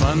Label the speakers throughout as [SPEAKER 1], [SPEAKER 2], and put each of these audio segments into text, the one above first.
[SPEAKER 1] find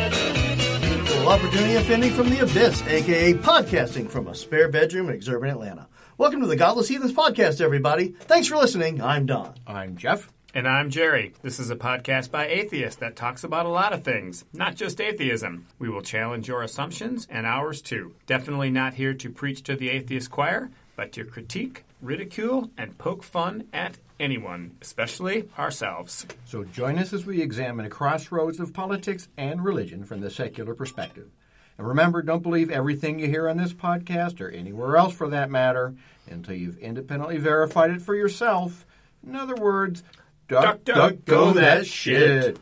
[SPEAKER 2] Well, Opportunity Offending from the Abyss, aka podcasting from a spare bedroom in exurban Atlanta. Welcome to the Godless Heathens podcast, everybody. Thanks for listening. I'm Don.
[SPEAKER 3] I'm Jeff.
[SPEAKER 4] And I'm Jerry. This is a podcast by atheists that talks about a lot of things, not just atheism. We will challenge your assumptions and ours too. Definitely not here to preach to the atheist choir, but to critique, ridicule, and poke fun at anyone, especially ourselves.
[SPEAKER 3] So join us as we examine the crossroads of politics and religion from the secular perspective. And remember, don't believe everything you hear on this podcast or anywhere else for that matter until you've independently verified it for yourself. In other words, duck, duck, go that shit.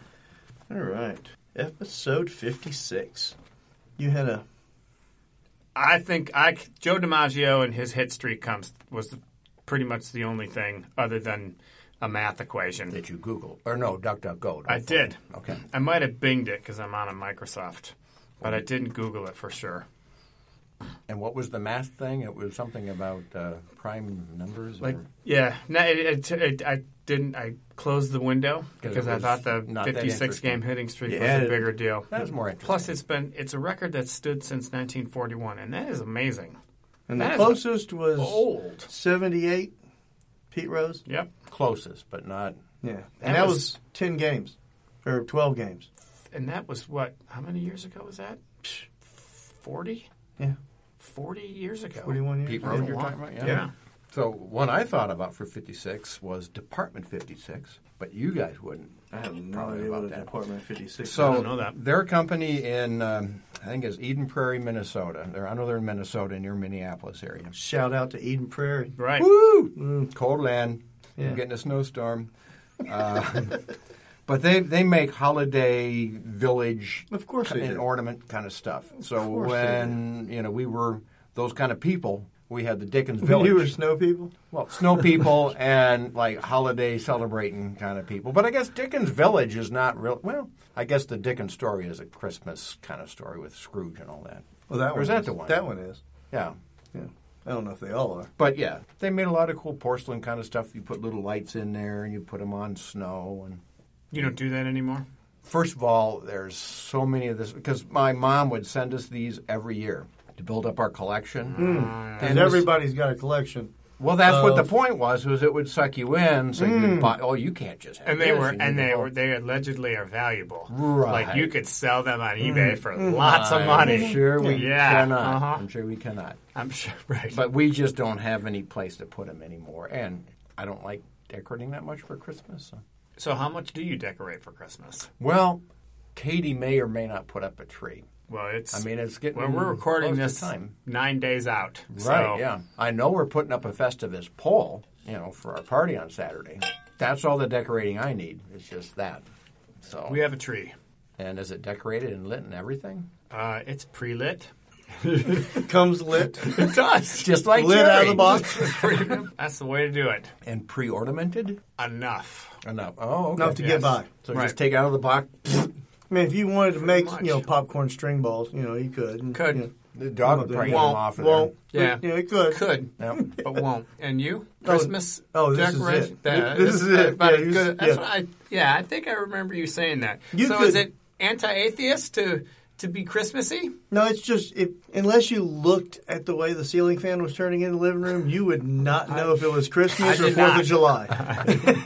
[SPEAKER 2] All right. Episode 56. You had a.
[SPEAKER 4] I think I, Joe DiMaggio and his hit streak comes was pretty much the only thing other than a math equation.
[SPEAKER 3] Did you Google? Or no, duck, duck, go.
[SPEAKER 4] I did.
[SPEAKER 3] Okay.
[SPEAKER 4] I might have binged it because I'm on a Microsoft, but I didn't Google it for sure.
[SPEAKER 3] And what was the math thing? It was something about uh, prime numbers.
[SPEAKER 4] Like,
[SPEAKER 3] or-
[SPEAKER 4] yeah, no, it, it, it, I didn't. I closed the window
[SPEAKER 3] it
[SPEAKER 4] because I
[SPEAKER 3] was
[SPEAKER 4] thought the
[SPEAKER 3] not that
[SPEAKER 4] 56
[SPEAKER 3] interesting.
[SPEAKER 4] game hitting streak
[SPEAKER 2] Yeah,
[SPEAKER 4] was
[SPEAKER 2] it-
[SPEAKER 4] a bigger deal.
[SPEAKER 3] that was more interesting.
[SPEAKER 4] Plus, it's been it's a record that's stood since 1941, and that is amazing.
[SPEAKER 2] And the
[SPEAKER 4] That is
[SPEAKER 2] closest was
[SPEAKER 4] Old.
[SPEAKER 2] 78, Pete Rose.
[SPEAKER 4] Yep.
[SPEAKER 3] closest, but not.
[SPEAKER 2] Yeah. And that, was,
[SPEAKER 4] was-
[SPEAKER 2] 10 games, or 12 games.
[SPEAKER 4] And that was what? How many years ago was that? 40?
[SPEAKER 2] Yeah.
[SPEAKER 4] 40 years ago.
[SPEAKER 2] 41 years.
[SPEAKER 3] Pete
[SPEAKER 2] Yeah.
[SPEAKER 3] Rose.
[SPEAKER 4] Wow.
[SPEAKER 3] You're talking about, yeah.
[SPEAKER 4] Yeah.
[SPEAKER 3] So one I thought about for 56 was Department 56, but you guys wouldn't.
[SPEAKER 2] I have no
[SPEAKER 3] Probably
[SPEAKER 2] idea
[SPEAKER 3] about
[SPEAKER 2] what a
[SPEAKER 3] that.
[SPEAKER 2] Department 56
[SPEAKER 3] So
[SPEAKER 4] don't know that.
[SPEAKER 3] their company in, um, I think it's Eden Prairie, Minnesota. They're, I know they're in Minnesota, near Minneapolis area.
[SPEAKER 2] Shout out to Eden Prairie.
[SPEAKER 4] Right.
[SPEAKER 3] Woo! Cold land.
[SPEAKER 2] Mm. Yeah.
[SPEAKER 3] Getting a snowstorm. Uh, but they they make holiday village
[SPEAKER 2] Of course they
[SPEAKER 3] and
[SPEAKER 2] do.
[SPEAKER 3] ornament kind of stuff. So
[SPEAKER 2] course they
[SPEAKER 3] when you know we were those kind of people, we had the Dickens Village.
[SPEAKER 2] You were snow people?
[SPEAKER 3] Well, snow people and like holiday celebrating kind of people. But I guess Dickens Village is not real. Well, I guess the Dickens story is a Christmas kind of story with Scrooge and all that.
[SPEAKER 2] Well, that
[SPEAKER 3] Or is
[SPEAKER 2] one
[SPEAKER 3] that
[SPEAKER 2] is.
[SPEAKER 3] the one?
[SPEAKER 2] That one is.
[SPEAKER 3] Yeah.
[SPEAKER 2] Yeah. I don't know if they all are.
[SPEAKER 3] But yeah, they made a lot of cool porcelain kind of stuff. You put little lights in there and you put them on snow. And
[SPEAKER 4] You don't do that anymore?
[SPEAKER 3] first of all, there's so many of this because my mom would send us these every year to build up our collection.
[SPEAKER 2] And
[SPEAKER 3] this-
[SPEAKER 2] everybody's got a collection.
[SPEAKER 3] well, that's what the
[SPEAKER 2] of-
[SPEAKER 3] point was: was it would suck you in, so you'd buy. Oh, you can't just. Have
[SPEAKER 4] Hmm. And they
[SPEAKER 3] this,
[SPEAKER 4] were,
[SPEAKER 3] you
[SPEAKER 4] and
[SPEAKER 3] need
[SPEAKER 4] they
[SPEAKER 3] to-
[SPEAKER 4] were, they allegedly are valuable.
[SPEAKER 3] Right.
[SPEAKER 4] Like you could sell them on eBay for lots of money.
[SPEAKER 3] I'm sure we
[SPEAKER 4] yeah.
[SPEAKER 3] cannot.
[SPEAKER 4] Uh-huh.
[SPEAKER 3] I'm sure we cannot.
[SPEAKER 4] I'm sure. Right.
[SPEAKER 3] But we just don't have any place to put them anymore. And I don't like decorating that much for Christmas. So.
[SPEAKER 4] so, how much do you decorate for Christmas?
[SPEAKER 3] Well, Katie may or may not put up a tree.
[SPEAKER 4] Well, it's.
[SPEAKER 3] I mean, it's getting.
[SPEAKER 4] well,
[SPEAKER 2] mm,
[SPEAKER 4] we're recording
[SPEAKER 3] close to
[SPEAKER 4] this
[SPEAKER 3] time.
[SPEAKER 4] nine days out.
[SPEAKER 3] Right.
[SPEAKER 4] So
[SPEAKER 3] Yeah. I know we're putting up a Festivus pole. You know, for our party on Saturday. That's all the decorating I need. It's just that. So.
[SPEAKER 4] We have a tree.
[SPEAKER 3] and is it decorated and lit and everything?
[SPEAKER 4] Uh, it's pre lit.
[SPEAKER 2] Comes lit.
[SPEAKER 3] It does. just like
[SPEAKER 2] lit out of the
[SPEAKER 3] Jerry.
[SPEAKER 2] box.
[SPEAKER 4] That's the way to do it.
[SPEAKER 3] And pre-ornamented.
[SPEAKER 4] Enough.
[SPEAKER 2] Uh,
[SPEAKER 3] Enough. Oh, okay.
[SPEAKER 2] Enough to
[SPEAKER 4] Yes.
[SPEAKER 2] get by.
[SPEAKER 3] So
[SPEAKER 4] Right.
[SPEAKER 3] just take out of the box.
[SPEAKER 2] I mean, if you wanted to make
[SPEAKER 4] much.
[SPEAKER 2] you know popcorn string balls, you know you could. And,
[SPEAKER 4] Could.
[SPEAKER 2] You know,
[SPEAKER 3] The dog would probably get
[SPEAKER 4] Won't-
[SPEAKER 3] them off. Of
[SPEAKER 2] won't.
[SPEAKER 4] Yeah.
[SPEAKER 2] Yeah, it could.
[SPEAKER 4] Could,
[SPEAKER 3] Yep.
[SPEAKER 4] but won't. And you? Christmas
[SPEAKER 2] oh, this is
[SPEAKER 4] decoration?
[SPEAKER 2] it.
[SPEAKER 4] That-
[SPEAKER 2] This is it.
[SPEAKER 4] about
[SPEAKER 2] Yeah,
[SPEAKER 4] as
[SPEAKER 2] you-
[SPEAKER 4] good- that's
[SPEAKER 2] yeah.
[SPEAKER 4] what I, yeah, I think I remember you saying that.
[SPEAKER 2] You
[SPEAKER 4] so
[SPEAKER 2] could-
[SPEAKER 4] is it anti-atheist to, to be Christmassy?
[SPEAKER 2] No, it's just it, unless you looked at the way the ceiling fan was turning in the living room, you would not know if it was Christmas
[SPEAKER 4] I
[SPEAKER 2] or
[SPEAKER 4] did
[SPEAKER 2] Fourth
[SPEAKER 4] not.
[SPEAKER 2] of July.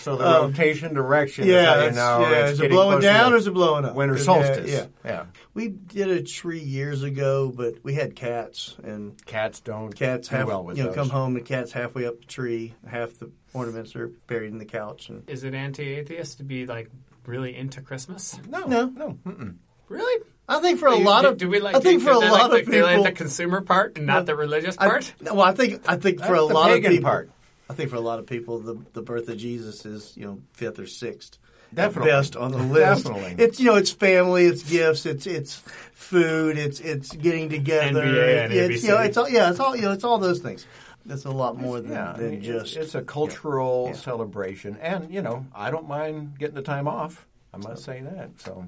[SPEAKER 3] So the rotation direction.
[SPEAKER 2] Um, yeah,
[SPEAKER 3] is how you
[SPEAKER 2] that's-
[SPEAKER 3] know
[SPEAKER 2] yeah,
[SPEAKER 3] it's
[SPEAKER 2] is it
[SPEAKER 3] getting
[SPEAKER 2] blowing
[SPEAKER 3] closer to
[SPEAKER 2] down or is it blowing up?
[SPEAKER 3] Winter
[SPEAKER 2] Yeah,
[SPEAKER 3] solstice.
[SPEAKER 2] yeah.
[SPEAKER 3] yeah.
[SPEAKER 2] we did a tree years ago, but we had cats, and
[SPEAKER 3] Cats don't
[SPEAKER 2] cats
[SPEAKER 3] do
[SPEAKER 2] half
[SPEAKER 3] well with
[SPEAKER 2] you know
[SPEAKER 3] those.
[SPEAKER 2] come home and cats halfway up the tree, half the ornaments are buried in the couch, and
[SPEAKER 4] Is it anti-atheist to be like really into Christmas?
[SPEAKER 3] No,
[SPEAKER 2] No.
[SPEAKER 3] no, no. Mm-mm.
[SPEAKER 4] Really?
[SPEAKER 2] I think for a
[SPEAKER 4] Do you-
[SPEAKER 2] lot
[SPEAKER 4] do,
[SPEAKER 2] of
[SPEAKER 4] do we like?
[SPEAKER 2] I think
[SPEAKER 4] do
[SPEAKER 2] for a
[SPEAKER 4] they
[SPEAKER 2] lot
[SPEAKER 4] like
[SPEAKER 2] of
[SPEAKER 4] the,
[SPEAKER 2] people
[SPEAKER 4] they like the consumer part and not the religious
[SPEAKER 2] I-
[SPEAKER 4] part.
[SPEAKER 2] no, well, I think I think for
[SPEAKER 3] That's
[SPEAKER 2] a
[SPEAKER 3] the
[SPEAKER 2] lot of
[SPEAKER 3] pagan
[SPEAKER 2] people,
[SPEAKER 3] part.
[SPEAKER 2] I think for a lot of people, the the birth of Jesus is you know fifth or sixth.
[SPEAKER 3] Definitely.
[SPEAKER 2] best on the list.
[SPEAKER 3] Definitely.
[SPEAKER 2] It's you know, it's family, it's gifts, it's it's food, it's it's getting together.
[SPEAKER 4] NBA and
[SPEAKER 2] it's you know,
[SPEAKER 4] ABC.
[SPEAKER 2] it's all yeah, it's all you know, it's all those things. It's a lot more than,
[SPEAKER 3] Yeah, I
[SPEAKER 2] than
[SPEAKER 3] mean,
[SPEAKER 2] just
[SPEAKER 3] it's, it's a cultural celebration, and you know, I don't mind getting the time off. I must say that. So,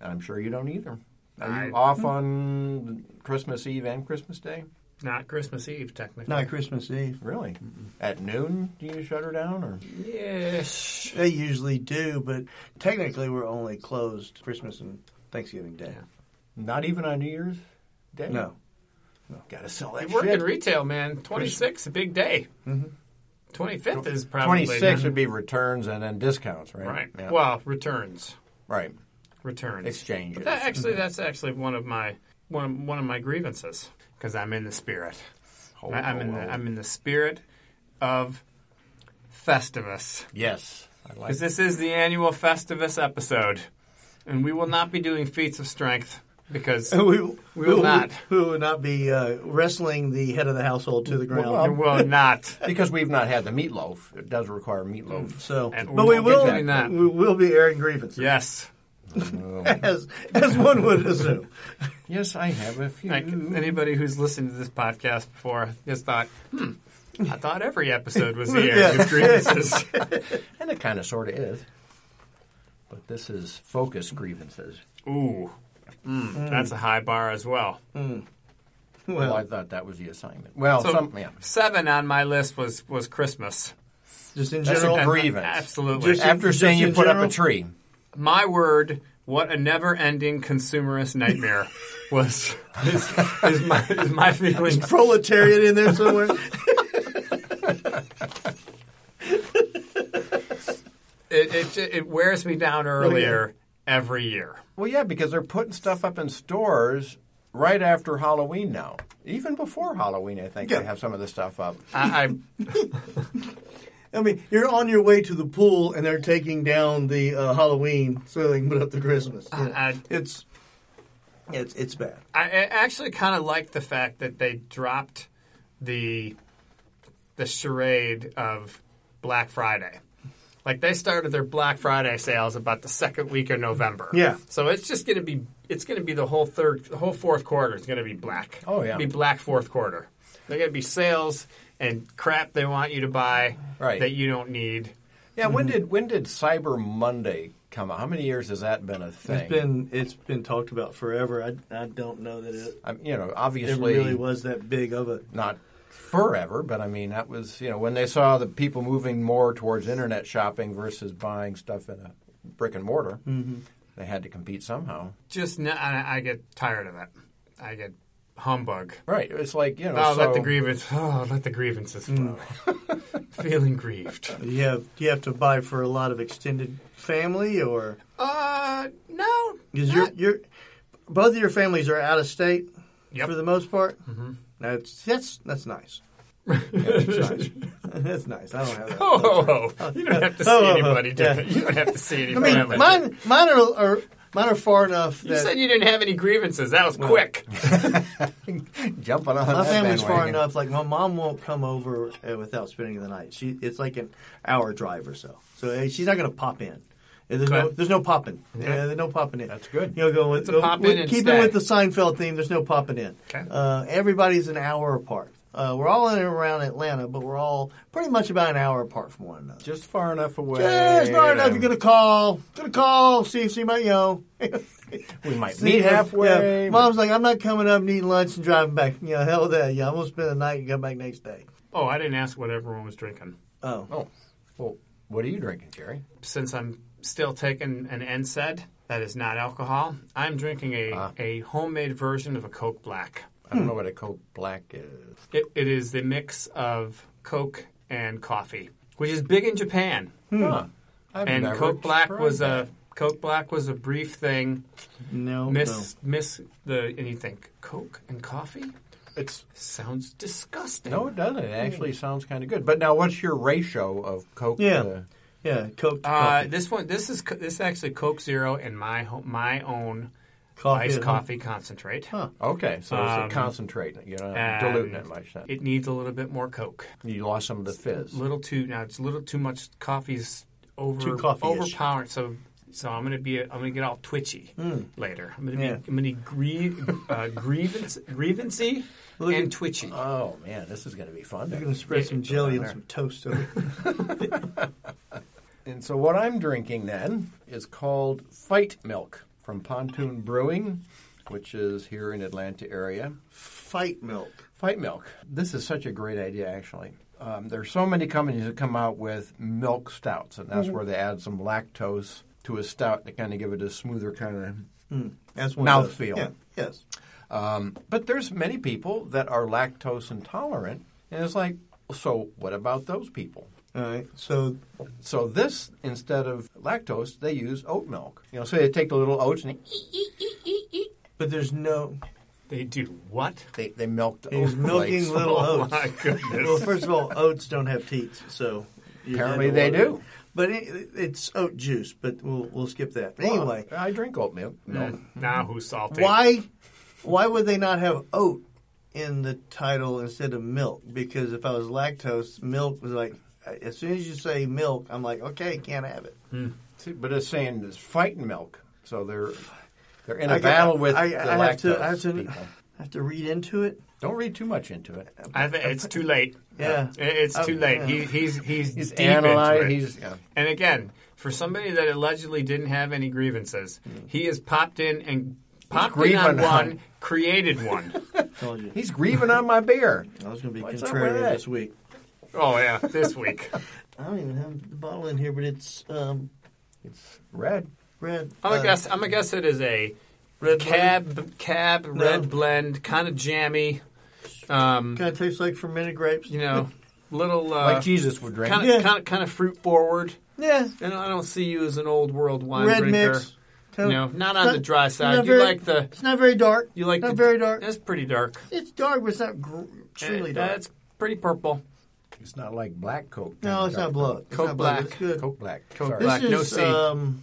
[SPEAKER 3] and I'm sure you don't either. Are you
[SPEAKER 4] I-
[SPEAKER 3] off on Christmas Eve and Christmas Day?
[SPEAKER 4] Not Christmas Eve, technically.
[SPEAKER 2] not Christmas Eve.
[SPEAKER 3] Really? At noon? Do you shut her down, or
[SPEAKER 4] Yes.
[SPEAKER 2] They usually do, but technically we're only closed Christmas and Thanksgiving Day.
[SPEAKER 3] not even on New Year's Day?
[SPEAKER 2] No.
[SPEAKER 3] Gotta sell that
[SPEAKER 4] You work in
[SPEAKER 3] shit.
[SPEAKER 4] retail, man. 26, a big day.
[SPEAKER 2] Mm-hmm.
[SPEAKER 4] 25th is probably.
[SPEAKER 3] 26 would be returns and then discounts, right?
[SPEAKER 4] Right.
[SPEAKER 3] Yeah.
[SPEAKER 4] Well, returns.
[SPEAKER 3] right.
[SPEAKER 4] Returns.
[SPEAKER 3] Exchanges.
[SPEAKER 4] But that,
[SPEAKER 2] Mm-hmm.
[SPEAKER 4] actually, that's actually one of my one of, one of my grievances because I'm in the spirit.
[SPEAKER 2] Oh,
[SPEAKER 3] Ho,
[SPEAKER 4] I, am
[SPEAKER 3] ho,
[SPEAKER 4] in the,
[SPEAKER 3] ho.
[SPEAKER 4] I'm in the spirit of Festivus
[SPEAKER 3] Yes. I like
[SPEAKER 4] because this is the annual Festivus episode, and we will not be doing feats of strength because
[SPEAKER 2] We,
[SPEAKER 4] We will not.
[SPEAKER 2] We will not be uh, wrestling the head of the household to the ground.
[SPEAKER 4] we will not.
[SPEAKER 3] because we've not had the meatloaf. It does require
[SPEAKER 4] Mm.
[SPEAKER 3] meatloaf.
[SPEAKER 2] so,
[SPEAKER 4] And
[SPEAKER 2] but we
[SPEAKER 4] we won't
[SPEAKER 2] will.
[SPEAKER 4] be doing that.
[SPEAKER 2] We will be airing grievances,
[SPEAKER 4] Yes.
[SPEAKER 2] as as one would assume.
[SPEAKER 3] Yes, I have a few.
[SPEAKER 4] Like anybody who's listened to this podcast before has thought, hmm, I thought every episode was the
[SPEAKER 2] Yeah.
[SPEAKER 4] air of grievances.
[SPEAKER 3] And it kind of sort of is. But this is focus grievances.
[SPEAKER 4] Ooh. Mm, That's a high bar as well.
[SPEAKER 3] Well,
[SPEAKER 2] Well,
[SPEAKER 3] Oh, I thought that was the assignment. Well,
[SPEAKER 4] So
[SPEAKER 3] some, yeah.
[SPEAKER 4] seven on my list was, was Christmas.
[SPEAKER 2] just in
[SPEAKER 3] That's a
[SPEAKER 2] general,
[SPEAKER 3] gr- Grievance.
[SPEAKER 4] Absolutely.
[SPEAKER 2] Just-
[SPEAKER 3] After saying you
[SPEAKER 2] in
[SPEAKER 3] put
[SPEAKER 2] general?
[SPEAKER 3] up a tree,
[SPEAKER 4] my word, what a never-ending consumerist nightmare was is, is my is my feeling.
[SPEAKER 2] proletariat in there somewhere.
[SPEAKER 4] It, it it wears me down earlier every year.
[SPEAKER 3] well, yeah, because they're putting stuff up in stores right after Halloween now. Even before Halloween, I think
[SPEAKER 2] Yeah.
[SPEAKER 3] they have some of the stuff up.
[SPEAKER 4] I, I
[SPEAKER 2] I mean, you're on your way to the pool, and they're taking down the uh, Halloween so they can put up the Christmas.
[SPEAKER 4] I-
[SPEAKER 2] it's it's it's bad.
[SPEAKER 4] I I actually kind of like the fact that they dropped the the charade of Black Friday. Like they started their Black Friday sales about the second week of November.
[SPEAKER 2] Yeah.
[SPEAKER 4] So it's just going to be it's going to be the whole third the whole fourth quarter is going to be black.
[SPEAKER 3] Oh, yeah.
[SPEAKER 4] Be black fourth quarter. They're going to be sales and crap they want you to buy
[SPEAKER 3] Right.
[SPEAKER 4] that you don't need.
[SPEAKER 3] Yeah,
[SPEAKER 2] Mm-hmm.
[SPEAKER 3] when did when did Cyber Monday come out? How many years has that been a thing?
[SPEAKER 2] It's been it's been talked about forever. I I don't know that it,
[SPEAKER 3] I'm- you know,
[SPEAKER 2] it
[SPEAKER 3] obviously
[SPEAKER 2] really was that big of a.
[SPEAKER 3] not forever, but I mean that was you know when they saw the people moving more towards internet shopping versus buying stuff in a brick and mortar, they had to compete somehow.
[SPEAKER 4] Just n- I, I get tired of it. I get humbug.
[SPEAKER 3] Right? It's like you know,
[SPEAKER 4] Oh, let
[SPEAKER 3] so-
[SPEAKER 4] the grievance. Oh, let the grievances flow. Feeling grieved.
[SPEAKER 2] Do you have do you have to buy for a lot of extended family or
[SPEAKER 4] Uh, no.
[SPEAKER 2] because your
[SPEAKER 4] not-
[SPEAKER 2] your both of your families are out of state
[SPEAKER 4] Yep.
[SPEAKER 2] for the most part. Mm-hmm. That's that's that's nice. That's nice. That's nice. I don't have that.
[SPEAKER 4] Oh, oh, oh. you don't have to see
[SPEAKER 2] Oh, oh, oh.
[SPEAKER 4] anybody. do
[SPEAKER 2] Yeah.
[SPEAKER 4] you? you don't have to see
[SPEAKER 2] I
[SPEAKER 4] anybody.
[SPEAKER 2] mean, mine, mine are, are mine are far enough
[SPEAKER 4] you
[SPEAKER 2] that
[SPEAKER 4] said you didn't have any grievances. That was quick.
[SPEAKER 3] jumping on
[SPEAKER 2] my
[SPEAKER 3] that
[SPEAKER 2] family's far
[SPEAKER 3] bandwagon.
[SPEAKER 2] enough. Like my mom won't come over uh, without spending the night. She it's like an hour drive or so. So uh, she's not going to pop in. And There's no,
[SPEAKER 4] Okay.
[SPEAKER 2] there's no popping. Yeah.
[SPEAKER 4] Yeah.
[SPEAKER 2] there's no popping in.
[SPEAKER 3] That's good.
[SPEAKER 2] You know, go with,
[SPEAKER 4] a
[SPEAKER 2] go
[SPEAKER 4] pop in
[SPEAKER 2] with-
[SPEAKER 4] and
[SPEAKER 2] keeping with
[SPEAKER 4] stay.
[SPEAKER 2] the Seinfeld theme. There's no popping in.
[SPEAKER 4] Okay.
[SPEAKER 2] Uh, everybody's an hour apart. Uh, we're all in and around Atlanta, but we're all pretty much about an hour apart from one another.
[SPEAKER 3] Just far enough away.
[SPEAKER 2] Just far enough. You're gonna call, gonna call, see if she might, you know,
[SPEAKER 3] we might
[SPEAKER 2] See,
[SPEAKER 3] meet
[SPEAKER 2] yeah,
[SPEAKER 3] halfway.
[SPEAKER 2] yeah. Mom's like, I'm not coming up and eating lunch and driving back. You know, hell that. Yeah, I'm gonna spend the night and come back next day.
[SPEAKER 4] Oh, I didn't ask what everyone was drinking.
[SPEAKER 2] Oh,
[SPEAKER 3] oh, well, what are you drinking, Jerry?
[SPEAKER 4] Since I'm still taking an NSAID that is not alcohol, I'm drinking a,
[SPEAKER 2] Ah.
[SPEAKER 4] a homemade version of a Coke Black.
[SPEAKER 3] I
[SPEAKER 2] Hmm.
[SPEAKER 3] don't know what a Coke Black is.
[SPEAKER 4] It, it is the mix of Coke and coffee, which is big in Japan.
[SPEAKER 2] Hmm.
[SPEAKER 3] Huh. I've
[SPEAKER 4] and
[SPEAKER 3] never
[SPEAKER 4] Coke Black
[SPEAKER 3] tried
[SPEAKER 4] was
[SPEAKER 3] that.
[SPEAKER 4] a Coke Black was a brief thing.
[SPEAKER 2] Oh, no,
[SPEAKER 4] Miss miss the and you think Coke and coffee
[SPEAKER 3] It's
[SPEAKER 4] sounds disgusting.
[SPEAKER 3] no, it doesn't. It actually sounds kind of good. But now, what's your ratio of Coke?
[SPEAKER 2] no. yeah,
[SPEAKER 3] to,
[SPEAKER 2] yeah, Coke, to
[SPEAKER 4] Uh,
[SPEAKER 2] coffee,
[SPEAKER 4] this one, this is co- this is actually Coke Zero and my ho- my own
[SPEAKER 2] coffee,
[SPEAKER 4] iced
[SPEAKER 2] at home.
[SPEAKER 4] coffee concentrate.
[SPEAKER 3] Okay, so it's
[SPEAKER 4] Um,
[SPEAKER 3] a concentrate. You're not
[SPEAKER 4] And
[SPEAKER 3] diluting it much. Then.
[SPEAKER 4] It needs a little bit more Coke.
[SPEAKER 3] you lost some of the fizz.
[SPEAKER 4] Little too now. It's a little too much. Coffee's over
[SPEAKER 2] Too coffee-ish.
[SPEAKER 4] overpowering. So so I'm gonna be I'm gonna get all twitchy later. I'm gonna
[SPEAKER 2] Hmm. Yeah.
[SPEAKER 4] be I'm gonna grieve uh, grievance grievancy
[SPEAKER 2] Look
[SPEAKER 4] and
[SPEAKER 2] at- uh,
[SPEAKER 4] twitchy.
[SPEAKER 3] Oh man, this is going to be fun.
[SPEAKER 2] You're going to spread
[SPEAKER 4] Yeah,
[SPEAKER 2] some
[SPEAKER 4] it's
[SPEAKER 2] jelly and
[SPEAKER 3] on there.
[SPEAKER 2] some toast over it.
[SPEAKER 3] And so what I'm drinking then is called Fight Milk from Pontoon Brewing, which is here in Atlanta area.
[SPEAKER 2] Fight milk.
[SPEAKER 3] Fight Milk. This is such a great idea, actually. Um, there's so many companies that come out with milk stouts, and
[SPEAKER 4] Mm-hmm.
[SPEAKER 3] that's where they add some lactose to a stout to kind of give it a smoother kind of
[SPEAKER 2] As one does.
[SPEAKER 3] Mouthfeel.
[SPEAKER 2] Yeah, yes.
[SPEAKER 3] Um, but there's many people that are lactose intolerant, and it's like, so what about those people?
[SPEAKER 2] All right. So
[SPEAKER 3] So this, instead of lactose, they use oat milk. You know, so they take the little oats and
[SPEAKER 2] But there's no.
[SPEAKER 4] They do what?
[SPEAKER 3] they, they milk the
[SPEAKER 2] He's
[SPEAKER 3] oat
[SPEAKER 2] milking
[SPEAKER 3] flakes.
[SPEAKER 2] little
[SPEAKER 4] Oh,
[SPEAKER 2] oats.
[SPEAKER 4] my goodness.
[SPEAKER 2] Well, first of all, oats don't have teats, so you
[SPEAKER 3] Apparently
[SPEAKER 2] had to
[SPEAKER 3] they
[SPEAKER 2] load
[SPEAKER 3] do.
[SPEAKER 2] it. But it, it's oat juice. But we'll we'll skip that. Anyway, Mm.
[SPEAKER 3] I drink oat milk. milk.
[SPEAKER 4] Now who's salty?
[SPEAKER 2] why why would they not have oat in the title instead of milk? Because if I was lactose, milk was like as soon as you say milk, I'm like okay, can't have it.
[SPEAKER 3] See, but it's saying it's fighting milk. So they're they're in a
[SPEAKER 2] I got-
[SPEAKER 3] battle with
[SPEAKER 2] I,
[SPEAKER 3] the
[SPEAKER 2] I have
[SPEAKER 3] lactose
[SPEAKER 2] to I have to
[SPEAKER 3] people.
[SPEAKER 2] I have to read into it.
[SPEAKER 3] Don't read too much into it.
[SPEAKER 4] I think it's too late. Uh,
[SPEAKER 2] Yeah.
[SPEAKER 4] It- it's
[SPEAKER 2] Oh,
[SPEAKER 4] too late.
[SPEAKER 2] yeah.
[SPEAKER 4] He, he's he's
[SPEAKER 3] He's
[SPEAKER 4] deep into
[SPEAKER 3] analyzed-
[SPEAKER 4] it.
[SPEAKER 3] he's- yeah.
[SPEAKER 4] And again, for somebody that allegedly didn't have any grievances,
[SPEAKER 2] Hmm.
[SPEAKER 4] he has popped in and popped in on
[SPEAKER 3] grieving
[SPEAKER 4] one,
[SPEAKER 3] on-
[SPEAKER 4] created one.
[SPEAKER 2] Told you.
[SPEAKER 3] He's grieving on my beer.
[SPEAKER 2] I was going to be
[SPEAKER 3] What's up with
[SPEAKER 2] contrarian
[SPEAKER 3] that?
[SPEAKER 2] this week.
[SPEAKER 4] oh yeah, this week.
[SPEAKER 2] I don't even have the bottle in here, but it's um,
[SPEAKER 3] It's red.
[SPEAKER 2] red.
[SPEAKER 4] I'm gonna
[SPEAKER 2] uh,
[SPEAKER 4] guess. I'm gonna guess it is a
[SPEAKER 2] Red
[SPEAKER 4] cab cab
[SPEAKER 2] No.
[SPEAKER 4] red blend, kind of jammy. Um,
[SPEAKER 2] Kind of tastes like fermented grapes.
[SPEAKER 4] you know, little uh,
[SPEAKER 3] Like Jesus would drink.
[SPEAKER 4] kind
[SPEAKER 2] Yeah.
[SPEAKER 4] of kind of kind of fruit forward.
[SPEAKER 2] Yeah.
[SPEAKER 4] And I don't see you as an old world wine
[SPEAKER 2] Red
[SPEAKER 4] drinker.
[SPEAKER 2] mix.
[SPEAKER 4] You know, not on the dry side.
[SPEAKER 2] not
[SPEAKER 4] You
[SPEAKER 2] very-
[SPEAKER 4] like the
[SPEAKER 2] It's not very dark.
[SPEAKER 4] you like
[SPEAKER 2] not
[SPEAKER 4] the,
[SPEAKER 2] very dark.
[SPEAKER 4] That's pretty dark.
[SPEAKER 2] It's dark, but it's not gr- extremely
[SPEAKER 4] Uh,
[SPEAKER 2] dark.
[SPEAKER 4] That's pretty purple.
[SPEAKER 3] It's not like black Coke.
[SPEAKER 2] no, it's not blood. It's
[SPEAKER 4] Coke
[SPEAKER 2] not blood.
[SPEAKER 4] black.
[SPEAKER 2] It's good.
[SPEAKER 3] Coke black.
[SPEAKER 4] Coke
[SPEAKER 3] Sorry.
[SPEAKER 2] This
[SPEAKER 4] black,
[SPEAKER 2] is
[SPEAKER 4] no C.
[SPEAKER 2] um,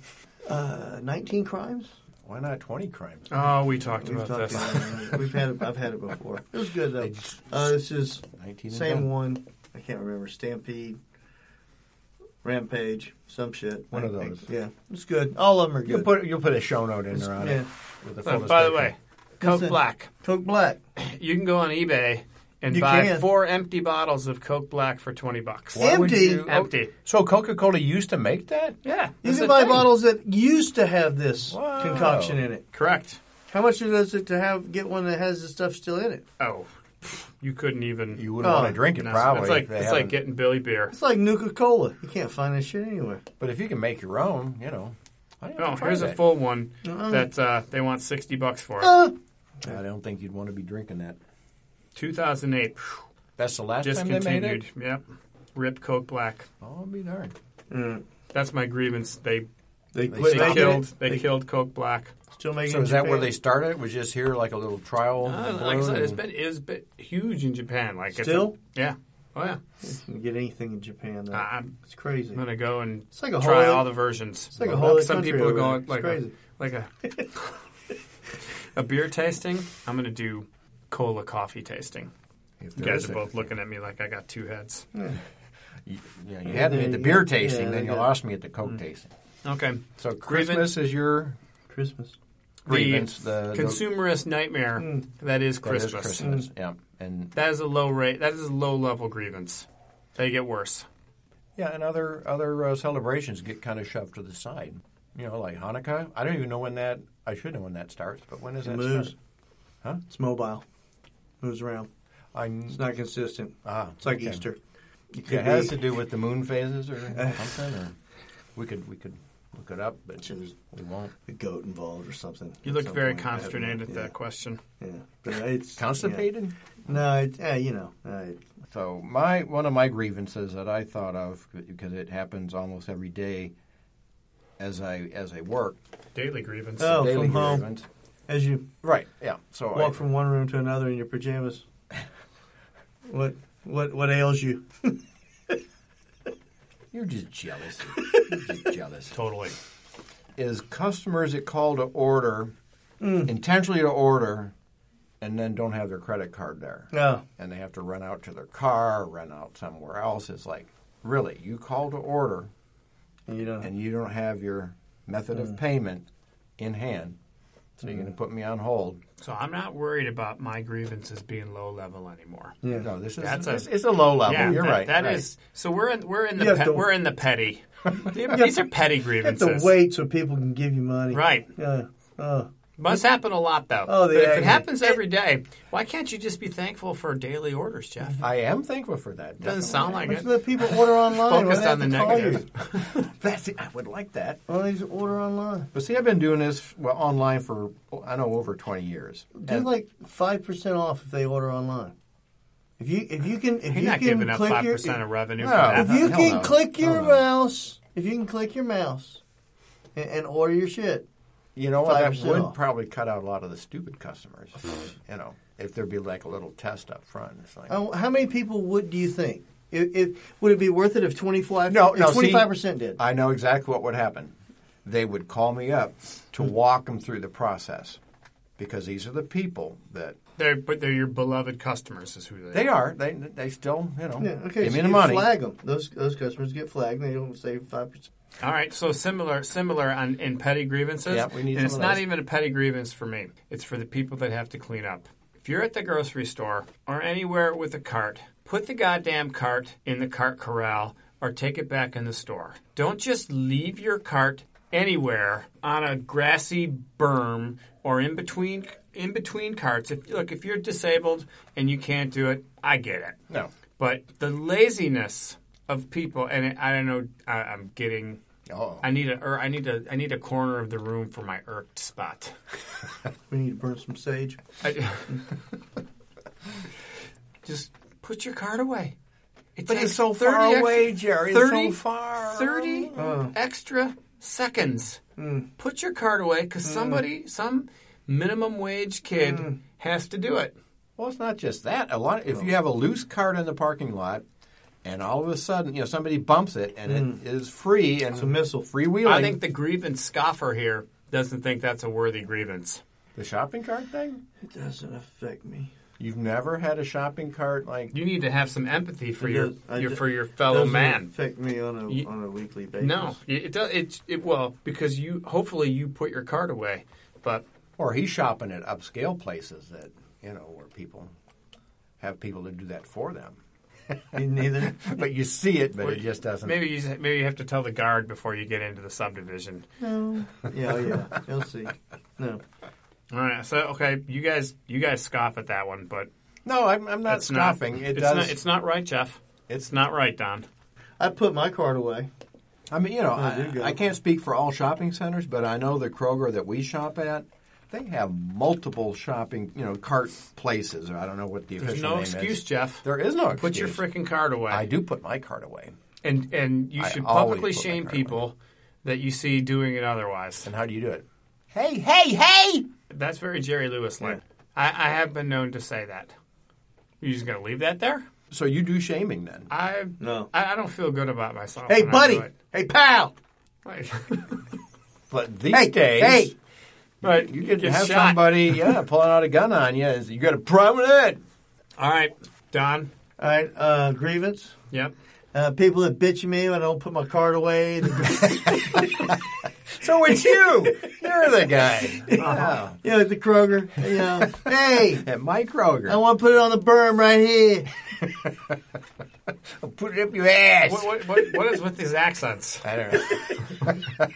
[SPEAKER 2] uh, 19 crimes.
[SPEAKER 3] Why not 20 crimes?
[SPEAKER 4] Oh, we talked
[SPEAKER 2] We've talked
[SPEAKER 4] about this.
[SPEAKER 2] about it. We've had it. I've had it before. It was good though. Uh, this is
[SPEAKER 3] 19 and
[SPEAKER 2] same
[SPEAKER 3] done.
[SPEAKER 2] one. I can't remember. Stampede, Rampage, some shit.
[SPEAKER 3] One of
[SPEAKER 2] I- I-
[SPEAKER 3] those.
[SPEAKER 2] yeah, it's good. All of them are
[SPEAKER 3] You'll
[SPEAKER 2] good.
[SPEAKER 3] put, you'll put a show note in there on
[SPEAKER 2] yeah.
[SPEAKER 3] it. With the
[SPEAKER 4] Uh,
[SPEAKER 3] full
[SPEAKER 4] by the way,
[SPEAKER 3] description.
[SPEAKER 4] Coke
[SPEAKER 2] Listen.
[SPEAKER 4] Black.
[SPEAKER 2] Coke Black.
[SPEAKER 4] You can go on eBay and
[SPEAKER 2] You
[SPEAKER 4] buy
[SPEAKER 2] can.
[SPEAKER 4] four empty bottles of Coke Black for twenty bucks.
[SPEAKER 2] Why would Empty?
[SPEAKER 3] you-
[SPEAKER 4] Empty.
[SPEAKER 3] So Coca Cola used to make that?
[SPEAKER 4] Yeah,
[SPEAKER 2] You
[SPEAKER 4] that's
[SPEAKER 2] can
[SPEAKER 4] a
[SPEAKER 2] buy
[SPEAKER 4] thing.
[SPEAKER 2] bottles that used to have this
[SPEAKER 3] Wow.
[SPEAKER 2] concoction in it.
[SPEAKER 4] Correct.
[SPEAKER 2] How much does it to have get one that has the stuff still in it?
[SPEAKER 4] Oh, pff, you couldn't even.
[SPEAKER 3] You wouldn't
[SPEAKER 2] Oh.
[SPEAKER 3] want to drink it,
[SPEAKER 4] No,
[SPEAKER 3] probably.
[SPEAKER 4] It's
[SPEAKER 3] if
[SPEAKER 4] like
[SPEAKER 3] they
[SPEAKER 4] it's like
[SPEAKER 3] haven't-
[SPEAKER 4] getting Billy beer.
[SPEAKER 2] It's like Nuka Cola. You can't find this shit anywhere.
[SPEAKER 3] But if you can make your own, you know. I
[SPEAKER 4] Oh, here's a full one that uh, they want sixty bucks for.
[SPEAKER 2] Uh,
[SPEAKER 3] I don't think you'd want to be drinking that.
[SPEAKER 4] 2008
[SPEAKER 3] That's the last time they made
[SPEAKER 4] discontinued.
[SPEAKER 3] it?
[SPEAKER 4] Yep, Rip Coke Black.
[SPEAKER 3] I'll be darned.
[SPEAKER 4] That's my grievance. They
[SPEAKER 2] they
[SPEAKER 4] Mm. they
[SPEAKER 2] quit
[SPEAKER 3] Stop
[SPEAKER 2] making
[SPEAKER 4] killed
[SPEAKER 2] it.
[SPEAKER 4] they, killed Coke Black.
[SPEAKER 2] Still making.
[SPEAKER 3] So
[SPEAKER 2] it
[SPEAKER 3] is
[SPEAKER 2] in
[SPEAKER 3] that where
[SPEAKER 2] Japan.
[SPEAKER 3] they started? It was just here like a little trial?
[SPEAKER 4] Uh,
[SPEAKER 3] balloon
[SPEAKER 4] like I said, it's
[SPEAKER 3] and-
[SPEAKER 4] been it's been huge in Japan. Like it's a-
[SPEAKER 2] Still?
[SPEAKER 4] yeah. Oh yeah.
[SPEAKER 2] You can get anything in Japan? Though.
[SPEAKER 4] Uh, I'm
[SPEAKER 2] it's crazy.
[SPEAKER 4] gonna go and
[SPEAKER 2] It's like a
[SPEAKER 4] try
[SPEAKER 2] whole-
[SPEAKER 4] all the versions. It's
[SPEAKER 2] like a whole other
[SPEAKER 4] Some
[SPEAKER 2] country
[SPEAKER 4] people are
[SPEAKER 2] over
[SPEAKER 4] going
[SPEAKER 2] there.
[SPEAKER 4] like
[SPEAKER 2] It's
[SPEAKER 4] a, like a a beer tasting. I'm gonna do cola coffee tasting.
[SPEAKER 3] If
[SPEAKER 4] You
[SPEAKER 3] there
[SPEAKER 4] guys
[SPEAKER 3] is
[SPEAKER 4] are
[SPEAKER 3] a-
[SPEAKER 4] both looking at me like I got two heads.
[SPEAKER 3] You, you, know, you had me at the
[SPEAKER 2] Yeah,
[SPEAKER 3] beer
[SPEAKER 2] yeah,
[SPEAKER 3] tasting,
[SPEAKER 2] yeah,
[SPEAKER 3] then you
[SPEAKER 2] yeah.
[SPEAKER 3] lost me at the
[SPEAKER 4] Mm.
[SPEAKER 3] Coke tasting.
[SPEAKER 4] Okay.
[SPEAKER 3] So
[SPEAKER 4] Grievance-
[SPEAKER 3] Christmas is your
[SPEAKER 2] Christmas.
[SPEAKER 3] grievance.
[SPEAKER 4] the,
[SPEAKER 3] The, the-
[SPEAKER 4] consumerist nightmare
[SPEAKER 2] Mm.
[SPEAKER 4] that is
[SPEAKER 3] that is
[SPEAKER 4] Christmas.
[SPEAKER 3] Christmas, Yeah, and
[SPEAKER 4] That is a low rate. That is a low level grievance. They get worse.
[SPEAKER 3] yeah, and other other uh, celebrations get kind of shoved to the side. You know, like Hanukkah. I don't even know when that. I should know when that starts, but when is
[SPEAKER 2] It
[SPEAKER 3] that?
[SPEAKER 2] moves.
[SPEAKER 3] start? Huh?
[SPEAKER 2] It's mobile. Moves around.
[SPEAKER 3] I'm,
[SPEAKER 2] It's not consistent.
[SPEAKER 3] ah,
[SPEAKER 2] It's like
[SPEAKER 3] okay.
[SPEAKER 2] Easter. You
[SPEAKER 3] Yeah,
[SPEAKER 2] could
[SPEAKER 3] it has
[SPEAKER 2] be-
[SPEAKER 3] to do with the moon phases or something. Or we could we could look it up, but
[SPEAKER 2] There's
[SPEAKER 3] we won't.
[SPEAKER 2] a goat involved or something.
[SPEAKER 4] You
[SPEAKER 2] At
[SPEAKER 4] look
[SPEAKER 2] some
[SPEAKER 4] very
[SPEAKER 2] point. I have no
[SPEAKER 4] consternated at
[SPEAKER 2] idea.
[SPEAKER 4] that question.
[SPEAKER 2] Yeah, but it's yeah.
[SPEAKER 3] Constipated.
[SPEAKER 2] No, it, eh, you know, I,
[SPEAKER 3] So my one of my grievances that I thought of because it happens almost every day as I as I work
[SPEAKER 4] Daily grievance.
[SPEAKER 2] Oh.
[SPEAKER 3] daily
[SPEAKER 2] from home.
[SPEAKER 3] grievance.
[SPEAKER 2] as you
[SPEAKER 3] Right. Yeah. So I,
[SPEAKER 2] walk from one room to another in your pajamas. What what what ails you?
[SPEAKER 3] you're just jealous. you're just jealous.
[SPEAKER 4] Totally.
[SPEAKER 3] Is customers that call to order
[SPEAKER 4] Mm.
[SPEAKER 3] intentionally to order and then don't have their credit card there.
[SPEAKER 2] No,
[SPEAKER 3] and they have to run out to their car, run out somewhere else. It's like, really, you call to order
[SPEAKER 2] And you don't.
[SPEAKER 3] and you don't have your method of
[SPEAKER 4] Mm.
[SPEAKER 3] payment in hand, so you're going to put me on hold.
[SPEAKER 4] So I'm not worried about my grievances being low level anymore.
[SPEAKER 2] yeah.
[SPEAKER 3] No, this is
[SPEAKER 4] That's a-
[SPEAKER 3] it's, it's a low level.
[SPEAKER 4] Yeah,
[SPEAKER 3] you're
[SPEAKER 4] that-
[SPEAKER 3] right.
[SPEAKER 4] That is
[SPEAKER 3] right.
[SPEAKER 4] so we're in we're in the
[SPEAKER 2] You have
[SPEAKER 4] pet
[SPEAKER 2] to-
[SPEAKER 4] we're in the petty. These are petty
[SPEAKER 2] You have
[SPEAKER 4] grievances.
[SPEAKER 2] to wait so people can give you money.
[SPEAKER 4] Right.
[SPEAKER 2] Yeah. Oh.
[SPEAKER 4] Must happen a lot though.
[SPEAKER 2] Oh, the
[SPEAKER 4] but if it
[SPEAKER 2] agony.
[SPEAKER 4] happens every day, why can't you just be thankful for daily orders, Jeff?
[SPEAKER 3] I am thankful for that.
[SPEAKER 4] Doesn't
[SPEAKER 3] definitely.
[SPEAKER 4] sound like
[SPEAKER 2] Let's
[SPEAKER 4] it.
[SPEAKER 2] let people order online.
[SPEAKER 4] Focused
[SPEAKER 2] Why do
[SPEAKER 4] on
[SPEAKER 2] they
[SPEAKER 4] the
[SPEAKER 2] have to call
[SPEAKER 4] negative.
[SPEAKER 2] You?
[SPEAKER 3] That's it. I would like that.
[SPEAKER 2] Why don't you just order online?
[SPEAKER 3] But see, I've been doing this well, online for I know over twenty years.
[SPEAKER 2] Do
[SPEAKER 3] And-
[SPEAKER 2] like five percent off if they order online. If you if you can if
[SPEAKER 4] You're
[SPEAKER 2] you
[SPEAKER 4] not
[SPEAKER 2] can
[SPEAKER 4] giving up
[SPEAKER 2] click
[SPEAKER 4] five
[SPEAKER 2] your
[SPEAKER 4] percent of revenue
[SPEAKER 3] No.
[SPEAKER 4] for that.
[SPEAKER 2] if you
[SPEAKER 3] Hell
[SPEAKER 2] can
[SPEAKER 3] no.
[SPEAKER 2] click your
[SPEAKER 3] Hell no.
[SPEAKER 2] mouse if you can click your mouse and, and order your shit.
[SPEAKER 3] You know what? That
[SPEAKER 2] 5%
[SPEAKER 3] would
[SPEAKER 2] off.
[SPEAKER 3] probably cut out a lot of the stupid customers. you know, if there'd be like a little test up front. It's like,
[SPEAKER 2] Uh, How many people would do you think? If, if would it be worth it if twenty five?
[SPEAKER 3] No, no, see-
[SPEAKER 2] twenty five percent did.
[SPEAKER 3] I know exactly what would happen. They would call me up to
[SPEAKER 2] Hmm.
[SPEAKER 3] walk them through the process because these are the people that
[SPEAKER 4] They're but they're your beloved customers is who they
[SPEAKER 3] they
[SPEAKER 4] are.
[SPEAKER 3] are. They they still you know
[SPEAKER 2] Yeah, okay,
[SPEAKER 3] give
[SPEAKER 2] so
[SPEAKER 3] me the
[SPEAKER 2] you
[SPEAKER 3] money.
[SPEAKER 2] flag them. Those those customers get flagged. and They don't save five percent.
[SPEAKER 4] All right, so similar similar on in petty grievances.
[SPEAKER 3] Yeah, we need
[SPEAKER 4] and it's
[SPEAKER 3] some of
[SPEAKER 4] not
[SPEAKER 3] those.
[SPEAKER 4] even a petty grievance for me. It's for the people that have to clean up. If you're at the grocery store or anywhere with a cart, put the goddamn cart in the cart corral or take it back in the store. Don't just leave your cart anywhere on a grassy berm or in between in between carts. If look, if you're disabled and you can't do it, I get it.
[SPEAKER 3] No.
[SPEAKER 4] But the laziness of people, and I don't know, I, I'm getting.
[SPEAKER 3] Uh-oh.
[SPEAKER 4] I need a, or I need a, I need a corner of the room for my irked spot.
[SPEAKER 2] We need to burn some sage.
[SPEAKER 4] I, just put your card away. It
[SPEAKER 3] But it's
[SPEAKER 4] takes
[SPEAKER 3] so far
[SPEAKER 4] 30
[SPEAKER 3] away, Jerry. It's so far.
[SPEAKER 4] Thirty
[SPEAKER 2] Oh.
[SPEAKER 4] extra seconds.
[SPEAKER 3] Hmm.
[SPEAKER 4] Put your card away because somebody, some minimum wage kid,
[SPEAKER 3] Hmm.
[SPEAKER 4] has to do it.
[SPEAKER 3] Well, it's not just that. A lot. If you have a loose cart in the parking lot, and all of a sudden, you know, somebody bumps it, and
[SPEAKER 4] Mm.
[SPEAKER 3] it is free and
[SPEAKER 2] a missile.
[SPEAKER 3] freewheeling.
[SPEAKER 4] I think the grievance scoffer here doesn't think that's a worthy grievance.
[SPEAKER 3] the shopping cart thing.
[SPEAKER 2] It doesn't affect me.
[SPEAKER 3] You've never had a shopping cart like
[SPEAKER 4] You need to have some empathy for
[SPEAKER 2] It
[SPEAKER 4] your,
[SPEAKER 2] does- I
[SPEAKER 4] your
[SPEAKER 2] ju-
[SPEAKER 4] for your fellow
[SPEAKER 2] doesn't
[SPEAKER 4] man.
[SPEAKER 2] affect me on a
[SPEAKER 4] You-
[SPEAKER 2] on a weekly basis.
[SPEAKER 4] No, it it does. It, it well because you hopefully you put your card away, but
[SPEAKER 3] Or he's shopping at upscale places that you know where people have people to do that for them.
[SPEAKER 2] Me neither.
[SPEAKER 3] But you see it, but it just doesn't.
[SPEAKER 4] maybe you maybe you have to tell the guard before you get into the subdivision.
[SPEAKER 2] No. Yeah, oh, yeah. You'll see. No.
[SPEAKER 4] All right, so okay, you guys you guys scoff at that one, but
[SPEAKER 3] No, I'm, I'm not
[SPEAKER 4] that's not-
[SPEAKER 3] scoffing. it
[SPEAKER 4] it's
[SPEAKER 3] does.
[SPEAKER 4] Not, it's not right, Jeff. It's not right, Don.
[SPEAKER 2] I put my card away.
[SPEAKER 3] I mean, you know,
[SPEAKER 2] there you
[SPEAKER 3] I,
[SPEAKER 2] go.
[SPEAKER 3] I can't speak for all shopping centers, but I know the Kroger that we shop at. They have multiple shopping, you know, cart places. Or I don't know what the
[SPEAKER 4] There's
[SPEAKER 3] official
[SPEAKER 4] no
[SPEAKER 3] name
[SPEAKER 4] excuse,
[SPEAKER 3] is.
[SPEAKER 4] Jeff.
[SPEAKER 3] There is no excuse.
[SPEAKER 4] Put your freaking card away.
[SPEAKER 3] I do put my cart away.
[SPEAKER 4] and and you
[SPEAKER 3] I
[SPEAKER 4] should
[SPEAKER 3] always
[SPEAKER 4] publicly
[SPEAKER 3] put my
[SPEAKER 4] shame
[SPEAKER 3] card away.
[SPEAKER 4] people that you see doing it otherwise.
[SPEAKER 3] And how do you do it? Hey, hey, hey!
[SPEAKER 4] That's very Jerry Lewis like. I, I have been known to say that. You just gonna leave that there?
[SPEAKER 3] So you do shaming then?
[SPEAKER 4] I
[SPEAKER 2] No.
[SPEAKER 4] I, I don't feel good about myself.
[SPEAKER 2] Hey,
[SPEAKER 4] when I
[SPEAKER 2] buddy.
[SPEAKER 4] do it.
[SPEAKER 2] Hey, pal.
[SPEAKER 4] Right.
[SPEAKER 3] But these
[SPEAKER 2] Hey,
[SPEAKER 3] days,
[SPEAKER 2] hey.
[SPEAKER 4] But
[SPEAKER 3] You could
[SPEAKER 4] get
[SPEAKER 3] have
[SPEAKER 4] shot.
[SPEAKER 3] somebody, yeah, pulling out a gun on you. and say, You got a problem with that?
[SPEAKER 4] All right, Don.
[SPEAKER 2] All right. Uh, grievance.
[SPEAKER 4] Yep.
[SPEAKER 2] Uh, people that bitch at me when I don't put my card away.
[SPEAKER 3] So it's you. You're the guy.
[SPEAKER 4] Uh-huh.
[SPEAKER 3] Yeah.
[SPEAKER 2] you know, at the Kroger. You know, hey,
[SPEAKER 3] At my
[SPEAKER 2] I
[SPEAKER 3] Kroger.
[SPEAKER 2] want to put it on the berm right here.
[SPEAKER 3] Put it up your ass.
[SPEAKER 4] What, what, what, what is with these accents?
[SPEAKER 3] I don't know.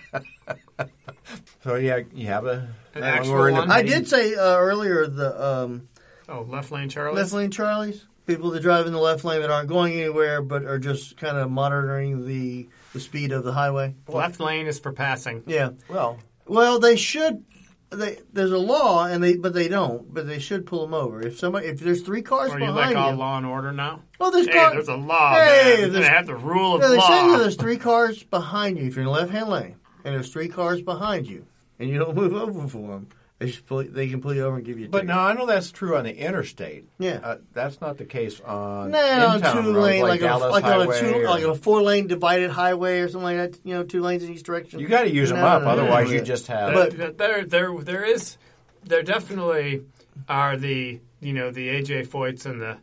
[SPEAKER 3] so yeah, you have a.
[SPEAKER 4] An
[SPEAKER 3] uh,
[SPEAKER 4] actual
[SPEAKER 3] we're in the-
[SPEAKER 4] one?
[SPEAKER 2] I did say uh, earlier the um,
[SPEAKER 4] Oh, left lane Charlie.
[SPEAKER 2] left lane Charlies. People that drive in the left lane that aren't going anywhere but are just kind of monitoring the, the speed of the highway.
[SPEAKER 4] Left lane is for passing.
[SPEAKER 2] Yeah.
[SPEAKER 3] Well,
[SPEAKER 2] Well, they should. They, there's a law, and they but they don't. But they should pull them over if somebody if there's three cars
[SPEAKER 4] Are you
[SPEAKER 2] behind
[SPEAKER 4] like all
[SPEAKER 2] you.
[SPEAKER 4] law and order now?
[SPEAKER 2] Oh, there's
[SPEAKER 4] hey,
[SPEAKER 2] car-
[SPEAKER 4] there's a law.
[SPEAKER 2] Hey,
[SPEAKER 4] man. They
[SPEAKER 2] there's-
[SPEAKER 4] have the rule of
[SPEAKER 2] No, they say
[SPEAKER 4] law.
[SPEAKER 2] you there's three cars behind you if you're in the left hand lane, and there's three cars behind you, and you don't move over for them. They should pull, they can pull you over and give you. A
[SPEAKER 3] but
[SPEAKER 2] ticket.
[SPEAKER 3] no, I know that's true on the interstate.
[SPEAKER 2] Yeah.
[SPEAKER 3] uh, that's not the case on
[SPEAKER 2] No, on
[SPEAKER 3] in-town
[SPEAKER 2] two
[SPEAKER 3] roads
[SPEAKER 2] lane,
[SPEAKER 3] like,
[SPEAKER 2] like, on
[SPEAKER 3] Dallas
[SPEAKER 2] a, like on a
[SPEAKER 3] Highway.
[SPEAKER 2] two,
[SPEAKER 3] or-
[SPEAKER 2] like on a four lane divided highway or something like that. You know, two lanes in each direction.
[SPEAKER 3] you got to use them
[SPEAKER 2] No,
[SPEAKER 3] up,
[SPEAKER 2] no, no,
[SPEAKER 3] otherwise
[SPEAKER 2] no.
[SPEAKER 3] you just have.
[SPEAKER 2] But-
[SPEAKER 4] Uh, Th- there, there, there is, there definitely are the you know the AJ Foyts and the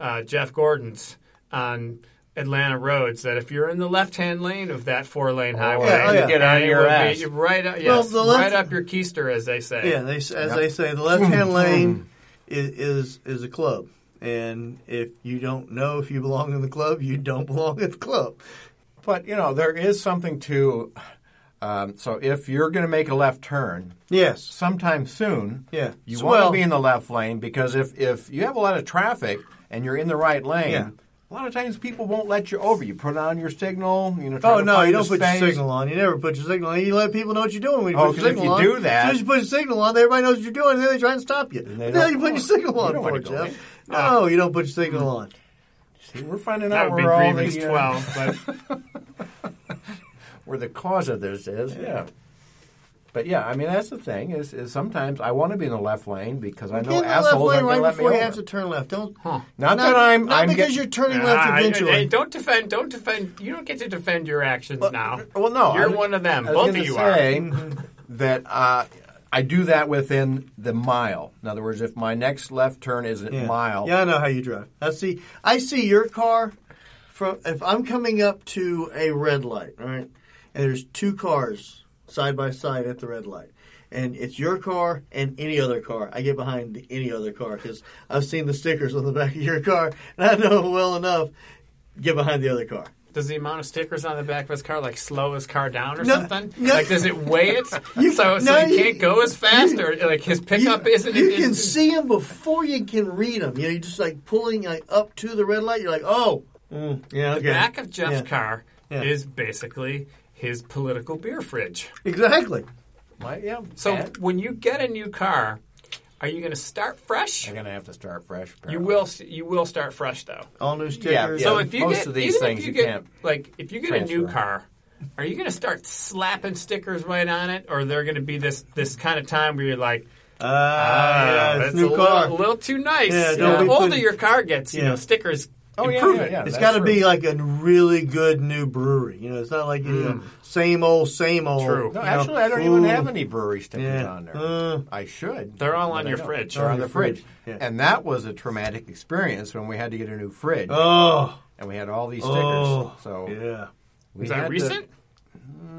[SPEAKER 4] uh, Jeff Gordons on Atlanta roads that if you're in the left-hand lane of that four-lane highway,
[SPEAKER 2] yeah, oh, yeah.
[SPEAKER 4] it
[SPEAKER 2] Get
[SPEAKER 3] on your
[SPEAKER 4] would be
[SPEAKER 3] ass.
[SPEAKER 4] right up, yes,
[SPEAKER 2] the left-
[SPEAKER 4] right up your keister, as they say.
[SPEAKER 2] Yeah, they, as they say, the left
[SPEAKER 3] Hmm.
[SPEAKER 2] hand lane is, is is a club, and if you don't know if you belong in the club, you don't belong in the club.
[SPEAKER 3] But you know, there is something to. Um, so if you're going to make a left turn
[SPEAKER 2] Yes,
[SPEAKER 3] sometime soon,
[SPEAKER 2] Yeah.
[SPEAKER 3] you
[SPEAKER 2] So,
[SPEAKER 3] want to
[SPEAKER 2] well-
[SPEAKER 3] be in the left lane because if if you have a lot of traffic and you're in the right lane.
[SPEAKER 2] Yeah.
[SPEAKER 3] A lot of times people won't let you over. You put on your signal, you know. try
[SPEAKER 2] Oh
[SPEAKER 3] to
[SPEAKER 2] no,
[SPEAKER 3] find
[SPEAKER 2] you
[SPEAKER 3] the
[SPEAKER 2] don't put
[SPEAKER 3] space.
[SPEAKER 2] your signal on. You never put your signal on. You let people know what you're doing when you
[SPEAKER 3] Oh,
[SPEAKER 2] put
[SPEAKER 3] 'cause
[SPEAKER 2] your
[SPEAKER 3] if
[SPEAKER 2] signal
[SPEAKER 3] you
[SPEAKER 2] on.
[SPEAKER 3] do that-
[SPEAKER 2] as soon as you put your signal on, everybody knows what you're doing, and then they try and stop you.
[SPEAKER 3] they
[SPEAKER 2] Then
[SPEAKER 3] don't-
[SPEAKER 2] you put your signal
[SPEAKER 3] You
[SPEAKER 2] on,
[SPEAKER 3] don't
[SPEAKER 2] poor
[SPEAKER 3] wanna go Hmm.
[SPEAKER 2] Jeff.
[SPEAKER 3] in.
[SPEAKER 2] No, you don't put your signal on.
[SPEAKER 3] See, we're finding
[SPEAKER 4] That
[SPEAKER 3] out
[SPEAKER 4] would be
[SPEAKER 3] where all
[SPEAKER 4] grievance
[SPEAKER 3] the uh,
[SPEAKER 4] 12, but
[SPEAKER 3] where the cause of this is. Yeah.
[SPEAKER 2] Yeah.
[SPEAKER 3] But yeah, I mean that's the thing is, is sometimes I want to be in the left lane because I
[SPEAKER 2] Get
[SPEAKER 3] know
[SPEAKER 2] in the left
[SPEAKER 3] assholes
[SPEAKER 2] lane
[SPEAKER 3] aren't
[SPEAKER 2] right
[SPEAKER 3] going to
[SPEAKER 2] before
[SPEAKER 3] let me
[SPEAKER 2] you
[SPEAKER 3] over.
[SPEAKER 2] have to turn left. Don't.
[SPEAKER 3] Not, that I'm
[SPEAKER 2] Not
[SPEAKER 3] I'm
[SPEAKER 2] because
[SPEAKER 3] get-
[SPEAKER 2] you're turning left
[SPEAKER 4] I- I-
[SPEAKER 2] eventually.
[SPEAKER 4] hey, don't defend, don't defend. You don't get to defend your actions now.
[SPEAKER 3] Well, no,
[SPEAKER 4] you're
[SPEAKER 3] I was-
[SPEAKER 4] one of them.
[SPEAKER 3] I was
[SPEAKER 4] Both of
[SPEAKER 3] gonna
[SPEAKER 4] you are.
[SPEAKER 3] say That uh, I do that within the mile. In other words, if my next left turn is a
[SPEAKER 2] Yeah.
[SPEAKER 3] mile,
[SPEAKER 2] Yeah, I know how you drive. I see. I see your car from if I'm coming up to a red light, all right, and there's two cars side by side at the red light, and it's your car and any other car. I get behind the, any other car because I've seen the stickers on the back of your car, and I know well enough. Get behind the other car.
[SPEAKER 4] Does the amount of stickers on the back of his car like slow his car down or
[SPEAKER 2] No,
[SPEAKER 4] something?
[SPEAKER 2] no.
[SPEAKER 4] like, does it weigh it
[SPEAKER 2] You-
[SPEAKER 4] so, so
[SPEAKER 2] no,
[SPEAKER 4] he
[SPEAKER 2] you-
[SPEAKER 4] can't go as fast, or like his pickup
[SPEAKER 2] you,
[SPEAKER 4] isn't?
[SPEAKER 2] you
[SPEAKER 4] is-
[SPEAKER 2] can see them before you can read them. You know, you're just like pulling like up to the red light. You're like, oh, mm, yeah, okay.
[SPEAKER 4] back of Jeff's
[SPEAKER 2] Yeah.
[SPEAKER 4] car
[SPEAKER 2] Yeah.
[SPEAKER 4] is basically his political beer fridge.
[SPEAKER 2] Exactly.
[SPEAKER 3] my, yeah.
[SPEAKER 4] So
[SPEAKER 3] and
[SPEAKER 4] when you get a new car, are you going to start fresh?
[SPEAKER 3] I'm going to have to start fresh.
[SPEAKER 4] You
[SPEAKER 3] apparently.
[SPEAKER 4] will. You will start fresh though.
[SPEAKER 2] All new stickers.
[SPEAKER 3] yeah.
[SPEAKER 4] So if you
[SPEAKER 3] most
[SPEAKER 4] get,
[SPEAKER 3] of these
[SPEAKER 4] even
[SPEAKER 3] things
[SPEAKER 4] if
[SPEAKER 3] you
[SPEAKER 4] you, get,
[SPEAKER 3] can't
[SPEAKER 4] like if you get a new
[SPEAKER 3] transfer.
[SPEAKER 4] car, are you going to start slapping stickers right on it, or they're going to be this this kind of time where you're like,
[SPEAKER 2] Ah, yeah,
[SPEAKER 4] "Ah,
[SPEAKER 2] it's
[SPEAKER 4] that's
[SPEAKER 2] new
[SPEAKER 4] a
[SPEAKER 2] car.
[SPEAKER 4] little, a little too nice.
[SPEAKER 2] Yeah,
[SPEAKER 4] You
[SPEAKER 2] don't
[SPEAKER 4] know,
[SPEAKER 2] be
[SPEAKER 4] the older
[SPEAKER 2] putting-
[SPEAKER 4] your car gets, you
[SPEAKER 2] Yeah.
[SPEAKER 4] know, stickers
[SPEAKER 3] Oh, yeah,
[SPEAKER 4] improve
[SPEAKER 3] yeah,
[SPEAKER 4] it.
[SPEAKER 3] yeah.
[SPEAKER 2] it's
[SPEAKER 3] that's
[SPEAKER 2] got to
[SPEAKER 3] true.
[SPEAKER 2] be like a really good new brewery. You know, it's not like you
[SPEAKER 3] Mm.
[SPEAKER 2] know, same old, same old.
[SPEAKER 4] True.
[SPEAKER 3] No,
[SPEAKER 2] you
[SPEAKER 3] actually,
[SPEAKER 2] know,
[SPEAKER 3] I don't even
[SPEAKER 2] ooh.
[SPEAKER 3] have any brewery stickers
[SPEAKER 2] Yeah.
[SPEAKER 3] on there.
[SPEAKER 2] Uh.
[SPEAKER 3] I should.
[SPEAKER 4] They're all
[SPEAKER 3] but
[SPEAKER 4] on
[SPEAKER 3] I
[SPEAKER 4] your
[SPEAKER 3] don't.
[SPEAKER 4] fridge.
[SPEAKER 3] They're on the fridge.
[SPEAKER 2] yeah.
[SPEAKER 3] And that was a traumatic experience when we had to get a new fridge,
[SPEAKER 2] Oh,
[SPEAKER 3] and we had all these stickers.
[SPEAKER 2] oh,
[SPEAKER 3] so
[SPEAKER 2] yeah.
[SPEAKER 3] we
[SPEAKER 4] Is
[SPEAKER 3] had
[SPEAKER 4] that
[SPEAKER 3] to-
[SPEAKER 4] recent?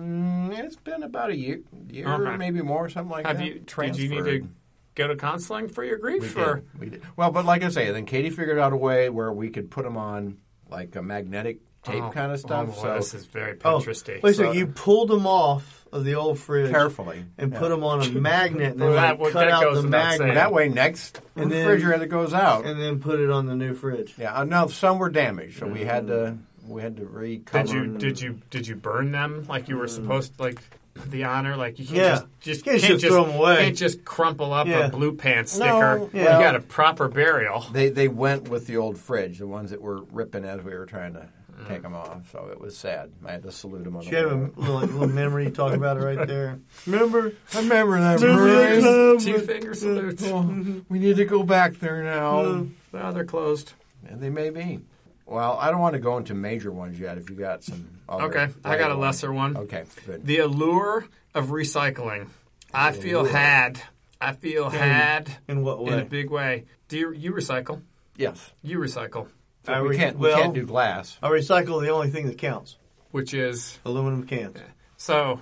[SPEAKER 3] Mm, it's been about a year, year
[SPEAKER 4] Okay.
[SPEAKER 3] maybe more, something like
[SPEAKER 4] Have
[SPEAKER 3] that.
[SPEAKER 4] you? Did you need
[SPEAKER 3] Transferred.
[SPEAKER 4] to go to counseling for your
[SPEAKER 3] We
[SPEAKER 4] grief,
[SPEAKER 3] did.
[SPEAKER 4] or
[SPEAKER 3] We did. Well, but like I say, then Katie figured out a way where we could put them on like a magnetic tape
[SPEAKER 4] Oh,
[SPEAKER 3] kind of stuff.
[SPEAKER 4] oh,
[SPEAKER 3] so
[SPEAKER 4] this is very
[SPEAKER 2] Oh,
[SPEAKER 4] Pinteresty.
[SPEAKER 2] wait a
[SPEAKER 3] So-
[SPEAKER 2] second. You pulled them off of the old fridge
[SPEAKER 3] carefully
[SPEAKER 2] and
[SPEAKER 3] Yeah.
[SPEAKER 2] put them on a magnet, and then
[SPEAKER 4] Well, that
[SPEAKER 2] like,
[SPEAKER 4] would-
[SPEAKER 2] cut
[SPEAKER 4] that
[SPEAKER 2] out
[SPEAKER 4] goes
[SPEAKER 2] the
[SPEAKER 4] without
[SPEAKER 2] magnet,
[SPEAKER 4] saying.
[SPEAKER 3] That way, next
[SPEAKER 2] And then-
[SPEAKER 3] refrigerator that goes out.
[SPEAKER 2] and then put it on the new fridge.
[SPEAKER 3] yeah, uh, no, some were damaged, so
[SPEAKER 2] Mm.
[SPEAKER 3] we had to we had to recover.
[SPEAKER 4] Did you
[SPEAKER 3] 'em.
[SPEAKER 4] did you did you burn them like you were
[SPEAKER 3] Mm.
[SPEAKER 4] supposed to, like the honor like you can't
[SPEAKER 2] Yeah.
[SPEAKER 4] just just
[SPEAKER 2] Can't just throw 'em away.
[SPEAKER 4] can't just crumple up
[SPEAKER 2] Yeah.
[SPEAKER 4] a blue pants sticker.
[SPEAKER 3] No,
[SPEAKER 2] yeah.
[SPEAKER 4] You got a proper burial.
[SPEAKER 3] They they went with the old fridge, the ones that were ripping as we were trying to
[SPEAKER 4] Mm.
[SPEAKER 3] take 'em take them off. So it was sad. I had to salute them on
[SPEAKER 2] Do
[SPEAKER 3] the
[SPEAKER 2] you have
[SPEAKER 3] way
[SPEAKER 2] a
[SPEAKER 3] out.
[SPEAKER 2] little, little memory? You talk about it right there. Remember?
[SPEAKER 3] I remember that
[SPEAKER 2] Remember
[SPEAKER 3] Maurice.
[SPEAKER 2] that
[SPEAKER 4] Two finger salutes.
[SPEAKER 3] Oh, we need to go back there now.
[SPEAKER 2] Mm.
[SPEAKER 4] Well, they're closed.
[SPEAKER 3] And they may be. Well, I don't want to go into major ones yet. If you got some, other
[SPEAKER 4] Okay, I got a
[SPEAKER 3] light
[SPEAKER 4] lesser one.
[SPEAKER 3] Okay, good.
[SPEAKER 4] The allure of recycling. I feel had. I feel had
[SPEAKER 2] In what
[SPEAKER 4] in a
[SPEAKER 2] way?
[SPEAKER 4] big way. Do you, you recycle?
[SPEAKER 3] yes,
[SPEAKER 4] You recycle,
[SPEAKER 2] I
[SPEAKER 3] we
[SPEAKER 2] re-
[SPEAKER 3] can't.
[SPEAKER 2] well, Uh,
[SPEAKER 3] we can't do glass.
[SPEAKER 2] I recycle the only thing that counts:
[SPEAKER 4] which is
[SPEAKER 2] aluminum cans.
[SPEAKER 4] so.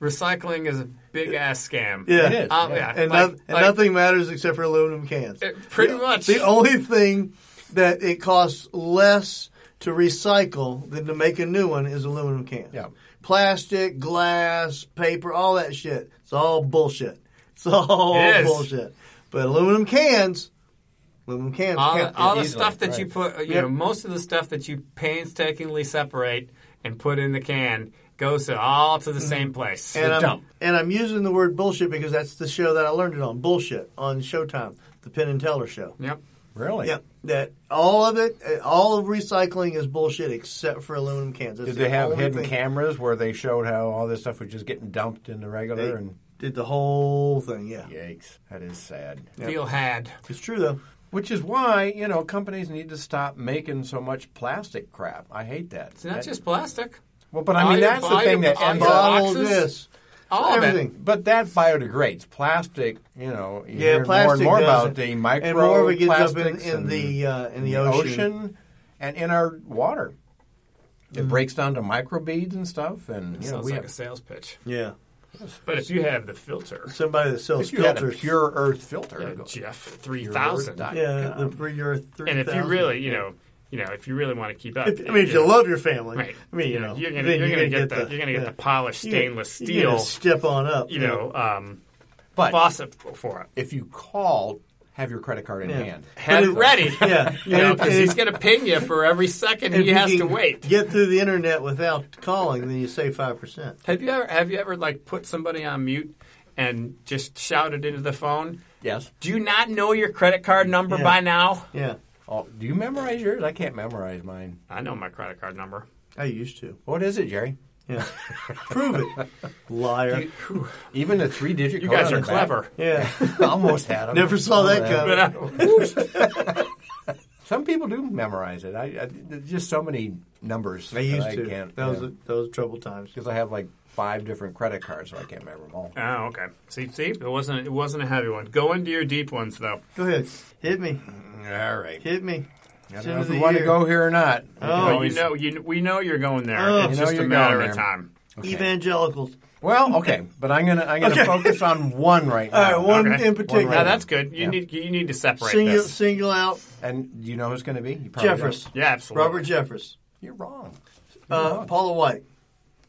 [SPEAKER 4] Recycling is a big ass scam.
[SPEAKER 2] Yeah.
[SPEAKER 3] It is.
[SPEAKER 4] Uh,
[SPEAKER 3] yeah.
[SPEAKER 4] yeah.
[SPEAKER 2] and,
[SPEAKER 4] like-
[SPEAKER 2] noth- and
[SPEAKER 4] like-
[SPEAKER 2] nothing matters except for aluminum cans.
[SPEAKER 4] It- pretty
[SPEAKER 2] The-
[SPEAKER 4] much.
[SPEAKER 2] The only thing that it costs less to recycle than to make a new one is aluminum cans.
[SPEAKER 3] Yeah.
[SPEAKER 2] Plastic, glass, paper, all that shit. It's all bullshit. It's all
[SPEAKER 4] It is.
[SPEAKER 2] bullshit. But aluminum cans, aluminum cans.
[SPEAKER 4] all,
[SPEAKER 2] count.
[SPEAKER 4] all the
[SPEAKER 3] easily,
[SPEAKER 4] stuff that you
[SPEAKER 3] right.
[SPEAKER 4] put, you
[SPEAKER 2] Yep.
[SPEAKER 4] know, most of the stuff that you painstakingly separate and put in the can goes to all to the same place.
[SPEAKER 2] Mm-hmm. and I'm,
[SPEAKER 3] dump.
[SPEAKER 2] And I'm using the word bullshit because that's the show that I learned it on. Bullshit on Showtime, the Penn and Teller show.
[SPEAKER 4] yep.
[SPEAKER 3] Really?
[SPEAKER 2] Yep. That all of it, uh, all of recycling is bullshit except for aluminum cans. That's
[SPEAKER 3] Did
[SPEAKER 2] the
[SPEAKER 3] they have
[SPEAKER 2] only
[SPEAKER 3] hidden
[SPEAKER 2] thing.
[SPEAKER 3] cameras where they showed how all this stuff was just getting dumped in the regular?
[SPEAKER 2] They
[SPEAKER 3] and
[SPEAKER 2] did the whole thing. Yeah,
[SPEAKER 3] yikes, that is sad.
[SPEAKER 4] Feel had.
[SPEAKER 2] it's true though.
[SPEAKER 3] Which is why you know companies need to stop making so much plastic crap. I hate that.
[SPEAKER 4] It's not
[SPEAKER 3] That-
[SPEAKER 4] just plastic.
[SPEAKER 3] well, but I
[SPEAKER 4] all
[SPEAKER 3] mean
[SPEAKER 4] your-
[SPEAKER 3] that's the
[SPEAKER 4] all your-
[SPEAKER 3] thing that
[SPEAKER 4] all
[SPEAKER 3] ends
[SPEAKER 4] your
[SPEAKER 3] up.
[SPEAKER 2] Bottle
[SPEAKER 4] boxes?
[SPEAKER 2] this,
[SPEAKER 4] All of
[SPEAKER 2] everything.
[SPEAKER 4] it.
[SPEAKER 3] But that biodegrades. Plastic, you know, you
[SPEAKER 2] Yeah,
[SPEAKER 3] hear more and
[SPEAKER 2] plastic
[SPEAKER 3] more about
[SPEAKER 2] does it.
[SPEAKER 3] the micro
[SPEAKER 2] and more of it gets up in,
[SPEAKER 3] plastics
[SPEAKER 2] in
[SPEAKER 3] and-
[SPEAKER 2] the uh, in
[SPEAKER 3] in
[SPEAKER 2] the
[SPEAKER 3] the
[SPEAKER 2] ocean. Mm-hmm.
[SPEAKER 3] ocean and in our water. It breaks down to microbeads and stuff, and you know
[SPEAKER 4] Sounds
[SPEAKER 3] we
[SPEAKER 4] like a
[SPEAKER 3] have
[SPEAKER 4] sales pitch.
[SPEAKER 2] Yeah.
[SPEAKER 4] But if you have the filter,
[SPEAKER 2] Somebody that sells
[SPEAKER 3] if you had a
[SPEAKER 2] filters.
[SPEAKER 3] pure earth filter.
[SPEAKER 4] uh,
[SPEAKER 3] go-
[SPEAKER 4] Jeff, three thousand.
[SPEAKER 3] Your word
[SPEAKER 2] yeah, the
[SPEAKER 3] Um,
[SPEAKER 2] bring your three.
[SPEAKER 4] And if you really, you know, you know, if you really want to keep up,
[SPEAKER 2] I mean, if you love your family,
[SPEAKER 4] right?
[SPEAKER 2] I mean, you know,
[SPEAKER 4] you're gonna,
[SPEAKER 2] then
[SPEAKER 4] you're gonna get, the, you're gonna
[SPEAKER 2] yeah.
[SPEAKER 4] get the polished
[SPEAKER 2] You're gonna-
[SPEAKER 4] stainless
[SPEAKER 2] you're gonna
[SPEAKER 4] steel,
[SPEAKER 2] step on up.
[SPEAKER 4] you know, um,
[SPEAKER 3] But
[SPEAKER 4] faucet for it.
[SPEAKER 3] if you call, have your credit card in
[SPEAKER 2] Yeah.
[SPEAKER 3] hand.
[SPEAKER 4] Have
[SPEAKER 2] But
[SPEAKER 4] it
[SPEAKER 2] it-
[SPEAKER 4] ready,
[SPEAKER 2] Yeah.
[SPEAKER 4] you know,
[SPEAKER 2] And if-
[SPEAKER 4] because he's gonna ping you for every second
[SPEAKER 2] if
[SPEAKER 4] he has
[SPEAKER 2] you
[SPEAKER 4] to
[SPEAKER 2] can
[SPEAKER 4] wait.
[SPEAKER 2] Get through the internet without calling, then you save five percent.
[SPEAKER 4] Have you ever have you ever like put somebody on mute and just shouted into the phone?
[SPEAKER 3] Yes.
[SPEAKER 4] Do you not know your credit card number
[SPEAKER 2] Yeah.
[SPEAKER 4] by now?
[SPEAKER 2] Yeah,
[SPEAKER 3] Oh, do you memorize yours? I can't memorize mine.
[SPEAKER 4] I know my credit card number.
[SPEAKER 2] I used to.
[SPEAKER 3] What is it, Jerry?
[SPEAKER 2] Yeah, prove it, liar.
[SPEAKER 3] Even a three-digit.
[SPEAKER 4] You
[SPEAKER 3] code
[SPEAKER 4] guys
[SPEAKER 3] on
[SPEAKER 4] are
[SPEAKER 3] the back.
[SPEAKER 4] clever.
[SPEAKER 2] Yeah,
[SPEAKER 3] Almost had 'em.
[SPEAKER 2] Never saw that
[SPEAKER 3] Almost had 'em.
[SPEAKER 4] But I-
[SPEAKER 3] Some people do memorize it. I, I there's just so many numbers.
[SPEAKER 2] I used
[SPEAKER 3] that I
[SPEAKER 2] to.
[SPEAKER 3] Can't,
[SPEAKER 2] that was a, that was trouble times.
[SPEAKER 3] because I have like five different credit cards, so I can't remember them all.
[SPEAKER 4] Oh, okay. See, see, it wasn't it wasn't a heavy one. Go into your deep ones though.
[SPEAKER 2] Go ahead, hit me,
[SPEAKER 3] All right.
[SPEAKER 2] hit me.
[SPEAKER 3] Mm-hmm. I
[SPEAKER 2] It's
[SPEAKER 3] don't
[SPEAKER 2] end
[SPEAKER 3] know if
[SPEAKER 2] of
[SPEAKER 3] we
[SPEAKER 2] the
[SPEAKER 3] want to
[SPEAKER 2] year.
[SPEAKER 3] go here or not. We can
[SPEAKER 2] Oh,
[SPEAKER 4] Well,
[SPEAKER 3] always-
[SPEAKER 4] you know, you we know you're going there.
[SPEAKER 2] Oh.
[SPEAKER 4] it's
[SPEAKER 3] You know
[SPEAKER 4] just a
[SPEAKER 3] you're
[SPEAKER 4] matter
[SPEAKER 3] going
[SPEAKER 4] of
[SPEAKER 3] there.
[SPEAKER 4] time.
[SPEAKER 3] Okay.
[SPEAKER 2] Evangelicals.
[SPEAKER 3] Well, okay, but I'm gonna I'm gonna
[SPEAKER 2] Okay.
[SPEAKER 3] focus on one right now.
[SPEAKER 2] All right, one
[SPEAKER 4] Okay.
[SPEAKER 2] in particular.
[SPEAKER 4] Now that's good. You
[SPEAKER 3] Yeah.
[SPEAKER 4] need you need to separate
[SPEAKER 2] single
[SPEAKER 4] this.
[SPEAKER 2] single out
[SPEAKER 3] And do you know who's going to be? You probably
[SPEAKER 2] Jeffress.
[SPEAKER 3] don't.
[SPEAKER 4] Yeah, absolutely.
[SPEAKER 2] Robert Jeffress.
[SPEAKER 3] You're wrong. You're
[SPEAKER 2] Uh,
[SPEAKER 3] wrong.
[SPEAKER 2] Paula White.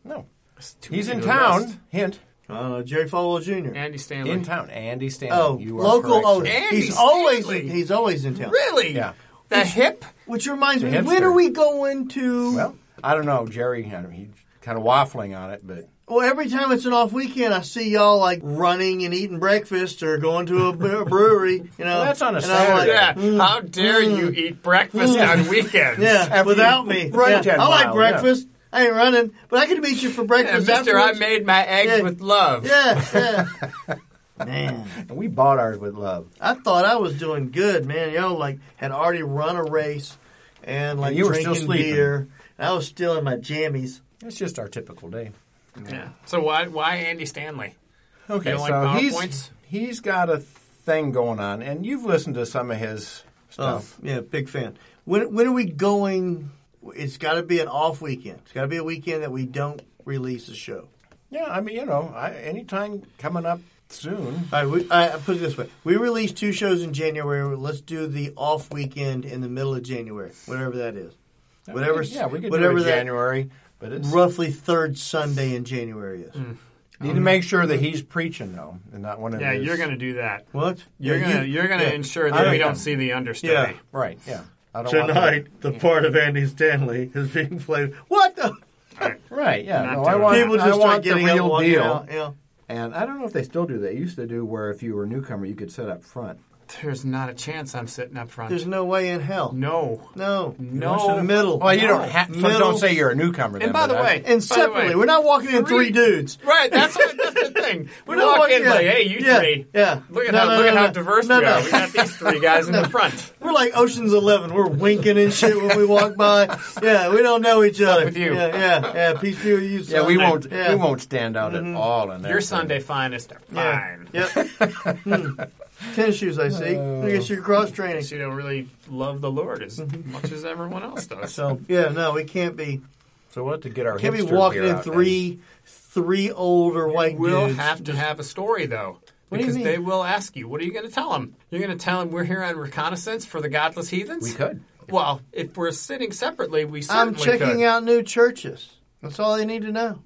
[SPEAKER 3] no,
[SPEAKER 4] It's too
[SPEAKER 3] he's
[SPEAKER 4] easy
[SPEAKER 3] in
[SPEAKER 4] to list.
[SPEAKER 3] town. Hint.
[SPEAKER 2] Uh, Jerry Falwell Jr.
[SPEAKER 4] Andy Stanley.
[SPEAKER 3] In town. Andy Stanley.
[SPEAKER 2] oh,
[SPEAKER 3] you are
[SPEAKER 2] local.
[SPEAKER 3] correct,
[SPEAKER 2] Oh,
[SPEAKER 3] sir.
[SPEAKER 4] Andy
[SPEAKER 2] he's always
[SPEAKER 4] Stanley.
[SPEAKER 2] he's always in town.
[SPEAKER 4] Really?
[SPEAKER 3] Yeah.
[SPEAKER 4] The hip.
[SPEAKER 2] Which reminds
[SPEAKER 3] The
[SPEAKER 2] me,
[SPEAKER 3] hipster.
[SPEAKER 2] when are we going to?
[SPEAKER 3] Well, I don't know, Jerry. I mean, he's kind of waffling on it, but
[SPEAKER 2] Well, every time it's an off weekend, I see y'all like running and eating breakfast or going to a bre- brewery. You know,
[SPEAKER 3] Well, that's on a
[SPEAKER 2] And I'm like,
[SPEAKER 3] Saturday.
[SPEAKER 4] Yeah. How dare you eat breakfast on weekends?
[SPEAKER 2] yeah,
[SPEAKER 3] After
[SPEAKER 2] without
[SPEAKER 3] you
[SPEAKER 2] me.
[SPEAKER 3] run
[SPEAKER 2] Yeah,
[SPEAKER 3] 10
[SPEAKER 2] I like
[SPEAKER 3] miles,
[SPEAKER 2] breakfast. I ain't running, but I could meet you for
[SPEAKER 4] Yeah,
[SPEAKER 2] breakfast.
[SPEAKER 4] Mister, I
[SPEAKER 2] afterwards.
[SPEAKER 4] made my eggs
[SPEAKER 2] Yeah.
[SPEAKER 4] with love.
[SPEAKER 2] Yeah, yeah. man,
[SPEAKER 3] and we bought ours with love.
[SPEAKER 2] I thought I was doing good, man. Y'all like had already run a race and like
[SPEAKER 3] And you were still
[SPEAKER 2] drinking
[SPEAKER 3] sleeping.
[SPEAKER 2] beer. I was still in my jammies.
[SPEAKER 3] It's just our typical day.
[SPEAKER 4] Yeah. So why why Andy Stanley?
[SPEAKER 3] Okay,
[SPEAKER 4] You don't like
[SPEAKER 3] so
[SPEAKER 4] PowerPoints?
[SPEAKER 3] he's he's got a thing going on, and you've listened to some of his
[SPEAKER 2] Oh,
[SPEAKER 3] stuff.
[SPEAKER 2] yeah, big fan. When when are we going? It's got to be an off weekend. It's got to be a weekend that we don't release a show.
[SPEAKER 3] yeah, I mean, you know, I, anytime coming up soon.
[SPEAKER 2] All right, we, I, I put it this way: we released two shows in January. Let's do the off weekend in the middle of January, whatever that is, whatever.
[SPEAKER 3] Uh, yeah, we could
[SPEAKER 2] whatever
[SPEAKER 3] do it
[SPEAKER 2] that
[SPEAKER 3] January, but it's
[SPEAKER 2] roughly third Sunday in January is.
[SPEAKER 3] Mm. need to make sure that he's preaching though, and not one of
[SPEAKER 4] Yeah,
[SPEAKER 3] his-
[SPEAKER 4] you're going to do that.
[SPEAKER 2] What
[SPEAKER 4] You're
[SPEAKER 2] Yeah,
[SPEAKER 4] gonna
[SPEAKER 2] you-
[SPEAKER 4] you, are gonna
[SPEAKER 2] yeah.
[SPEAKER 4] ensure
[SPEAKER 2] I
[SPEAKER 4] that we
[SPEAKER 2] am.
[SPEAKER 4] don't see the understudy.
[SPEAKER 2] Yeah.
[SPEAKER 3] right. Yeah, I don't want that.
[SPEAKER 2] tonight. The part of Andy Stanley is being played. What the
[SPEAKER 4] All right.
[SPEAKER 3] Right. Yeah.
[SPEAKER 4] Not
[SPEAKER 3] No, I
[SPEAKER 4] doing
[SPEAKER 3] want
[SPEAKER 4] that.
[SPEAKER 2] people
[SPEAKER 3] I
[SPEAKER 2] just
[SPEAKER 3] want
[SPEAKER 2] start
[SPEAKER 3] the
[SPEAKER 2] getting up,
[SPEAKER 3] real
[SPEAKER 2] walking
[SPEAKER 3] deal.
[SPEAKER 2] out, Yeah.
[SPEAKER 3] And I don't know if they still do that. They used to do where if you were a newcomer, you could sit up front.
[SPEAKER 4] There's not a chance I'm sitting up front.
[SPEAKER 2] There's no way in hell.
[SPEAKER 4] no.
[SPEAKER 2] No.
[SPEAKER 4] No.
[SPEAKER 2] Middle.
[SPEAKER 3] Well, you
[SPEAKER 2] No.
[SPEAKER 3] don't have. So
[SPEAKER 2] Middle.
[SPEAKER 3] don't say you're a newcomer. then,
[SPEAKER 4] And by
[SPEAKER 3] but
[SPEAKER 4] the
[SPEAKER 3] I-
[SPEAKER 4] way,
[SPEAKER 2] And
[SPEAKER 4] by the way-
[SPEAKER 2] separately, we're not walking in three
[SPEAKER 4] Three-
[SPEAKER 2] dudes.
[SPEAKER 4] Right, that's, what, that's the thing. We
[SPEAKER 2] No,
[SPEAKER 4] walk in
[SPEAKER 2] yeah,
[SPEAKER 4] like, hey, you
[SPEAKER 2] yeah,
[SPEAKER 4] three.
[SPEAKER 2] yeah.
[SPEAKER 4] Look at
[SPEAKER 2] No,
[SPEAKER 4] how,
[SPEAKER 2] no,
[SPEAKER 4] look
[SPEAKER 2] no,
[SPEAKER 4] at how
[SPEAKER 2] no.
[SPEAKER 4] diverse
[SPEAKER 2] No,
[SPEAKER 4] we
[SPEAKER 2] no.
[SPEAKER 4] are. We got these three guys in the front.
[SPEAKER 2] We're like Ocean's Eleven. We're winking and shit when we walk by. Yeah, we don't know each other.
[SPEAKER 4] with you?
[SPEAKER 2] Yeah, yeah, yeah. Peace be with you. Son.
[SPEAKER 3] yeah, we won't.
[SPEAKER 2] Yeah.
[SPEAKER 3] We won't stand out at all. In that
[SPEAKER 4] Mm-hmm. Your
[SPEAKER 3] thing.
[SPEAKER 4] Sunday finest are
[SPEAKER 2] Yeah.
[SPEAKER 4] fine. Uh,
[SPEAKER 2] Yep. Hmm. Tennis shoes, I see. I guess you're cross training.
[SPEAKER 4] You don't really love the Lord as much as everyone else does.
[SPEAKER 2] So yeah, no, we can't be.
[SPEAKER 3] So we'll have to get our.
[SPEAKER 2] Can't be
[SPEAKER 3] hipster
[SPEAKER 2] walking
[SPEAKER 3] beer
[SPEAKER 2] in
[SPEAKER 3] out
[SPEAKER 2] three, three older white
[SPEAKER 4] We'll
[SPEAKER 2] dudes.
[SPEAKER 4] have to have a story though.
[SPEAKER 2] do you
[SPEAKER 4] Because
[SPEAKER 2] mean?
[SPEAKER 4] they will ask you, what are you going to tell them? You're going to tell them we're here on reconnaissance for the godless heathens?
[SPEAKER 3] We could.
[SPEAKER 4] Well, if we're sitting separately, we certainly
[SPEAKER 2] I'm checking
[SPEAKER 4] could.
[SPEAKER 2] out new churches. That's all they need to know.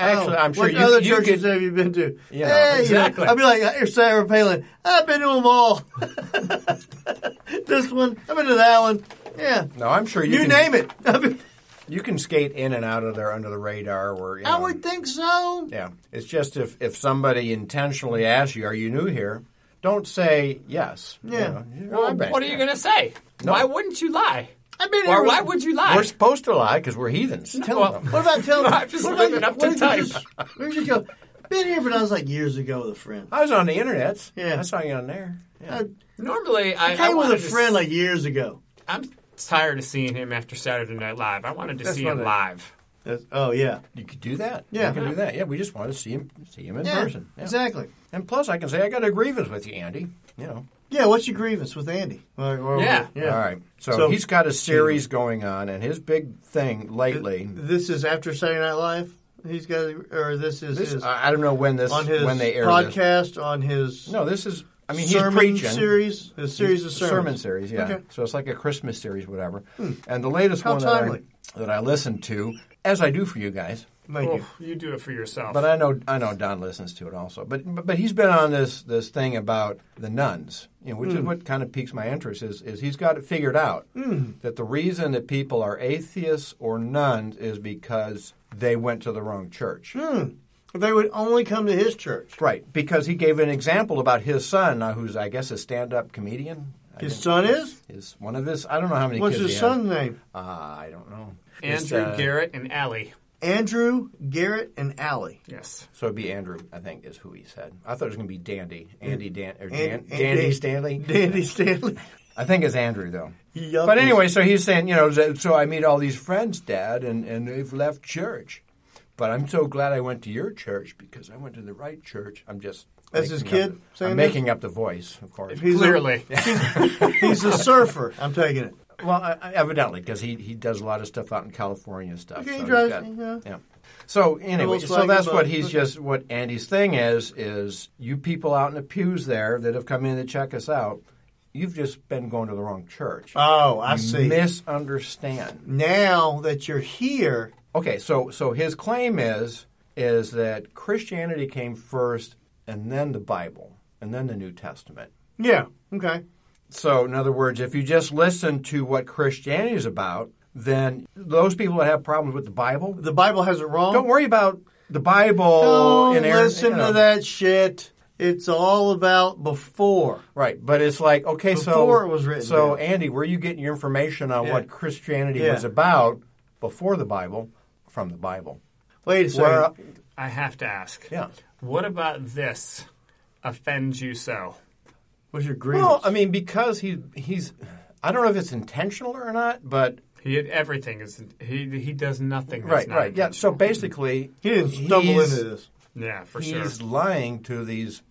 [SPEAKER 3] Actually,
[SPEAKER 2] Oh,
[SPEAKER 3] I'm sure
[SPEAKER 2] what
[SPEAKER 3] you-
[SPEAKER 2] other
[SPEAKER 3] you
[SPEAKER 2] churches
[SPEAKER 3] could-
[SPEAKER 2] have you been to?
[SPEAKER 3] Yeah,
[SPEAKER 2] Hey, you know,
[SPEAKER 4] exactly.
[SPEAKER 2] I'd be like, hey, Sarah Palin. I've been to them all. this one. I've been to that one. Yeah.
[SPEAKER 3] And, no, I'm sure you.
[SPEAKER 2] You,
[SPEAKER 3] can,
[SPEAKER 2] name it. I, mean,
[SPEAKER 3] You can skate in and out of there under the radar, or you know,
[SPEAKER 2] I would think so.
[SPEAKER 3] Yeah, it's just if if somebody intentionally asks you, "Are you new here?" Don't say yes. You
[SPEAKER 2] Yeah.
[SPEAKER 3] know,
[SPEAKER 4] Well,
[SPEAKER 3] "I'm back."
[SPEAKER 4] what are you going to say? Why wouldn't you lie?
[SPEAKER 2] I've been
[SPEAKER 4] Or
[SPEAKER 2] every-
[SPEAKER 4] why would you lie?
[SPEAKER 3] We're supposed to lie because we're heathens. Tell
[SPEAKER 4] well,
[SPEAKER 3] them.
[SPEAKER 2] What about telling?
[SPEAKER 4] I'm just
[SPEAKER 2] what about-
[SPEAKER 4] living up to
[SPEAKER 2] what if you
[SPEAKER 4] type.
[SPEAKER 2] just- Where'd you go? Been here, but I was like years ago with a friend.
[SPEAKER 3] I was on the internet.
[SPEAKER 2] Yeah.
[SPEAKER 3] I saw you on there. Yeah.
[SPEAKER 4] Uh,
[SPEAKER 2] I
[SPEAKER 4] Normally, I, I
[SPEAKER 2] came with
[SPEAKER 4] wanted
[SPEAKER 2] a
[SPEAKER 4] to
[SPEAKER 2] friend
[SPEAKER 4] s-
[SPEAKER 2] like years ago.
[SPEAKER 4] I'm tired of seeing him after Saturday Night Live. I wanted to see him
[SPEAKER 2] funny.
[SPEAKER 4] live.
[SPEAKER 2] That's- oh yeah,
[SPEAKER 3] You could do that.
[SPEAKER 2] Yeah.
[SPEAKER 3] you could do that. Yeah, we just want to see him, see him in
[SPEAKER 2] yeah,
[SPEAKER 3] person. Yeah.
[SPEAKER 2] exactly.
[SPEAKER 3] And plus, I can say I got a grievance with you, Andy. You know,
[SPEAKER 2] Yeah, what's your grievance with Andy? Or- or-
[SPEAKER 4] Yeah.
[SPEAKER 3] All right. So,
[SPEAKER 2] So-
[SPEAKER 3] he's got a series going on, and his big thing lately.
[SPEAKER 2] This is after Saturday Night Live. He's got, or this is
[SPEAKER 3] This,
[SPEAKER 2] his,
[SPEAKER 3] I I don't know when this
[SPEAKER 2] on his
[SPEAKER 3] when they air this.
[SPEAKER 2] podcast, on his
[SPEAKER 3] No, this is. I mean, he's
[SPEAKER 2] sermon
[SPEAKER 3] preaching.
[SPEAKER 2] series, his series of sermons.
[SPEAKER 3] sermon series, yeah.
[SPEAKER 2] Okay.
[SPEAKER 3] So it's like a Christmas series, whatever. And the latest
[SPEAKER 2] How
[SPEAKER 3] one
[SPEAKER 2] timely.
[SPEAKER 3] that I, that I listened to, as I do for you guys,
[SPEAKER 2] Thank you.
[SPEAKER 4] Oh, you do it for yourself.
[SPEAKER 3] but I know I know Don listens to it also. But but, but he's been on this this thing about the nuns, you know, which
[SPEAKER 2] Hmm.
[SPEAKER 3] is what kind of piques my interest. Is is he's got it figured out
[SPEAKER 2] Hmm.
[SPEAKER 3] that the reason that people are atheists or nuns is because they went to the wrong church.
[SPEAKER 2] Hmm. They would only come to his church.
[SPEAKER 3] Right, because he gave an example about his son, uh, who's I guess a stand-up comedian. I
[SPEAKER 2] His
[SPEAKER 3] didn't-
[SPEAKER 2] son is?
[SPEAKER 3] His one of his. I don't know how many.
[SPEAKER 2] What's
[SPEAKER 3] kids
[SPEAKER 2] his
[SPEAKER 3] he
[SPEAKER 2] son's
[SPEAKER 3] Has.
[SPEAKER 2] name?
[SPEAKER 3] Uh, I don't know. It's,
[SPEAKER 4] Andrew
[SPEAKER 3] uh,
[SPEAKER 4] Garrett and Allie.
[SPEAKER 2] Andrew, Garrett, and Allie.
[SPEAKER 4] Yes.
[SPEAKER 3] So it'd be Andrew, I think, is who he said. I thought it was going to be Dandy, Andy Dan, or Dan,
[SPEAKER 2] And- and-
[SPEAKER 3] Dandy Stanley.
[SPEAKER 2] Dandy Stanley.
[SPEAKER 3] I think it's Andrew though.
[SPEAKER 2] Yup.
[SPEAKER 3] But anyway, so he's saying, you know, so- so I meet all these friends, Dad, and and they've left church, but I'm so glad I went to your church because I went to the right church. I'm just
[SPEAKER 2] That's his
[SPEAKER 3] making up
[SPEAKER 2] kid
[SPEAKER 3] the-
[SPEAKER 2] saying
[SPEAKER 3] I'm
[SPEAKER 2] that?
[SPEAKER 3] making up the voice, of course.
[SPEAKER 2] He's a-
[SPEAKER 4] Clearly.
[SPEAKER 2] he's a surfer. I'm taking it.
[SPEAKER 3] Well, I, I- evidently, because he, he does a lot of stuff out in California and stuff.
[SPEAKER 2] Okay, he
[SPEAKER 3] he's
[SPEAKER 2] drives-
[SPEAKER 3] got-
[SPEAKER 2] yeah.
[SPEAKER 3] yeah. So anyway, so
[SPEAKER 2] Volkswagen
[SPEAKER 3] that's what
[SPEAKER 2] bug.
[SPEAKER 3] he's just what Andy's thing is is you people out in the pews there that have come in to check us out, you've just been going to the wrong church.
[SPEAKER 2] Oh, I see.
[SPEAKER 3] Misunderstand.
[SPEAKER 2] now that you're here,
[SPEAKER 3] Okay, so so his claim is is that Christianity came first, and then the Bible, and then the New Testament.
[SPEAKER 2] yeah, okay.
[SPEAKER 3] So, in other words, if you just listen to what Christianity is about, then those people that have problems with the Bible,
[SPEAKER 2] The Bible has it wrong.
[SPEAKER 3] don't worry about the Bible
[SPEAKER 2] Don't
[SPEAKER 3] and Aaron-
[SPEAKER 2] listen
[SPEAKER 3] you know.
[SPEAKER 2] to that shit. It's all about before.
[SPEAKER 3] Right, but it's like okay, so
[SPEAKER 2] Before it was written
[SPEAKER 3] So,
[SPEAKER 2] down.
[SPEAKER 3] Andy, where are you getting your information on
[SPEAKER 2] Yeah.
[SPEAKER 3] what Christianity
[SPEAKER 2] Yeah.
[SPEAKER 3] was about before the Bible from the Bible?
[SPEAKER 2] Wait a second.
[SPEAKER 3] Where,
[SPEAKER 4] I have to ask.
[SPEAKER 3] Yeah.
[SPEAKER 4] What about this offends you so?
[SPEAKER 2] What's your grievance?
[SPEAKER 3] well, I mean, because he he's, I don't know if it's intentional or not, but
[SPEAKER 4] He had everything is he he does nothing that's
[SPEAKER 3] right,
[SPEAKER 4] not
[SPEAKER 3] right, yeah. So
[SPEAKER 4] intentional.
[SPEAKER 3] basically,
[SPEAKER 2] he didn't stumble
[SPEAKER 3] he's-
[SPEAKER 2] into this.
[SPEAKER 4] yeah, for sure.
[SPEAKER 3] he's lying to these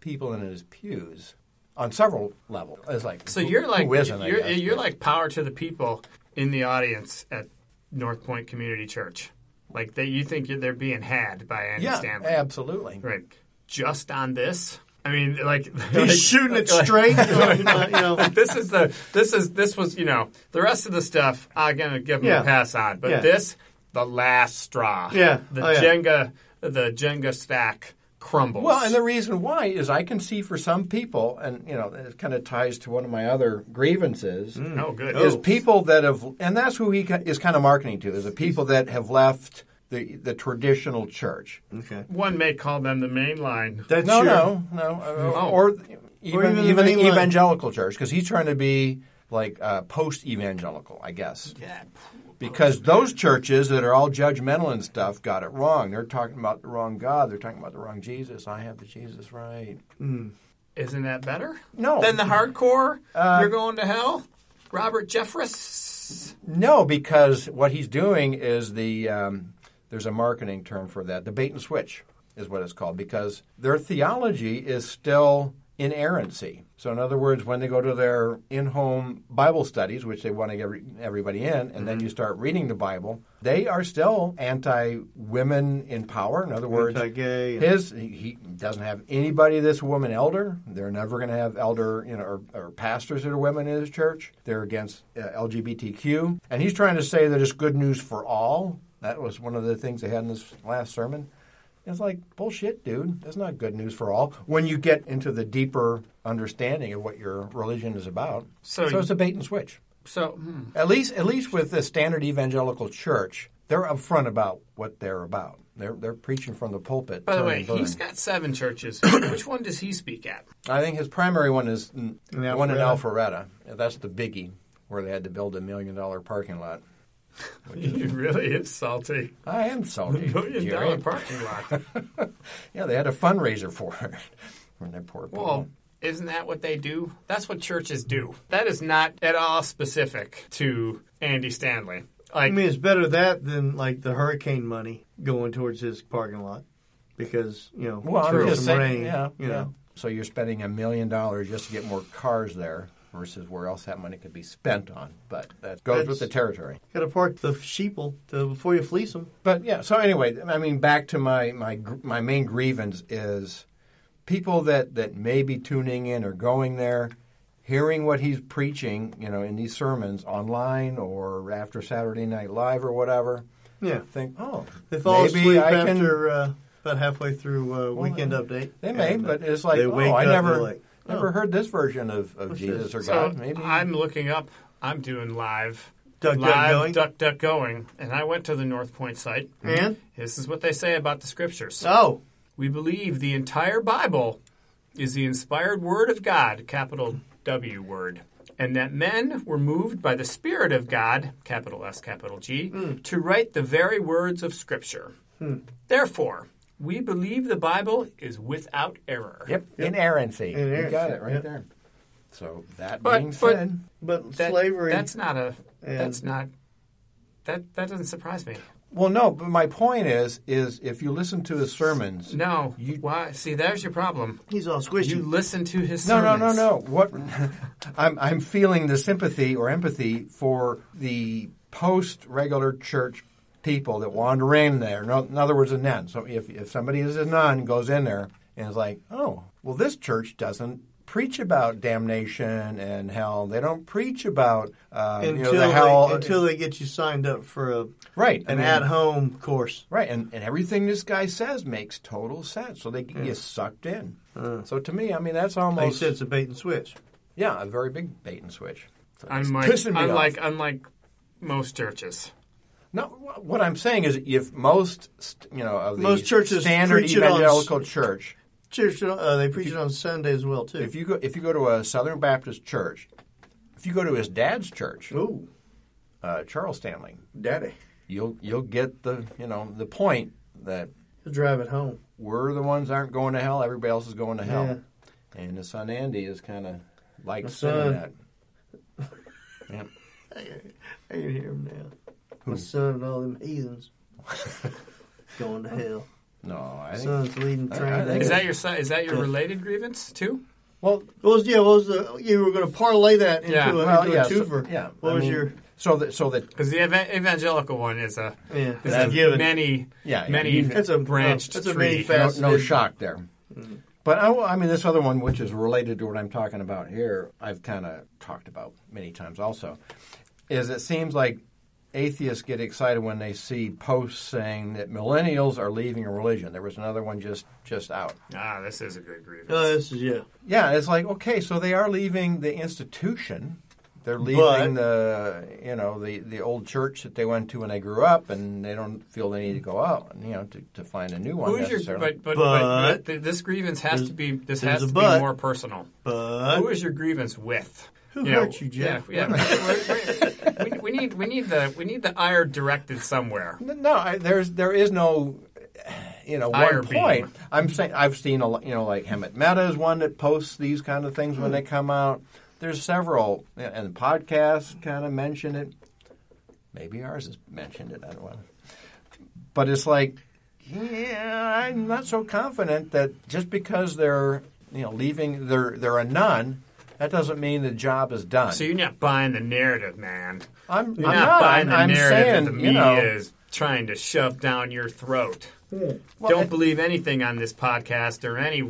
[SPEAKER 3] people in his pews on several levels. It's like
[SPEAKER 4] So you're like
[SPEAKER 3] who isn't, I
[SPEAKER 4] you're,
[SPEAKER 3] guess?
[SPEAKER 4] you're like power to the people in the audience at North Point Community Church. Like they, you think you're, they're being had by Andy
[SPEAKER 3] yeah,
[SPEAKER 4] Stanley,
[SPEAKER 3] absolutely.
[SPEAKER 4] right? Just on this, I mean, like
[SPEAKER 2] He's shooting it straight. you know,
[SPEAKER 4] This is the this is this was you know the rest of the stuff I'm gonna give him
[SPEAKER 2] Yeah.
[SPEAKER 4] a pass on, but
[SPEAKER 2] Yeah.
[SPEAKER 4] this the last straw.
[SPEAKER 2] Yeah.
[SPEAKER 4] the
[SPEAKER 2] Oh, yeah.
[SPEAKER 4] Jenga the Jenga stack crumbles.
[SPEAKER 3] Well, and the reason why is I can see for some people, and you know, it kind of ties to one of my other grievances.
[SPEAKER 4] oh good
[SPEAKER 3] Is people that have, and that's who he ki- is kind of marketing to, is the people that have left the the traditional church.
[SPEAKER 2] okay.
[SPEAKER 4] one may call them the main line.
[SPEAKER 2] That's
[SPEAKER 3] No,
[SPEAKER 2] your-
[SPEAKER 3] no, no,
[SPEAKER 4] Oh.
[SPEAKER 3] uh, or, even,
[SPEAKER 2] even the
[SPEAKER 3] even,
[SPEAKER 2] main
[SPEAKER 3] the
[SPEAKER 2] line.
[SPEAKER 3] evangelical church because he's trying to be like uh, post-evangelical, I guess.
[SPEAKER 4] Yeah.
[SPEAKER 3] Because those churches that are all judgmental and stuff got it wrong. They're talking about the wrong God. They're talking about the wrong Jesus. I have the Jesus right.
[SPEAKER 4] Isn't that better?
[SPEAKER 3] No.
[SPEAKER 4] Than the hardcore?
[SPEAKER 2] Uh,
[SPEAKER 4] You're going to hell? Robert Jeffress?
[SPEAKER 3] No, because what he's doing is the um, there's a marketing term for that. The bait and switch is what it's called because their theology is still inerrancy. So in other words, when they go to their in-home Bible studies, which they want to get every- everybody in, and then you start reading the Bible, they are still anti-women in power. In other words,
[SPEAKER 2] Anti-gay.
[SPEAKER 3] his he he doesn't have anybody that's a woman elder. They're never going to have elder, you know, or, or pastors that are women in his church. They're against uh, LGBTQ, and he's trying to say that it's good news for all. That was one of the things they had in this last sermon. It's like bullshit, dude. That's not good news for all. When you get into the deeper understanding of what your religion is about,
[SPEAKER 4] So-
[SPEAKER 3] so it's a bait and switch.
[SPEAKER 4] So, hmm,
[SPEAKER 3] At least, at least with the standard evangelical church, they're upfront about what they're about. They're they're preaching from the pulpit.
[SPEAKER 4] by the
[SPEAKER 3] turn
[SPEAKER 4] way,
[SPEAKER 3] and burn.
[SPEAKER 4] he's got seven churches. Which one does he speak at?
[SPEAKER 3] I think his primary one is n- the one in
[SPEAKER 2] Alpharetta.
[SPEAKER 3] Alpharetta. Yeah, That's the biggie where they had to build a million dollar parking lot.
[SPEAKER 4] He really is salty.
[SPEAKER 3] I am salty,
[SPEAKER 4] Million
[SPEAKER 3] Jerry.
[SPEAKER 4] dollar parking lot.
[SPEAKER 3] Yeah, they had a fundraiser for it. When they poor people.
[SPEAKER 4] Well, isn't that what they do? That's what churches do. That is not at all specific to Andy Stanley.
[SPEAKER 2] I
[SPEAKER 4] Like,
[SPEAKER 2] mean, it's better that than like the hurricane money going towards his parking lot because you know
[SPEAKER 3] Well, I'm
[SPEAKER 2] through
[SPEAKER 3] just
[SPEAKER 2] some
[SPEAKER 3] saying,
[SPEAKER 2] rain.
[SPEAKER 3] yeah,
[SPEAKER 2] you know,
[SPEAKER 3] So you're spending a million dollars just to get more cars there versus where else that money could be spent on. But that goes with
[SPEAKER 2] That's-
[SPEAKER 3] the territory.
[SPEAKER 2] Got to park the sheeple to, before you fleece them.
[SPEAKER 3] But yeah, so anyway, I mean, back to my my gr- my main grievance is people that that may be tuning in or going there, hearing what he's preaching, you know, in these sermons online or after Saturday Night Live or whatever.
[SPEAKER 2] Yeah.
[SPEAKER 3] Think, oh,
[SPEAKER 2] They fall
[SPEAKER 3] maybe
[SPEAKER 2] asleep
[SPEAKER 3] I can-
[SPEAKER 2] after uh, about halfway through uh, weekend update.
[SPEAKER 3] They may,
[SPEAKER 2] And, uh,
[SPEAKER 3] but it's like,
[SPEAKER 2] they
[SPEAKER 3] oh,
[SPEAKER 2] wake
[SPEAKER 3] I
[SPEAKER 2] up,
[SPEAKER 3] never
[SPEAKER 2] they're like, oh.
[SPEAKER 3] never heard this version of, of Jesus
[SPEAKER 2] this?
[SPEAKER 3] or
[SPEAKER 4] So
[SPEAKER 3] God. Maybe
[SPEAKER 4] I'm looking up. I'm doing live.
[SPEAKER 2] Duck, duck,
[SPEAKER 4] live
[SPEAKER 2] going?
[SPEAKER 4] duck duck going, and I went to the North Point site.
[SPEAKER 2] And?
[SPEAKER 4] This is what they say about the scriptures.
[SPEAKER 2] Oh,
[SPEAKER 4] We believe the entire Bible is the inspired Word of God, capital W word, and that men were moved by the Spirit of God, capital S, capital G,
[SPEAKER 3] Hmm.
[SPEAKER 4] to write the very words of Scripture. Therefore, we believe the Bible is without error.
[SPEAKER 3] yep, inerrancy. You
[SPEAKER 2] Inerrancy,
[SPEAKER 3] got it right
[SPEAKER 2] yep.
[SPEAKER 3] there. So that
[SPEAKER 4] But-
[SPEAKER 3] being
[SPEAKER 4] but-
[SPEAKER 3] said,
[SPEAKER 2] but
[SPEAKER 4] That-
[SPEAKER 2] slavery.
[SPEAKER 4] That's not a.
[SPEAKER 2] and-
[SPEAKER 4] That's not. That that doesn't surprise me.
[SPEAKER 3] well, no. But my point is, is if you listen to his sermons,
[SPEAKER 4] No.
[SPEAKER 3] You-
[SPEAKER 4] why? See, there's your problem.
[SPEAKER 2] he's all squishy.
[SPEAKER 4] You listen to his
[SPEAKER 3] No, no,
[SPEAKER 4] sermons.
[SPEAKER 3] no, no. What I'm I'm feeling the sympathy or empathy for the post regular church people that wander in there. No, in other words, a nun. So if if somebody is a nun goes in there and is like, oh, well, this church doesn't preach about damnation and hell. They don't preach about uh, you know,
[SPEAKER 2] until
[SPEAKER 3] the hell
[SPEAKER 2] they, until they get you signed up for a
[SPEAKER 3] right I
[SPEAKER 2] an
[SPEAKER 3] mean,
[SPEAKER 2] at home course.
[SPEAKER 3] Right, and, and everything this guy says makes total sense. So they get you sucked in. so to me, I mean, that's
[SPEAKER 2] Like you
[SPEAKER 3] almost
[SPEAKER 2] said, it's a bait and switch.
[SPEAKER 3] yeah, a very big bait and switch. So it's
[SPEAKER 4] Unlike
[SPEAKER 3] pissing me off.
[SPEAKER 4] unlike unlike most churches.
[SPEAKER 3] No, wh- what I'm saying is, if most st- you know of the
[SPEAKER 2] Most churches
[SPEAKER 3] standard
[SPEAKER 2] preach it on
[SPEAKER 3] evangelical church,
[SPEAKER 2] Church, uh, they preach it on Sunday as well too.
[SPEAKER 3] if you go if you go to a Southern Baptist church, if you go to his dad's church,
[SPEAKER 2] Ooh,
[SPEAKER 3] uh, Charles Stanley,
[SPEAKER 2] daddy,
[SPEAKER 3] you'll you'll get the you know the point that
[SPEAKER 2] you drive it home.
[SPEAKER 3] we're the ones that aren't going to hell, everybody else is going to hell, and his son Andy is kind of like saying
[SPEAKER 2] son.
[SPEAKER 3] that. Yeah.
[SPEAKER 2] I can hear him now. My son and all them heathens going to hell.
[SPEAKER 3] No, I think
[SPEAKER 2] Son's leading the
[SPEAKER 3] I-
[SPEAKER 2] train.
[SPEAKER 3] I
[SPEAKER 2] to
[SPEAKER 3] think
[SPEAKER 4] Is
[SPEAKER 2] hell.
[SPEAKER 4] that your si- is that your related grievance too?
[SPEAKER 3] well,
[SPEAKER 2] What was yeah? What was the you were going to parlay that into
[SPEAKER 4] Yeah.
[SPEAKER 2] a,
[SPEAKER 3] well,
[SPEAKER 2] into
[SPEAKER 3] yeah,
[SPEAKER 2] a twofer?
[SPEAKER 3] so, yeah.
[SPEAKER 2] What
[SPEAKER 3] I
[SPEAKER 2] was
[SPEAKER 3] mean,
[SPEAKER 2] your
[SPEAKER 3] so that so that
[SPEAKER 4] Because the ev- evangelical one is a
[SPEAKER 2] yeah?
[SPEAKER 4] is
[SPEAKER 2] That's
[SPEAKER 4] a
[SPEAKER 2] given.
[SPEAKER 4] many
[SPEAKER 3] Yeah, yeah,
[SPEAKER 4] many
[SPEAKER 3] you-
[SPEAKER 2] That's a-
[SPEAKER 4] branched
[SPEAKER 2] that's a
[SPEAKER 4] tree.
[SPEAKER 2] many fa-
[SPEAKER 3] no,
[SPEAKER 2] Yes,
[SPEAKER 3] no
[SPEAKER 2] it-
[SPEAKER 3] shock there.
[SPEAKER 2] Mm-hmm.
[SPEAKER 3] But I, I mean, this other one, which is related to what I'm talking about here, I've kind of talked about many times also, is it seems like atheists get excited when they see posts saying that millennials are leaving a religion. There was another one just just out.
[SPEAKER 4] ah, this is a good grievance.
[SPEAKER 2] Oh, this is yeah.
[SPEAKER 3] Yeah, it's like okay, so they are leaving the institution. They're leaving
[SPEAKER 2] But-
[SPEAKER 3] the you know the, the old church that they went to when they grew up, and they don't feel they need to go out you know to, to find a new one.
[SPEAKER 4] Who is your
[SPEAKER 3] necessarily.
[SPEAKER 4] but but, but,
[SPEAKER 2] But-
[SPEAKER 4] th- this grievance has to be this
[SPEAKER 2] there's
[SPEAKER 4] has
[SPEAKER 2] a
[SPEAKER 4] to be
[SPEAKER 2] but.
[SPEAKER 4] more personal.
[SPEAKER 2] But
[SPEAKER 4] Who is your grievance with?
[SPEAKER 2] Who hurt you, Jeff?
[SPEAKER 4] Yeah, yeah. we, we- we need we need the we need the ire directed somewhere.
[SPEAKER 3] No, I, there's there is no, you know, one
[SPEAKER 4] Iron beam.
[SPEAKER 3] point. I'm saying I've seen a lo- you know like Hemet Meta is one that posts these kind of things when they come out. There's several, and the podcast kind of mentioned it. Maybe ours has mentioned it. I don't know. But it's like, yeah, I'm not so confident that just because they're you know leaving, they're they're a nun. That doesn't mean the job is done.
[SPEAKER 4] So you're not buying the narrative, man.
[SPEAKER 3] I'm,
[SPEAKER 4] You're
[SPEAKER 3] I'm
[SPEAKER 4] not, buying
[SPEAKER 3] I'm,
[SPEAKER 4] the
[SPEAKER 3] I'm
[SPEAKER 4] narrative
[SPEAKER 3] saying,
[SPEAKER 4] that the media
[SPEAKER 3] you know,
[SPEAKER 4] is trying to shove down your throat.
[SPEAKER 3] Hmm. Well,
[SPEAKER 4] Don't
[SPEAKER 3] it-
[SPEAKER 4] believe anything on this podcast or any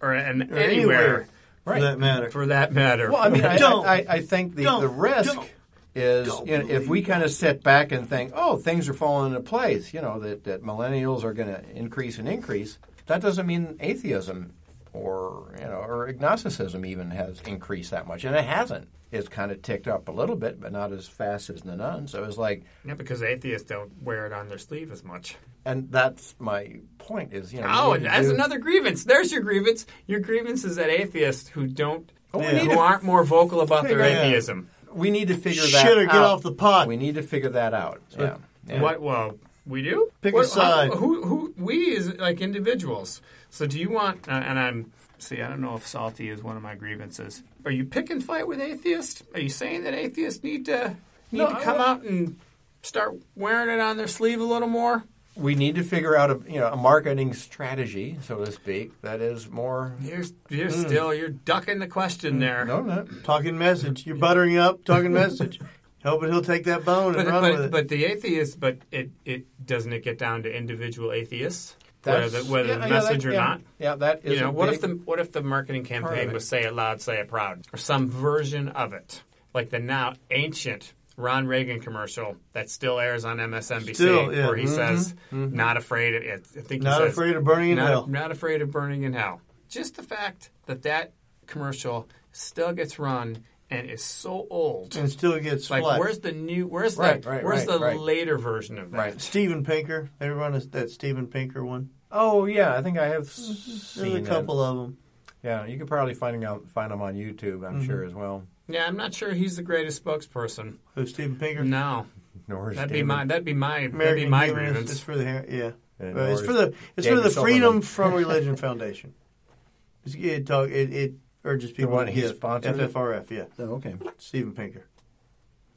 [SPEAKER 4] or an,
[SPEAKER 2] Or
[SPEAKER 4] anywhere,
[SPEAKER 3] right.
[SPEAKER 2] for that matter?
[SPEAKER 4] for that matter.
[SPEAKER 3] Well, I mean, I,
[SPEAKER 2] Don't.
[SPEAKER 3] I, I think the,
[SPEAKER 2] Don't.
[SPEAKER 3] the risk
[SPEAKER 2] Don't.
[SPEAKER 3] is
[SPEAKER 2] Don't
[SPEAKER 3] you know, if we
[SPEAKER 2] believe
[SPEAKER 3] kind of sit back and think, oh, things are falling into place, you know, that, that millennials are going to increase and increase, that doesn't mean atheism or, you know, or agnosticism even has increased that much. And it hasn't. It's kind of ticked up a little bit, but not as fast as the nun. So it's like,
[SPEAKER 4] yeah, because atheists don't wear it on their sleeve as much.
[SPEAKER 3] and that's my point is, you know.
[SPEAKER 4] Oh,
[SPEAKER 3] what
[SPEAKER 4] and
[SPEAKER 3] you
[SPEAKER 4] that's
[SPEAKER 3] do-
[SPEAKER 4] another grievance. There's your grievance. Your grievance is that atheists who don't,
[SPEAKER 3] Oh, we
[SPEAKER 2] Yeah.
[SPEAKER 3] need
[SPEAKER 4] who
[SPEAKER 3] to-
[SPEAKER 4] aren't more vocal about their
[SPEAKER 3] Yeah.
[SPEAKER 4] atheism.
[SPEAKER 3] We need to figure that
[SPEAKER 2] Shit or get
[SPEAKER 3] out.
[SPEAKER 2] off the pot.
[SPEAKER 3] We need to figure that out. Yeah. yeah.
[SPEAKER 4] What? Well, we do.
[SPEAKER 2] Pick
[SPEAKER 4] What-
[SPEAKER 2] a side.
[SPEAKER 4] how- Who? Who? We is like individuals. So do you want? Uh, and I'm. See, I don't know if salty is one of my grievances. Are you pick and fight with atheists? Are you saying that atheists need to need
[SPEAKER 3] No,
[SPEAKER 4] to
[SPEAKER 3] I
[SPEAKER 4] come
[SPEAKER 3] would-
[SPEAKER 4] out and start wearing it on their sleeve a little more?
[SPEAKER 3] we need to figure out a you know a marketing strategy, so to speak, that is more.
[SPEAKER 4] You're, you're
[SPEAKER 3] Hmm.
[SPEAKER 4] still you're ducking the question there.
[SPEAKER 3] No, no.
[SPEAKER 2] Talking message. You're buttering up, talking message. Hoping he'll take that bone and
[SPEAKER 4] But,
[SPEAKER 2] run with
[SPEAKER 4] but,
[SPEAKER 2] it.
[SPEAKER 4] but the atheist, but it, it doesn't it get down to individual atheists, whether
[SPEAKER 3] That's-
[SPEAKER 4] whether
[SPEAKER 3] yeah,
[SPEAKER 4] the
[SPEAKER 3] yeah, that-
[SPEAKER 4] message or
[SPEAKER 3] yeah.
[SPEAKER 4] not.
[SPEAKER 3] Yeah, that is.
[SPEAKER 4] you know,
[SPEAKER 3] a
[SPEAKER 4] what
[SPEAKER 3] big-
[SPEAKER 4] if the what if the marketing
[SPEAKER 3] of
[SPEAKER 4] campaign
[SPEAKER 3] it.
[SPEAKER 4] was "Say It Loud, Say It Proud" or some version of it, like the now ancient Ron Reagan commercial that still airs on MSNBC,
[SPEAKER 2] Still, yeah.
[SPEAKER 4] where he says, "Not afraid of it." I think he
[SPEAKER 2] Not
[SPEAKER 4] says,
[SPEAKER 2] afraid of burning in
[SPEAKER 4] not,
[SPEAKER 2] hell.
[SPEAKER 4] not afraid of burning in hell. Just the fact that that commercial still gets run and is so old.
[SPEAKER 2] and still gets
[SPEAKER 4] Like,
[SPEAKER 2] flat.
[SPEAKER 4] where's the new? Where's the
[SPEAKER 3] Right, right,
[SPEAKER 4] where's
[SPEAKER 3] right,
[SPEAKER 4] the
[SPEAKER 3] right.
[SPEAKER 4] later version of that?
[SPEAKER 3] Right.
[SPEAKER 2] Steven Pinker. Everyone is that Steven Pinker one.
[SPEAKER 3] Oh yeah, I think I have s-
[SPEAKER 2] There's
[SPEAKER 3] seen
[SPEAKER 2] a couple
[SPEAKER 3] It.
[SPEAKER 2] of them.
[SPEAKER 3] Yeah, you could probably find out find them on YouTube. I'm sure
[SPEAKER 4] Mm-hmm.
[SPEAKER 3] as well.
[SPEAKER 4] Yeah, I'm not sure he's the greatest spokesperson.
[SPEAKER 2] Who's Steven Pinker?
[SPEAKER 4] No,
[SPEAKER 3] Nor is
[SPEAKER 4] that'd be
[SPEAKER 3] David-
[SPEAKER 4] my that'd be my that'd be
[SPEAKER 2] American
[SPEAKER 4] my
[SPEAKER 2] humorist.
[SPEAKER 4] grievance.
[SPEAKER 2] It's for the hair- yeah.
[SPEAKER 3] And
[SPEAKER 2] Uh, it's
[SPEAKER 3] Norris-
[SPEAKER 2] for the it's for
[SPEAKER 3] David
[SPEAKER 2] the Freedom
[SPEAKER 3] Silverman.
[SPEAKER 2] from Religion Foundation. It's, it, talk, it it urges people
[SPEAKER 3] one
[SPEAKER 2] to
[SPEAKER 3] he
[SPEAKER 2] give.
[SPEAKER 3] sponsored?
[SPEAKER 2] FFRF. Yeah,
[SPEAKER 3] Oh, okay.
[SPEAKER 2] Steven Pinker.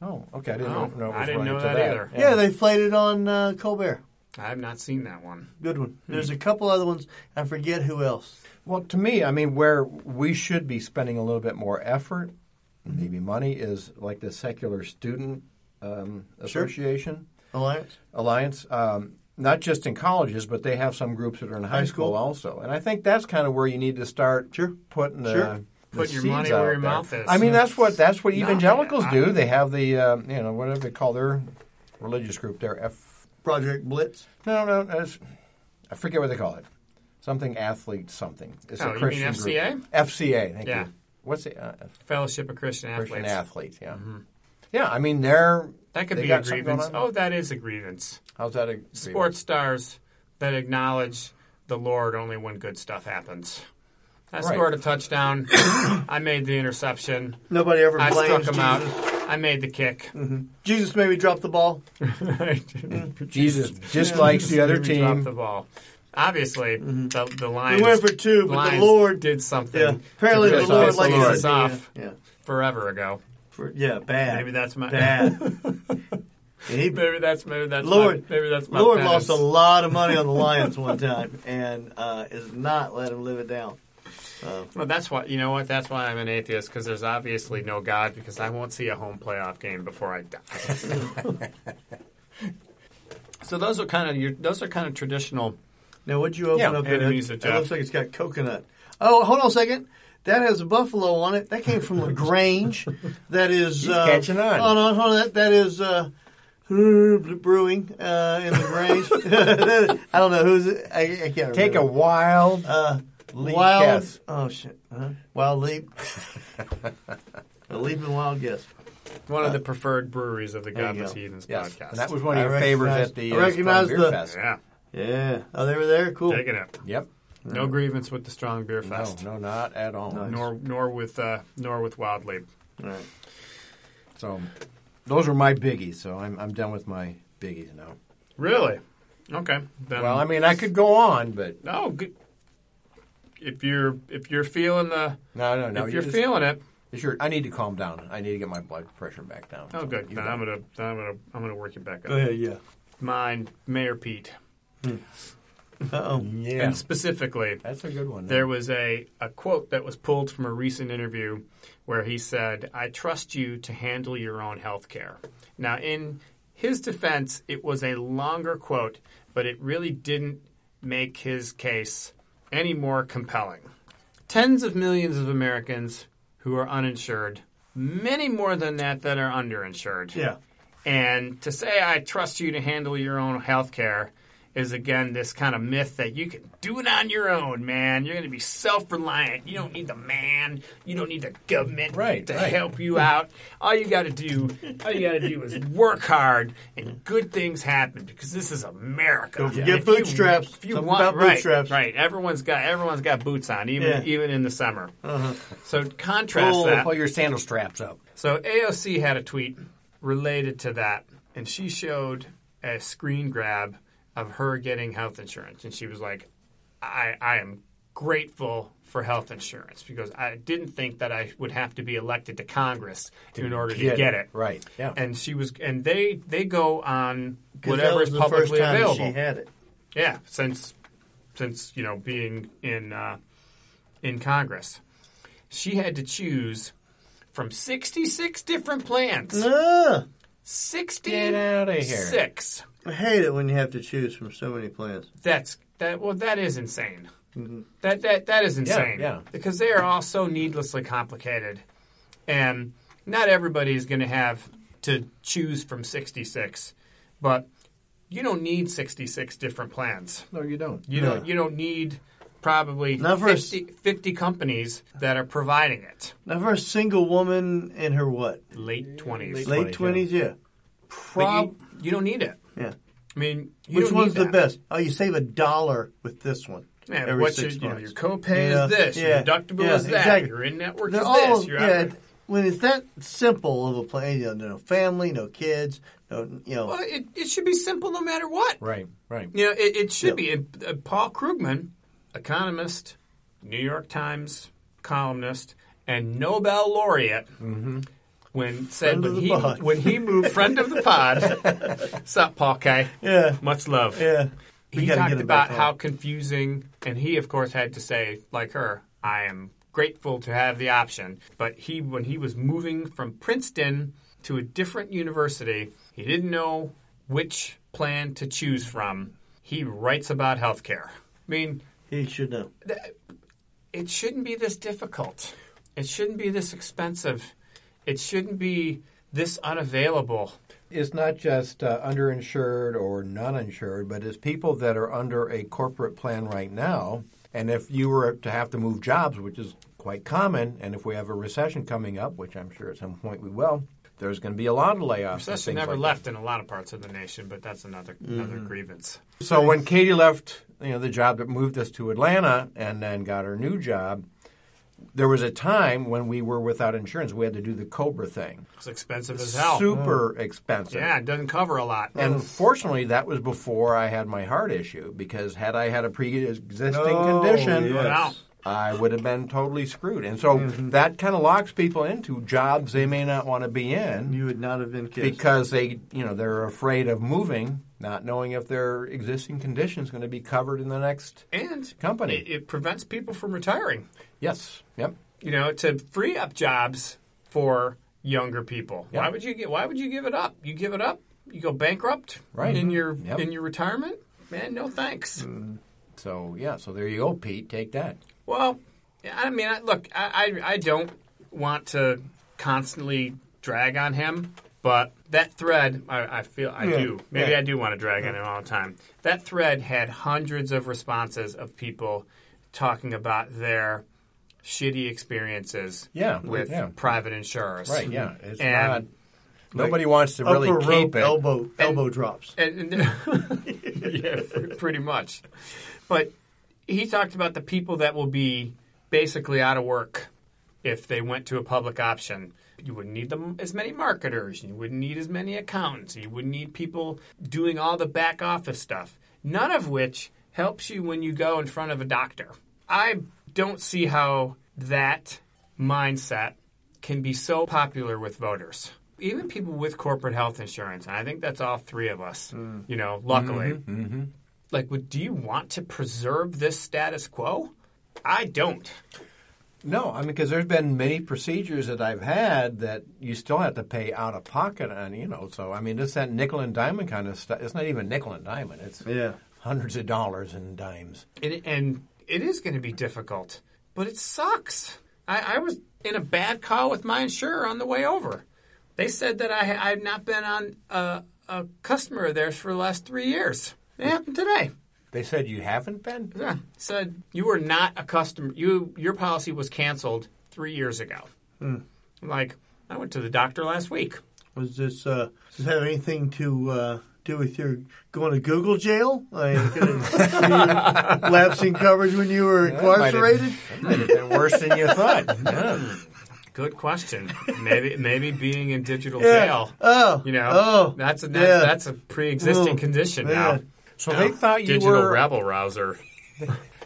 [SPEAKER 3] Oh, okay. I didn't
[SPEAKER 4] Oh,
[SPEAKER 3] know. It was
[SPEAKER 4] I didn't
[SPEAKER 3] running
[SPEAKER 4] know
[SPEAKER 3] to
[SPEAKER 4] that either.
[SPEAKER 2] Yeah, they played it on uh, Colbert.
[SPEAKER 4] I have not seen that one.
[SPEAKER 2] Good one.
[SPEAKER 4] Hmm.
[SPEAKER 2] There's a couple other ones. I forget who else.
[SPEAKER 3] Well, to me, I mean, where we should be spending a little bit more effort, maybe money, is like the secular student um,
[SPEAKER 2] Sure.
[SPEAKER 3] association
[SPEAKER 2] Alliance.
[SPEAKER 3] alliance. Um, not just in colleges, but they have some groups that are in high,
[SPEAKER 2] High
[SPEAKER 3] school.
[SPEAKER 2] school.
[SPEAKER 3] also, and I think that's kind of where you need to start
[SPEAKER 2] Sure.
[SPEAKER 3] putting the,
[SPEAKER 2] Sure.
[SPEAKER 3] the
[SPEAKER 4] Put your
[SPEAKER 3] seeds
[SPEAKER 4] money where
[SPEAKER 3] out
[SPEAKER 4] your
[SPEAKER 3] there.
[SPEAKER 4] mouth is.
[SPEAKER 3] I mean, that's what that's what
[SPEAKER 4] No,
[SPEAKER 3] evangelicals
[SPEAKER 4] I-
[SPEAKER 3] do. They have the uh, you know whatever they call their religious group, their F
[SPEAKER 2] Project Blitz.
[SPEAKER 3] no, no, no, it's, I forget what they call it. Something athlete something. It's
[SPEAKER 4] Oh,
[SPEAKER 3] a
[SPEAKER 4] you mean
[SPEAKER 3] Christian
[SPEAKER 4] FCA?
[SPEAKER 3] Group. FCA. Thank
[SPEAKER 4] Yeah.
[SPEAKER 3] you. What's the uh,
[SPEAKER 4] Fellowship of Christian Athletes. Mm-hmm.
[SPEAKER 3] Christian athlete? Yeah. Yeah. I mean, they're
[SPEAKER 4] That could
[SPEAKER 3] they
[SPEAKER 4] be a
[SPEAKER 3] got something
[SPEAKER 4] grievance.
[SPEAKER 3] going on?
[SPEAKER 4] Oh, that is a grievance.
[SPEAKER 3] How's that? A
[SPEAKER 4] Sports stars that acknowledge the Lord only when good stuff happens. I
[SPEAKER 3] Right.
[SPEAKER 4] scored a touchdown. I made the interception.
[SPEAKER 2] Nobody ever
[SPEAKER 4] I
[SPEAKER 2] blames
[SPEAKER 4] struck
[SPEAKER 2] Jesus. Mm-hmm.
[SPEAKER 4] him out. I made the kick.
[SPEAKER 2] Jesus maybe dropped the ball.
[SPEAKER 3] Jesus dislikes the other
[SPEAKER 4] Maybe dropped
[SPEAKER 3] team.
[SPEAKER 4] the ball. Obviously, the, the
[SPEAKER 2] Mm-hmm.
[SPEAKER 4] Lions.
[SPEAKER 2] We went for two, but the
[SPEAKER 4] Lions
[SPEAKER 2] Lord-
[SPEAKER 4] did something.
[SPEAKER 2] Yeah. Apparently
[SPEAKER 4] to
[SPEAKER 2] the
[SPEAKER 4] piss
[SPEAKER 2] Lord
[SPEAKER 4] us
[SPEAKER 2] likes
[SPEAKER 3] Lord.
[SPEAKER 2] to see
[SPEAKER 4] off
[SPEAKER 2] you. Yeah.
[SPEAKER 4] forever ago.
[SPEAKER 2] For, yeah, bad.
[SPEAKER 4] Maybe that's my
[SPEAKER 2] bad. And he-
[SPEAKER 4] Maybe that's maybe that's
[SPEAKER 2] Lord,
[SPEAKER 4] My, maybe that's my
[SPEAKER 2] Lord
[SPEAKER 4] penance.
[SPEAKER 2] lost a lot of money on the Lions one time, and uh, is not let him live it down.
[SPEAKER 4] Well, that's why you know what. That's why I'm an atheist because there's obviously no God because I won't see a home playoff game before I die. so those are kind of your, those are kind of traditional.
[SPEAKER 2] Now, what'd you open
[SPEAKER 3] Yeah,
[SPEAKER 2] up?
[SPEAKER 4] and
[SPEAKER 2] there?
[SPEAKER 4] the music,
[SPEAKER 2] That
[SPEAKER 4] Jeff.
[SPEAKER 2] looks like it's got coconut. Oh, hold on a second. That has a buffalo on it. That came from Lagrange. That is
[SPEAKER 3] He's
[SPEAKER 2] uh,
[SPEAKER 3] catching on.
[SPEAKER 2] Hold on, hold on. That, that is uh, brewing uh, in Lagrange. I don't know who's. It. I, I can't remember.
[SPEAKER 3] Take a wild
[SPEAKER 2] uh,
[SPEAKER 3] leap
[SPEAKER 2] wild.
[SPEAKER 3] guess.
[SPEAKER 2] Oh shit! Huh? Wild leap. a leaping wild guess.
[SPEAKER 4] One
[SPEAKER 3] Uh,
[SPEAKER 4] of the preferred breweries of the
[SPEAKER 2] There you
[SPEAKER 4] Godless
[SPEAKER 2] go.
[SPEAKER 4] Heathens
[SPEAKER 3] Yes,
[SPEAKER 4] podcast.
[SPEAKER 3] and that was one
[SPEAKER 2] I
[SPEAKER 3] of your favors
[SPEAKER 2] recognize-
[SPEAKER 3] at the
[SPEAKER 2] I
[SPEAKER 3] uh, Strong
[SPEAKER 2] recognize
[SPEAKER 3] Beer
[SPEAKER 2] the-
[SPEAKER 3] Fest.
[SPEAKER 4] yeah,
[SPEAKER 2] Yeah. Oh, they were there. Cool.
[SPEAKER 4] taking it.
[SPEAKER 3] Yep.
[SPEAKER 4] No grievance with the strong beer
[SPEAKER 3] No,
[SPEAKER 4] fest.
[SPEAKER 3] no, not at all.
[SPEAKER 4] Nor nor with uh, nor with Wild Leap.
[SPEAKER 2] All right.
[SPEAKER 3] So, those were my biggies. So I'm I'm done with my biggies now.
[SPEAKER 4] Really? Okay. Then,
[SPEAKER 3] Well, I mean, I could go on, but
[SPEAKER 4] oh, good. If you're if you're feeling the
[SPEAKER 3] no, no, no.
[SPEAKER 4] if you're
[SPEAKER 3] just-
[SPEAKER 4] feeling it,
[SPEAKER 3] It's your, I need to calm down. I need to get my blood pressure back down.
[SPEAKER 4] oh,
[SPEAKER 3] So
[SPEAKER 4] good.
[SPEAKER 3] you
[SPEAKER 4] Then
[SPEAKER 3] go.
[SPEAKER 4] I'm gonna then I'm gonna I'm gonna work it back up.
[SPEAKER 2] Go ahead. Yeah.
[SPEAKER 4] Mine, Mayor Pete,
[SPEAKER 2] Uh oh.
[SPEAKER 3] Yeah,
[SPEAKER 4] and specifically,
[SPEAKER 3] that's a good one.
[SPEAKER 4] there was a, a quote that was pulled from a recent interview where he said, I trust you to handle your own health care. Now, in his defense, it was a longer quote, but it really didn't make his case any more compelling. Tens of millions of Americans who are uninsured, many more than that that are underinsured.
[SPEAKER 2] Yeah.
[SPEAKER 4] And to say I trust you to handle your own health care is again this kind of myth that you can do it on your own, man. You're going to be self-reliant. You don't need the man. You don't need the government
[SPEAKER 3] Right,
[SPEAKER 4] to
[SPEAKER 3] right.
[SPEAKER 4] help you out. All you got to do, all you got to do is work hard, and good things happen because this is America.
[SPEAKER 2] forget
[SPEAKER 4] And if you-
[SPEAKER 2] bootstraps.
[SPEAKER 4] if you
[SPEAKER 2] Something
[SPEAKER 4] want-
[SPEAKER 2] about
[SPEAKER 4] right,
[SPEAKER 2] bootstraps.
[SPEAKER 4] right? Everyone's got everyone's got boots on, even
[SPEAKER 2] Yeah. Uh-huh.
[SPEAKER 4] even in the summer. So contrast
[SPEAKER 3] pull,
[SPEAKER 4] that.
[SPEAKER 3] pull your sandal straps up.
[SPEAKER 4] So AOC had a tweet related to that, and she showed a screen grab of her getting health insurance, and she was like, "I, I am grateful for health insurance because I didn't think that I would have to be elected to Congress in order to get it.
[SPEAKER 3] Right, yeah.
[SPEAKER 4] And she was, and they they go on
[SPEAKER 2] 'Cause
[SPEAKER 4] whatever is
[SPEAKER 2] that was the first
[SPEAKER 4] publicly
[SPEAKER 2] time
[SPEAKER 4] available.
[SPEAKER 2] She had it.
[SPEAKER 4] Yeah, since since you know being in uh, in Congress, she had to choose from sixty six different plans.
[SPEAKER 2] Ah,
[SPEAKER 4] Sixty
[SPEAKER 3] Get outta here.
[SPEAKER 4] Six.
[SPEAKER 2] I hate it when you have to choose from so many plans.
[SPEAKER 4] That's that. Well, that is insane. That that that is insane.
[SPEAKER 3] Mm-hmm. yeah.
[SPEAKER 4] Because they are all so needlessly complicated, and not everybody is going to have to choose from sixty six, but you don't need sixty six different plans.
[SPEAKER 3] No, you don't.
[SPEAKER 4] You don't you don't need probably
[SPEAKER 2] Not for a s-
[SPEAKER 4] 50, 50 companies that are providing it.
[SPEAKER 2] Now, for a single woman in her what
[SPEAKER 4] Late twenties.
[SPEAKER 2] late
[SPEAKER 3] 20s,
[SPEAKER 2] twenties, yeah,
[SPEAKER 4] you, you don't need it.
[SPEAKER 2] yeah.
[SPEAKER 4] I mean, you
[SPEAKER 2] Which
[SPEAKER 4] don't
[SPEAKER 2] one's
[SPEAKER 4] need
[SPEAKER 2] the
[SPEAKER 4] that.
[SPEAKER 2] best? Oh, you save a dollar with this one.
[SPEAKER 4] Man,
[SPEAKER 2] every
[SPEAKER 4] what's
[SPEAKER 2] six
[SPEAKER 4] your, you know,
[SPEAKER 2] months.
[SPEAKER 4] your copay
[SPEAKER 2] Yeah,
[SPEAKER 4] is this,
[SPEAKER 2] yeah,
[SPEAKER 4] your deductible
[SPEAKER 2] yeah,
[SPEAKER 4] is that,
[SPEAKER 2] exactly.
[SPEAKER 4] your in network
[SPEAKER 2] They're
[SPEAKER 4] is
[SPEAKER 2] all
[SPEAKER 4] this, your
[SPEAKER 2] yeah.
[SPEAKER 4] out-
[SPEAKER 2] When it's that simple of a plan, you know, no family, no kids, no you know,
[SPEAKER 4] Well, it, it should be simple no matter what.
[SPEAKER 3] Right, right.
[SPEAKER 4] You know, it, it should
[SPEAKER 2] Yeah.
[SPEAKER 4] be. And, uh, Paul Krugman, economist, New York Times columnist, and Nobel laureate, when
[SPEAKER 2] Mm-hmm. Friend
[SPEAKER 4] said
[SPEAKER 2] of
[SPEAKER 4] when
[SPEAKER 2] the
[SPEAKER 4] he
[SPEAKER 2] pod.
[SPEAKER 4] when he moved friend of the pod. Sup, Paul K.
[SPEAKER 2] Yeah.
[SPEAKER 4] much love.
[SPEAKER 2] yeah. We
[SPEAKER 4] He
[SPEAKER 2] gotta
[SPEAKER 4] talked
[SPEAKER 2] get 'em
[SPEAKER 4] about
[SPEAKER 2] back
[SPEAKER 4] how
[SPEAKER 2] on.
[SPEAKER 4] confusing, and he of course had to say, like her, I am grateful to have the option. But he, when he was moving from Princeton to a different university, he didn't know which plan to choose from. He writes about healthcare. I mean,
[SPEAKER 2] he should know.
[SPEAKER 4] it shouldn't be this difficult. It shouldn't be this expensive. It shouldn't be this unavailable.
[SPEAKER 3] It's not just uh, underinsured or non insured, but it's people that are under a corporate plan right now. And if you were to have to move jobs, which is quite common, and if we have a recession coming up, which I'm sure at some point we will, there's going to be a lot of layoffs. and
[SPEAKER 4] Recession
[SPEAKER 3] things like that.
[SPEAKER 4] never
[SPEAKER 3] Mm-hmm.
[SPEAKER 4] left in a lot of parts of the nation, but that's another another grievance.
[SPEAKER 3] So when Katie left, you know, the job that moved us to Atlanta and then got her new job, there was a time when we were without insurance. We had to do the Cobra thing.
[SPEAKER 4] It's expensive as hell.
[SPEAKER 3] Super expensive.
[SPEAKER 4] Yeah, it doesn't cover a lot.
[SPEAKER 3] And fortunately, that was before I had my heart issue because had I had a pre-existing
[SPEAKER 2] Oh,
[SPEAKER 3] condition,
[SPEAKER 2] yes.
[SPEAKER 4] Wow.
[SPEAKER 3] I would have been totally screwed. And so
[SPEAKER 2] Mm-hmm.
[SPEAKER 3] that kind of locks people into jobs they may not want to be in
[SPEAKER 2] You would not have been kissed.
[SPEAKER 3] because they, you know, they're afraid of moving, not knowing if their existing condition is going to be covered in the next.
[SPEAKER 4] and
[SPEAKER 3] Company.
[SPEAKER 4] It, it prevents people from retiring.
[SPEAKER 3] Yes. Yep.
[SPEAKER 4] You know, to free up jobs for younger people.
[SPEAKER 3] Yeah.
[SPEAKER 4] Why would you get? Why would you give it up? You give it up, you go bankrupt
[SPEAKER 3] Right.
[SPEAKER 4] in your
[SPEAKER 3] Yep. Mm-hmm.
[SPEAKER 4] in your retirement. Man, no thanks.
[SPEAKER 3] So yeah. So there you go, Pete. Take that.
[SPEAKER 4] Well, I mean, I, look, I, I I don't want to constantly drag on him, but that thread, I, I feel I
[SPEAKER 2] Yeah,
[SPEAKER 4] do. Maybe
[SPEAKER 2] yeah.
[SPEAKER 4] I do want to drag on him all the time. That thread had hundreds of responses of people talking about their shitty experiences
[SPEAKER 3] Yeah,
[SPEAKER 4] with
[SPEAKER 3] yeah.
[SPEAKER 4] private insurers.
[SPEAKER 3] Right. Yeah. It's
[SPEAKER 4] And-
[SPEAKER 3] not. Nobody wants to really
[SPEAKER 2] upper
[SPEAKER 3] keep
[SPEAKER 2] rope
[SPEAKER 3] it.
[SPEAKER 2] elbow elbow drops.
[SPEAKER 4] And, and yeah, pr- pretty much. But he talked about the people that will be basically out of work if they went to a public option. You wouldn't need them as many marketers. You wouldn't need as many accountants. You wouldn't need people doing all the back office stuff. None of which helps you when you go in front of a doctor. I don't see how that mindset can be so popular with voters. Even people with corporate health insurance, and I think that's all three of us, you know, luckily. Like, would- do you want to preserve this status quo? I don't.
[SPEAKER 3] No, I mean because there's been many procedures that I've had that you still have to pay out of pocket, and you know, so I mean it's that nickel and diamond kind of stuff. It's not even nickel and diamond; it's
[SPEAKER 2] Yeah.
[SPEAKER 3] hundreds of dollars in dimes.
[SPEAKER 4] And, and it is going to be difficult, but it sucks. I, I was in a bad call with my insurer on the way over. They said that I, ha- I had not been on a, a customer of theirs for the last three years. It happened today.
[SPEAKER 3] They said you haven't been.
[SPEAKER 4] Yeah. Said you were not a customer. You your policy was canceled three years ago. I'm like, I went to the doctor last week.
[SPEAKER 2] Was this uh, does this have anything to uh, do with your going to Google jail? Like, uh, you lapsing coverage when you were
[SPEAKER 3] That might have-
[SPEAKER 2] incarcerated?
[SPEAKER 3] That might have been worse than you thought. Yeah.
[SPEAKER 4] Good question. maybe maybe being in digital
[SPEAKER 2] Yeah.
[SPEAKER 4] jail.
[SPEAKER 2] Oh,
[SPEAKER 4] you know,
[SPEAKER 2] oh,
[SPEAKER 4] that's a that,
[SPEAKER 2] yeah.
[SPEAKER 4] that's a pre-existing
[SPEAKER 2] Oh,
[SPEAKER 4] condition
[SPEAKER 2] man.
[SPEAKER 4] now. Oh,
[SPEAKER 3] So they thought you
[SPEAKER 4] digital
[SPEAKER 3] were.
[SPEAKER 4] rabble rouser.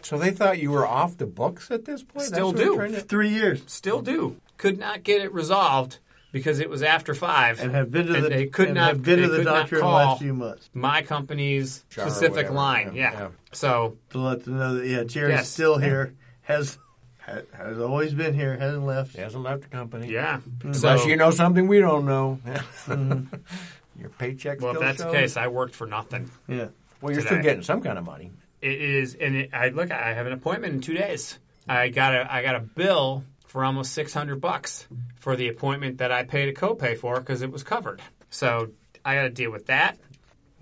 [SPEAKER 3] So they thought you were off the books at this point?
[SPEAKER 4] Still
[SPEAKER 3] That's what
[SPEAKER 4] do.
[SPEAKER 3] I'm trying to-
[SPEAKER 2] Three years.
[SPEAKER 4] Still do. Could not get it resolved because it was after five.
[SPEAKER 2] And have been to
[SPEAKER 4] and
[SPEAKER 2] the
[SPEAKER 4] they could
[SPEAKER 2] and
[SPEAKER 4] not
[SPEAKER 2] have been to the
[SPEAKER 4] they could not
[SPEAKER 2] doctor in the
[SPEAKER 4] call
[SPEAKER 2] last few months
[SPEAKER 4] my company's
[SPEAKER 3] Jar or
[SPEAKER 4] specific
[SPEAKER 3] whatever.
[SPEAKER 4] line.
[SPEAKER 3] Yeah,
[SPEAKER 4] Yeah.
[SPEAKER 3] yeah.
[SPEAKER 4] So
[SPEAKER 2] to let them know that yeah, Jerry's
[SPEAKER 4] Yes.
[SPEAKER 2] still here, has ha- has always been here, hasn't left.
[SPEAKER 3] He hasn't left the company.
[SPEAKER 4] yeah.
[SPEAKER 2] Mm.
[SPEAKER 3] Unless
[SPEAKER 4] So, Mm-hmm.
[SPEAKER 3] you know something we don't know. Your paycheck
[SPEAKER 4] well, if
[SPEAKER 3] still
[SPEAKER 4] that's the
[SPEAKER 3] shows.
[SPEAKER 4] case, I worked for nothing.
[SPEAKER 2] Yeah,
[SPEAKER 3] Well, you're still
[SPEAKER 4] today.
[SPEAKER 3] getting some kind of money.
[SPEAKER 4] It is, and it, I look. I have an appointment in two days. I got a I got a bill for almost six hundred bucks for the appointment that I paid a copay for because it was covered. So I got to deal with that.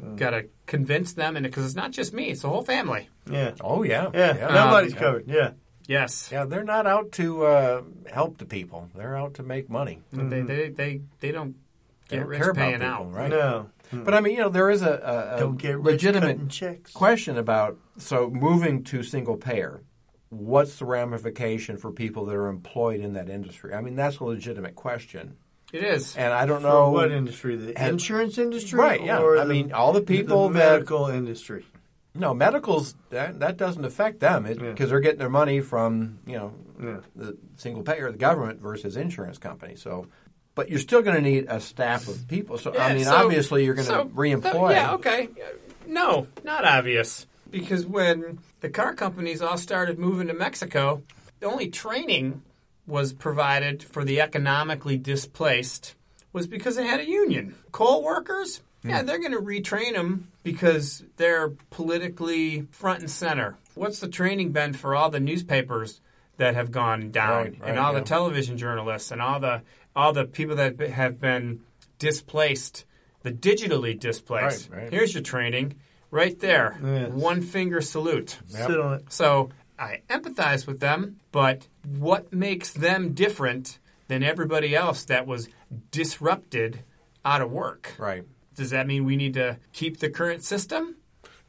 [SPEAKER 3] Mm.
[SPEAKER 4] Got to convince them, and because it's not just me, it's the whole family.
[SPEAKER 2] yeah,
[SPEAKER 3] Oh, yeah.
[SPEAKER 2] yeah. Nobody's
[SPEAKER 3] Yeah.
[SPEAKER 2] covered. Yeah,
[SPEAKER 4] Yes,
[SPEAKER 3] Yeah, they're not out to uh, help the people. They're out to make money.
[SPEAKER 4] they, they they they don't
[SPEAKER 3] Mm-hmm. They
[SPEAKER 4] get
[SPEAKER 3] don't
[SPEAKER 4] rich
[SPEAKER 3] care about
[SPEAKER 4] paying
[SPEAKER 3] people,
[SPEAKER 4] out.
[SPEAKER 3] right?
[SPEAKER 2] no,
[SPEAKER 3] But I mean, you know, there is a, a, a
[SPEAKER 2] don't get rich
[SPEAKER 3] legitimate
[SPEAKER 2] cutting checks.
[SPEAKER 3] question about so moving to single payer. What's the ramification for people that are employed in that industry? I mean, that's a legitimate question,
[SPEAKER 4] It is.
[SPEAKER 3] and I don't
[SPEAKER 2] For
[SPEAKER 3] know
[SPEAKER 2] what industry? The
[SPEAKER 3] Had-
[SPEAKER 2] insurance industry,
[SPEAKER 3] Right, yeah.
[SPEAKER 2] Or
[SPEAKER 3] I
[SPEAKER 2] the-
[SPEAKER 3] mean, all the people
[SPEAKER 2] the
[SPEAKER 3] that-
[SPEAKER 2] medical industry.
[SPEAKER 3] No, medicals that, that doesn't affect them because
[SPEAKER 2] Yeah.
[SPEAKER 3] they're getting their money from you know
[SPEAKER 2] Yeah.
[SPEAKER 3] the single payer, the government versus insurance company. So, but you're still going to need a staff of people. So I
[SPEAKER 4] Yeah,
[SPEAKER 3] mean,
[SPEAKER 4] so-
[SPEAKER 3] obviously, you're going to
[SPEAKER 4] so-
[SPEAKER 3] reemploy.
[SPEAKER 4] so- yeah, okay. No, not obvious. Because when the car companies all started moving to Mexico, the only training was provided for the economically displaced was because they had a union. Coal workers,
[SPEAKER 3] Hmm.
[SPEAKER 4] yeah, they're going to retrain them because they're politically front and center. What's the training been for all the newspapers that have gone down
[SPEAKER 3] Right, right,
[SPEAKER 4] and all
[SPEAKER 3] yeah.
[SPEAKER 4] the television journalists and all the all the people that have been displaced, the digitally displaced.
[SPEAKER 3] Right, right.
[SPEAKER 4] Here's your training, right there,
[SPEAKER 2] Yes.
[SPEAKER 4] one finger salute.
[SPEAKER 3] Yep.
[SPEAKER 2] Sit on it.
[SPEAKER 4] So I empathize with them, but what makes them different than everybody else that was disrupted out of work?
[SPEAKER 3] right.
[SPEAKER 4] Does that mean we need to keep the current system?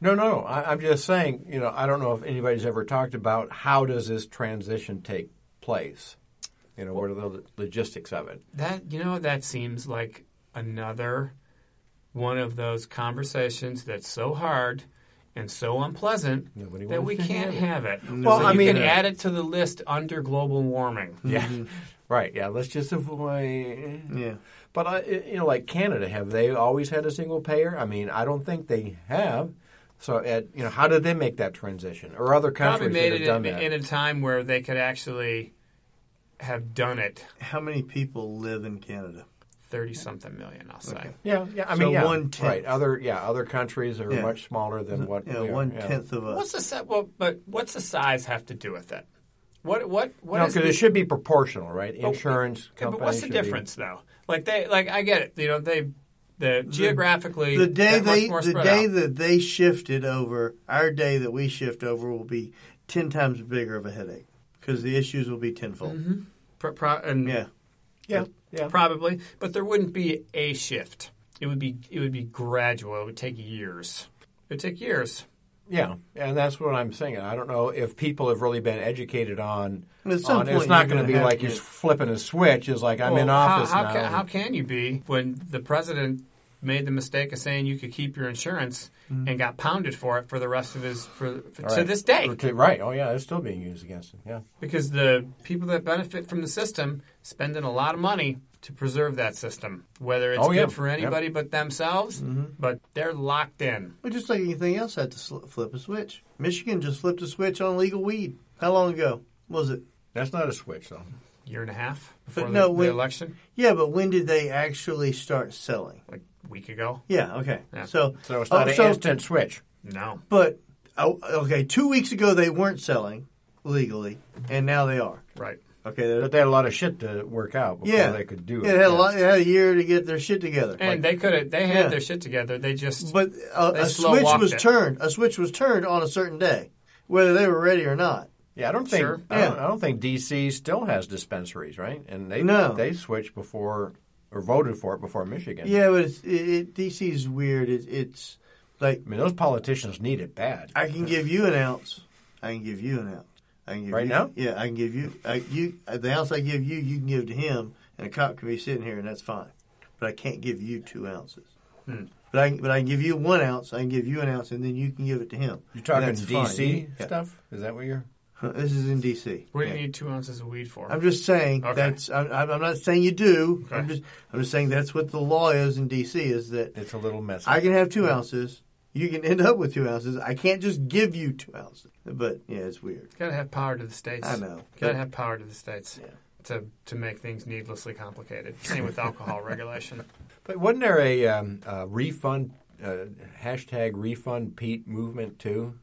[SPEAKER 3] No, no. I, I'm just saying. You know, I don't know if anybody's ever talked about how does this transition take place. You know, what are the logistics of it?
[SPEAKER 4] That you know that seems like another one of those conversations that's so hard and so unpleasant
[SPEAKER 3] Nobody
[SPEAKER 4] that
[SPEAKER 3] wants
[SPEAKER 4] we
[SPEAKER 3] to
[SPEAKER 4] can't have it.
[SPEAKER 3] Well,
[SPEAKER 4] So
[SPEAKER 3] I
[SPEAKER 4] you
[SPEAKER 3] mean-
[SPEAKER 4] can add it to the list under global warming.
[SPEAKER 3] uh, Yeah. Right. Yeah. Let's just avoid.
[SPEAKER 2] Yeah,
[SPEAKER 3] But I, you know, like Canada, have they always had a single payer? I mean, I don't think they have. So, at, you know, how did they make that transition, or other
[SPEAKER 4] Probably
[SPEAKER 3] countries
[SPEAKER 4] made
[SPEAKER 3] that
[SPEAKER 4] it
[SPEAKER 3] have
[SPEAKER 4] in,
[SPEAKER 3] done that?
[SPEAKER 4] in a time where they could actually have done it.
[SPEAKER 2] how many people live in Canada?
[SPEAKER 4] Thirty something million, I'll say.
[SPEAKER 3] yeah, yeah. I
[SPEAKER 2] So
[SPEAKER 3] mean, yeah,
[SPEAKER 2] one-tenth.
[SPEAKER 3] right. Other, yeah, other countries are
[SPEAKER 2] Yeah.
[SPEAKER 3] much smaller than what.
[SPEAKER 2] Yeah,
[SPEAKER 3] we are,
[SPEAKER 2] one tenth of us.
[SPEAKER 4] What's the si- well, but what's the size have to do with it? What what what
[SPEAKER 3] No,
[SPEAKER 4] is
[SPEAKER 3] because
[SPEAKER 4] the-
[SPEAKER 3] it should be proportional, right? Insurance
[SPEAKER 4] Okay, but
[SPEAKER 3] companies
[SPEAKER 4] what's the
[SPEAKER 3] should be-
[SPEAKER 4] difference though? Like they, like I get it. You know, they, the, geographically,
[SPEAKER 2] the day
[SPEAKER 4] they're much
[SPEAKER 2] they
[SPEAKER 4] more
[SPEAKER 2] the
[SPEAKER 4] spread
[SPEAKER 2] day
[SPEAKER 4] out.
[SPEAKER 2] that they shifted over our day that we shift over will be 10 times bigger of a headache because the issues will be tenfold
[SPEAKER 4] Pro- pro- and
[SPEAKER 2] yeah
[SPEAKER 3] Yeah, yeah.
[SPEAKER 4] probably, but there wouldn't be a shift. It would be it would be gradual. It would take years. It would take years.
[SPEAKER 3] Yeah, and that's what I'm saying. I don't know if people have really been educated on.
[SPEAKER 2] At some
[SPEAKER 3] on-
[SPEAKER 2] point
[SPEAKER 3] it's not
[SPEAKER 2] you're
[SPEAKER 3] going
[SPEAKER 2] gonna
[SPEAKER 3] to be
[SPEAKER 2] have
[SPEAKER 3] like
[SPEAKER 2] to-
[SPEAKER 3] you're flipping a switch. It's like I'm in
[SPEAKER 4] Well,
[SPEAKER 3] office
[SPEAKER 4] how,
[SPEAKER 3] now.
[SPEAKER 4] how Can, how can you be when the president made the mistake of saying you could keep your insurance and got pounded for it for the rest of his for, for to
[SPEAKER 3] Right.
[SPEAKER 4] this day?
[SPEAKER 3] Okay, right. Oh, yeah, it's still being used against him. Yeah.
[SPEAKER 4] Because the people that benefit from the system spending a lot of money to preserve that system, whether it's
[SPEAKER 3] Oh,
[SPEAKER 4] good
[SPEAKER 3] yeah.
[SPEAKER 4] for anybody but themselves,
[SPEAKER 2] Mm-hmm.
[SPEAKER 4] but they're locked in.
[SPEAKER 2] but just like anything else had to sl- flip a switch michigan just flipped a switch on legal weed how long ago was it
[SPEAKER 3] That's not a switch, though.
[SPEAKER 4] Year and a half before
[SPEAKER 2] no,
[SPEAKER 4] the,
[SPEAKER 2] we-
[SPEAKER 4] the election,
[SPEAKER 2] yeah but when did they actually start selling
[SPEAKER 4] like a week ago.
[SPEAKER 2] yeah okay
[SPEAKER 4] Yeah.
[SPEAKER 2] so
[SPEAKER 3] So it's not
[SPEAKER 2] oh,
[SPEAKER 3] an instant switch.
[SPEAKER 4] No,
[SPEAKER 2] but oh, okay two weeks ago they weren't selling legally and now they are
[SPEAKER 4] right.
[SPEAKER 2] okay they're-
[SPEAKER 3] But they had a lot of shit to work out before
[SPEAKER 2] yeah
[SPEAKER 3] they could do
[SPEAKER 2] Yeah,
[SPEAKER 3] it.
[SPEAKER 2] they had a lot they had a year to get their shit together
[SPEAKER 4] And they could have. They had
[SPEAKER 2] Yeah.
[SPEAKER 4] their shit together. They just
[SPEAKER 2] But a,
[SPEAKER 4] They
[SPEAKER 2] a
[SPEAKER 4] slow
[SPEAKER 2] switch
[SPEAKER 4] walked
[SPEAKER 2] was
[SPEAKER 4] it.
[SPEAKER 2] turned. A switch was turned on a certain day, whether they were ready or not.
[SPEAKER 3] Yeah, I don't think
[SPEAKER 4] Sure.
[SPEAKER 3] I, don't,
[SPEAKER 2] Yeah.
[SPEAKER 3] I don't think DC still has dispensaries, right? And they
[SPEAKER 2] No.
[SPEAKER 3] they switched before or voted for it before Michigan.
[SPEAKER 2] Yeah, but it's, it, it, DC's weird. It, it's like
[SPEAKER 3] I mean, those politicians need it bad.
[SPEAKER 2] I can give you an ounce. I can give you an ounce. I can give
[SPEAKER 3] Right
[SPEAKER 2] you-
[SPEAKER 3] now?
[SPEAKER 2] Yeah, I can give you. I, you uh, the ounce I give you, you can
[SPEAKER 3] Hmm.
[SPEAKER 2] give to him, and a cop can be sitting here, and that's fine. But I can't give you two ounces. But I, but I can give you one ounce, I can give you an ounce, and then you can give it to him.
[SPEAKER 3] You're talking
[SPEAKER 2] That's fine.
[SPEAKER 3] DC
[SPEAKER 2] Yeah.
[SPEAKER 3] stuff? Is that what you're?
[SPEAKER 2] Huh, Uh, This is in D.C.
[SPEAKER 4] What do
[SPEAKER 2] Yeah.
[SPEAKER 4] you need two ounces of weed for?
[SPEAKER 2] I'm just saying
[SPEAKER 4] Okay.
[SPEAKER 2] that's. I'm, I'm I'm not saying you do. I'm
[SPEAKER 4] Okay.
[SPEAKER 2] just. I'm just saying that's what the law is in D.C. Is that
[SPEAKER 3] It's a little messy.
[SPEAKER 2] I can have two ounces. You can end up with two ounces. I can't just give you two ounces. But yeah, it's weird.
[SPEAKER 4] Gotta have power to the states.
[SPEAKER 2] I know.
[SPEAKER 4] Gotta have power to the states
[SPEAKER 2] Yeah.
[SPEAKER 4] to, to make things needlessly complicated. Same with alcohol regulation.
[SPEAKER 3] But wasn't there a um, uh, refund uh, hashtag refund Pete movement too?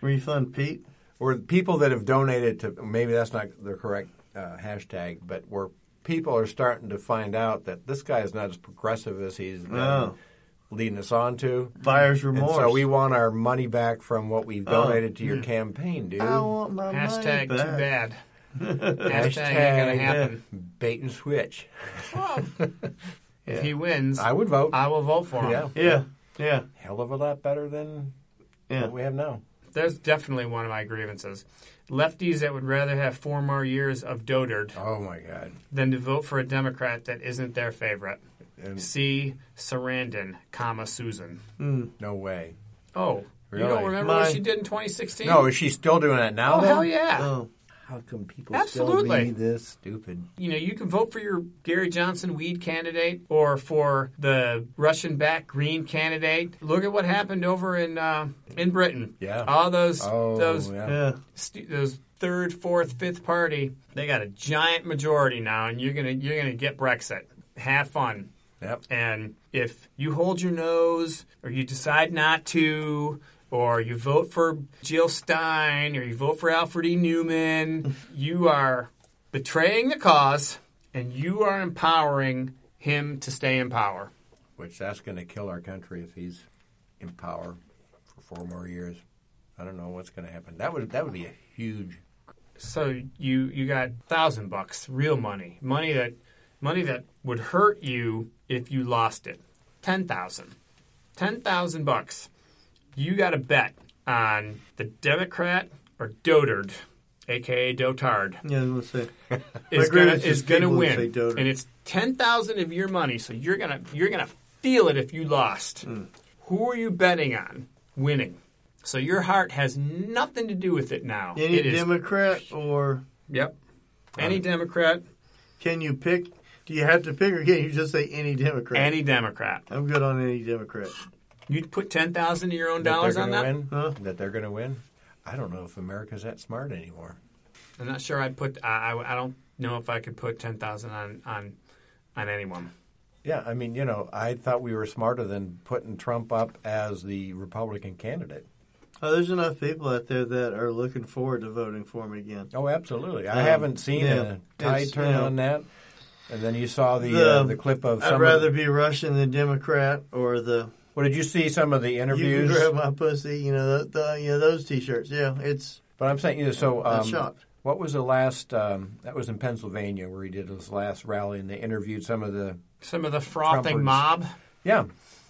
[SPEAKER 2] Refund, Pete.
[SPEAKER 3] Or people that have donated to maybe that's not the correct uh, hashtag, but where people are starting to find out that this guy is not as progressive as he's been
[SPEAKER 2] Oh.
[SPEAKER 3] leading us on to.
[SPEAKER 2] Buyer's
[SPEAKER 3] And
[SPEAKER 2] remorse. Oh.
[SPEAKER 3] so we want our money back from what we've donated to your campaign, dude.
[SPEAKER 2] I want my money
[SPEAKER 4] Hashtag too
[SPEAKER 2] back.
[SPEAKER 4] bad. Hashtag ain't gonna
[SPEAKER 3] Hashtag
[SPEAKER 4] happen.
[SPEAKER 3] bait and switch.
[SPEAKER 4] If he wins,
[SPEAKER 3] I
[SPEAKER 4] I
[SPEAKER 3] would vote.
[SPEAKER 4] will vote for him.
[SPEAKER 3] yeah,
[SPEAKER 2] Yeah. Yeah.
[SPEAKER 3] hell of a lot better than
[SPEAKER 2] Oh, Yeah.
[SPEAKER 3] what we have now.
[SPEAKER 4] That's definitely one of my grievances. Lefties that would rather have four more years of dotard
[SPEAKER 3] Oh my God.
[SPEAKER 4] than to vote for a Democrat that isn't their favorite.
[SPEAKER 3] And
[SPEAKER 4] See Sarandon, comma Susan.
[SPEAKER 3] no way.
[SPEAKER 4] Oh, you
[SPEAKER 3] Really?
[SPEAKER 4] don't remember
[SPEAKER 2] My-
[SPEAKER 4] what she did in 2016?
[SPEAKER 3] No, is she still doing that now?
[SPEAKER 4] Oh,
[SPEAKER 3] then?
[SPEAKER 4] hell yeah.
[SPEAKER 2] Oh.
[SPEAKER 3] How come people
[SPEAKER 4] Absolutely.
[SPEAKER 3] still be this stupid?
[SPEAKER 4] you know, you can vote for your Gary Johnson weed candidate or for the Russian backed Green candidate. Look at what happened over in uh, in Britain.
[SPEAKER 3] Yeah.
[SPEAKER 4] all those
[SPEAKER 3] Oh,
[SPEAKER 4] those
[SPEAKER 3] yeah.
[SPEAKER 2] Yeah.
[SPEAKER 4] st- those third, fourth, fifth party. They got a giant majority now, and you're gonna you're gonna get Brexit. Have fun.
[SPEAKER 3] Yep.
[SPEAKER 4] And if you hold your nose, or you decide not to, or you vote for Jill Stein, or you vote for Alfred E. Newman, you are betraying the cause and you are empowering him to stay in power.
[SPEAKER 3] Which that's going to kill our country if he's in power for four more years. I don't know what's going to happen. That would that would be a huge.
[SPEAKER 4] So you you got thousand bucks, real money, money that money that would hurt you if you lost it. Ten thousand, ten thousand bucks. You got to bet on the Democrat or dotard, aka dotard,
[SPEAKER 2] Yeah. I was gonna say.
[SPEAKER 4] is
[SPEAKER 2] agree
[SPEAKER 4] gonna
[SPEAKER 2] with
[SPEAKER 4] is
[SPEAKER 2] just
[SPEAKER 4] gonna
[SPEAKER 2] people who
[SPEAKER 4] win,
[SPEAKER 2] say dotard.
[SPEAKER 4] and it's ten thousand of your money. So you're gonna you're gonna feel it if you lost.
[SPEAKER 2] Hmm.
[SPEAKER 4] Who are you betting on winning? So your heart has nothing to do with it now.
[SPEAKER 2] Any
[SPEAKER 4] it is
[SPEAKER 2] Democrat or
[SPEAKER 4] Yep.
[SPEAKER 3] Um,
[SPEAKER 4] Any Democrat.
[SPEAKER 2] can you pick? Do you have to pick, or can you just say any Democrat?
[SPEAKER 4] Any Democrat.
[SPEAKER 2] I'm good on any Democrat.
[SPEAKER 4] You'd put ten thousand of your own
[SPEAKER 3] that they're
[SPEAKER 4] dollars on
[SPEAKER 3] gonna
[SPEAKER 4] that.
[SPEAKER 3] Win,
[SPEAKER 2] Huh?
[SPEAKER 3] That they're going to win. I don't know if America's that smart anymore.
[SPEAKER 4] I'm not sure. I'd put. I, I, I don't know if I could put ten thousand on on on anyone.
[SPEAKER 3] Yeah, I mean, you know, I thought we were smarter than putting Trump up as the Republican candidate.
[SPEAKER 2] Oh, there's enough people out there that are looking forward to voting for him again.
[SPEAKER 3] Oh, absolutely. I
[SPEAKER 2] Um,
[SPEAKER 3] haven't seen
[SPEAKER 2] yeah,
[SPEAKER 3] a tide
[SPEAKER 2] it's,
[SPEAKER 3] turn
[SPEAKER 2] yeah.
[SPEAKER 3] on that. And then you saw the the, uh,
[SPEAKER 2] The-
[SPEAKER 3] the clip of some.
[SPEAKER 2] I'd
[SPEAKER 3] of-
[SPEAKER 2] rather be Russian than Democrat or the
[SPEAKER 3] Well, did you see some of the
[SPEAKER 2] you
[SPEAKER 3] interviews?
[SPEAKER 2] can grab my pussy. You know, the, the, you know those T-shirts. Yeah, it's
[SPEAKER 3] But I'm saying, you know, so
[SPEAKER 2] I'm
[SPEAKER 3] um,
[SPEAKER 2] shocked.
[SPEAKER 3] what was the last? Um, that was in Pennsylvania where he did his last rally, and they interviewed some of the
[SPEAKER 4] Some of the frothing
[SPEAKER 3] Trumpers.
[SPEAKER 4] mob.
[SPEAKER 3] yeah,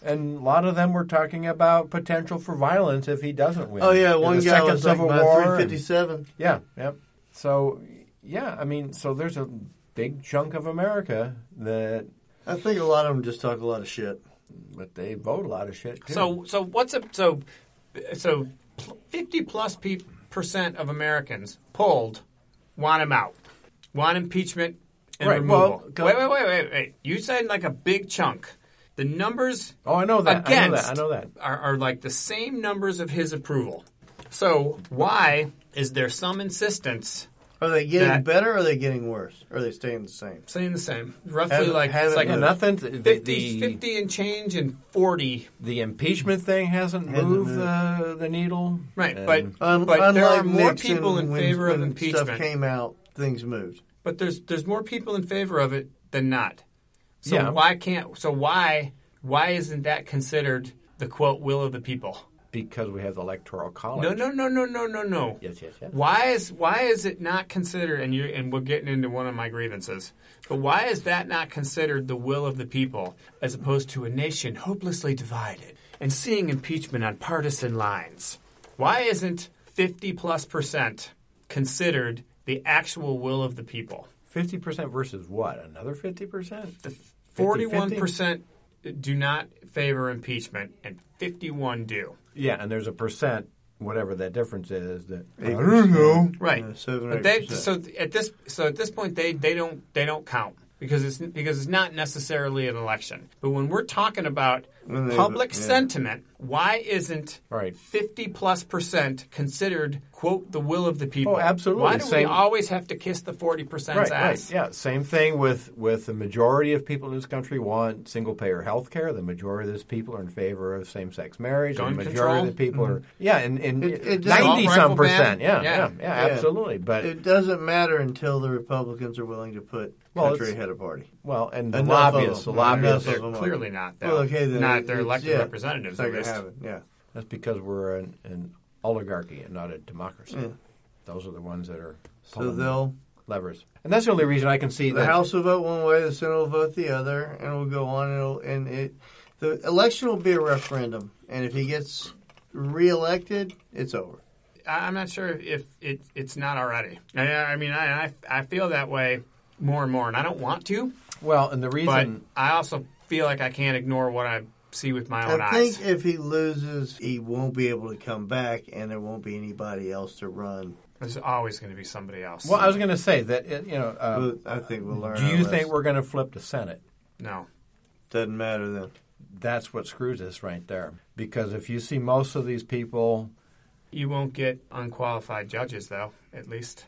[SPEAKER 3] and a lot of them were talking about potential for violence if he doesn't win.
[SPEAKER 2] Oh yeah,
[SPEAKER 3] In
[SPEAKER 2] one
[SPEAKER 3] the
[SPEAKER 2] guy
[SPEAKER 3] second
[SPEAKER 2] was
[SPEAKER 3] Civil
[SPEAKER 2] like my
[SPEAKER 3] War. and-
[SPEAKER 2] 357.
[SPEAKER 3] yeah, yep. So yeah, I mean, so there's a big chunk of America that,
[SPEAKER 2] I think a lot of them just talk a lot of shit.
[SPEAKER 3] but they vote a lot of shit. Too.
[SPEAKER 4] So so what's a so so fifty plus pe- percent of Americans polled want him out, want impeachment and
[SPEAKER 3] Right, well,
[SPEAKER 4] removal.
[SPEAKER 3] go-
[SPEAKER 4] wait wait wait wait wait. You said like a big chunk. The numbers
[SPEAKER 3] oh, I know that. I know
[SPEAKER 4] against
[SPEAKER 3] that. I know that.
[SPEAKER 4] Are, are like the same numbers of his approval. So why is there some insistence
[SPEAKER 2] Are they getting
[SPEAKER 4] That-
[SPEAKER 2] better or are they getting worse? Or are they staying the same?
[SPEAKER 4] saying the same? Roughly
[SPEAKER 2] Haven't-
[SPEAKER 4] like it's
[SPEAKER 2] haven't
[SPEAKER 4] like
[SPEAKER 2] moved.
[SPEAKER 3] Nothing. The,
[SPEAKER 4] 50,
[SPEAKER 3] the-
[SPEAKER 4] 50 and change and forty.
[SPEAKER 3] the impeachment thing hasn't
[SPEAKER 2] Hasn't
[SPEAKER 3] moved
[SPEAKER 2] moved.
[SPEAKER 3] the the needle.
[SPEAKER 4] Right,
[SPEAKER 3] And-
[SPEAKER 4] but
[SPEAKER 2] Un-
[SPEAKER 4] but there are
[SPEAKER 2] unlike
[SPEAKER 4] more
[SPEAKER 2] Nixon,
[SPEAKER 4] people in
[SPEAKER 2] when-
[SPEAKER 4] favor of
[SPEAKER 2] when
[SPEAKER 4] impeachment.
[SPEAKER 2] Stuff came out, things moved.
[SPEAKER 4] But there's there's more people in favor of it than not. So
[SPEAKER 3] Yeah.
[SPEAKER 4] why can't so why why isn't that considered the quote will of the people?
[SPEAKER 3] because we have the electoral college.
[SPEAKER 4] No no no no no no no.
[SPEAKER 3] Yes, yes, yes.
[SPEAKER 4] Why is why is it not considered and you and we're getting into one of my grievances, but why is that not considered the will of the people as opposed to a nation hopelessly divided and seeing impeachment on partisan lines? Why isn't fifty plus percent considered the actual will of the people?
[SPEAKER 3] Fifty percent versus what? Another fifty percent?
[SPEAKER 4] The forty-one percent do not favor impeachment, and 51 do.
[SPEAKER 3] Yeah, and there's a percent, whatever that difference is. That
[SPEAKER 2] Eight percent.
[SPEAKER 4] Right.
[SPEAKER 2] Yeah, seven or
[SPEAKER 4] But they-
[SPEAKER 2] 8%.
[SPEAKER 4] so th- at this so at this point they, they don't they don't count because it's because it's not necessarily an election. But when we're talking about
[SPEAKER 2] When they-
[SPEAKER 4] public
[SPEAKER 2] yeah.
[SPEAKER 4] sentiment, why isn't
[SPEAKER 3] Right.
[SPEAKER 4] 50 plus percent considered quote the will of the people?
[SPEAKER 3] Oh, absolutely.
[SPEAKER 4] Why do we
[SPEAKER 3] Same-
[SPEAKER 4] always have to kiss the 40 percent
[SPEAKER 3] Right,
[SPEAKER 4] ass?
[SPEAKER 3] right. Yeah, same thing with with the majority of people in this country want single payer health care. The majority of those people are in favor of same sex marriage.
[SPEAKER 4] Gun
[SPEAKER 3] and the majority
[SPEAKER 4] control?
[SPEAKER 3] of the people are yeah, and, and
[SPEAKER 2] Mm-hmm. It- it just-
[SPEAKER 3] ninety some
[SPEAKER 4] Assault rifle
[SPEAKER 3] percent.
[SPEAKER 4] ban?
[SPEAKER 3] Yeah,
[SPEAKER 4] Yeah.
[SPEAKER 3] yeah, yeah,
[SPEAKER 2] Yeah.
[SPEAKER 3] absolutely. But
[SPEAKER 2] It doesn't matter until the Republicans are willing to put
[SPEAKER 3] Well,
[SPEAKER 2] country
[SPEAKER 3] it's-
[SPEAKER 2] ahead of party.
[SPEAKER 3] well, and the
[SPEAKER 2] Enough
[SPEAKER 3] lobbyists,
[SPEAKER 2] of
[SPEAKER 3] the
[SPEAKER 2] them.
[SPEAKER 3] lobbyists.
[SPEAKER 2] Enough
[SPEAKER 4] They're
[SPEAKER 2] of them.
[SPEAKER 4] clearly not. Though.
[SPEAKER 2] Well, okay, then
[SPEAKER 4] not
[SPEAKER 2] it-
[SPEAKER 4] their
[SPEAKER 2] it's-
[SPEAKER 4] elected
[SPEAKER 2] yeah,
[SPEAKER 4] representatives.
[SPEAKER 2] It's not
[SPEAKER 4] at
[SPEAKER 2] gonna
[SPEAKER 4] least.
[SPEAKER 2] happen. Yeah.
[SPEAKER 3] That's because we're an, an oligarchy and not a democracy. Those are the ones that are
[SPEAKER 2] Mm. So
[SPEAKER 3] pulling
[SPEAKER 2] they'll
[SPEAKER 3] levers, and that's the only reason I can see
[SPEAKER 2] the
[SPEAKER 3] that.
[SPEAKER 2] House will vote one way, the Senate will vote the other, and it'll go on. And, it'll, and it, the election will be a referendum, and if he gets reelected, it's over.
[SPEAKER 4] I- I'm not sure if it, it's not already. I, I mean, I, I I feel that way more and more, and I don't want to,
[SPEAKER 3] Well, and the
[SPEAKER 4] but
[SPEAKER 3] reason
[SPEAKER 4] I also feel like I can't ignore what I see with my own
[SPEAKER 2] I
[SPEAKER 4] eyes.
[SPEAKER 2] think if he loses, he won't be able to come back, and there won't be anybody else to run.
[SPEAKER 4] There's always going to be somebody else.
[SPEAKER 3] well, I was going to say that it, you know. Uh,
[SPEAKER 2] But I think we'll learn.
[SPEAKER 3] do
[SPEAKER 2] our
[SPEAKER 3] you think
[SPEAKER 2] lesson.
[SPEAKER 3] we're going to flip the Senate?
[SPEAKER 4] no.
[SPEAKER 2] doesn't matter then?
[SPEAKER 3] that's what screws us right there. Because if you see most of these people,
[SPEAKER 4] You won't get unqualified judges, though. At least,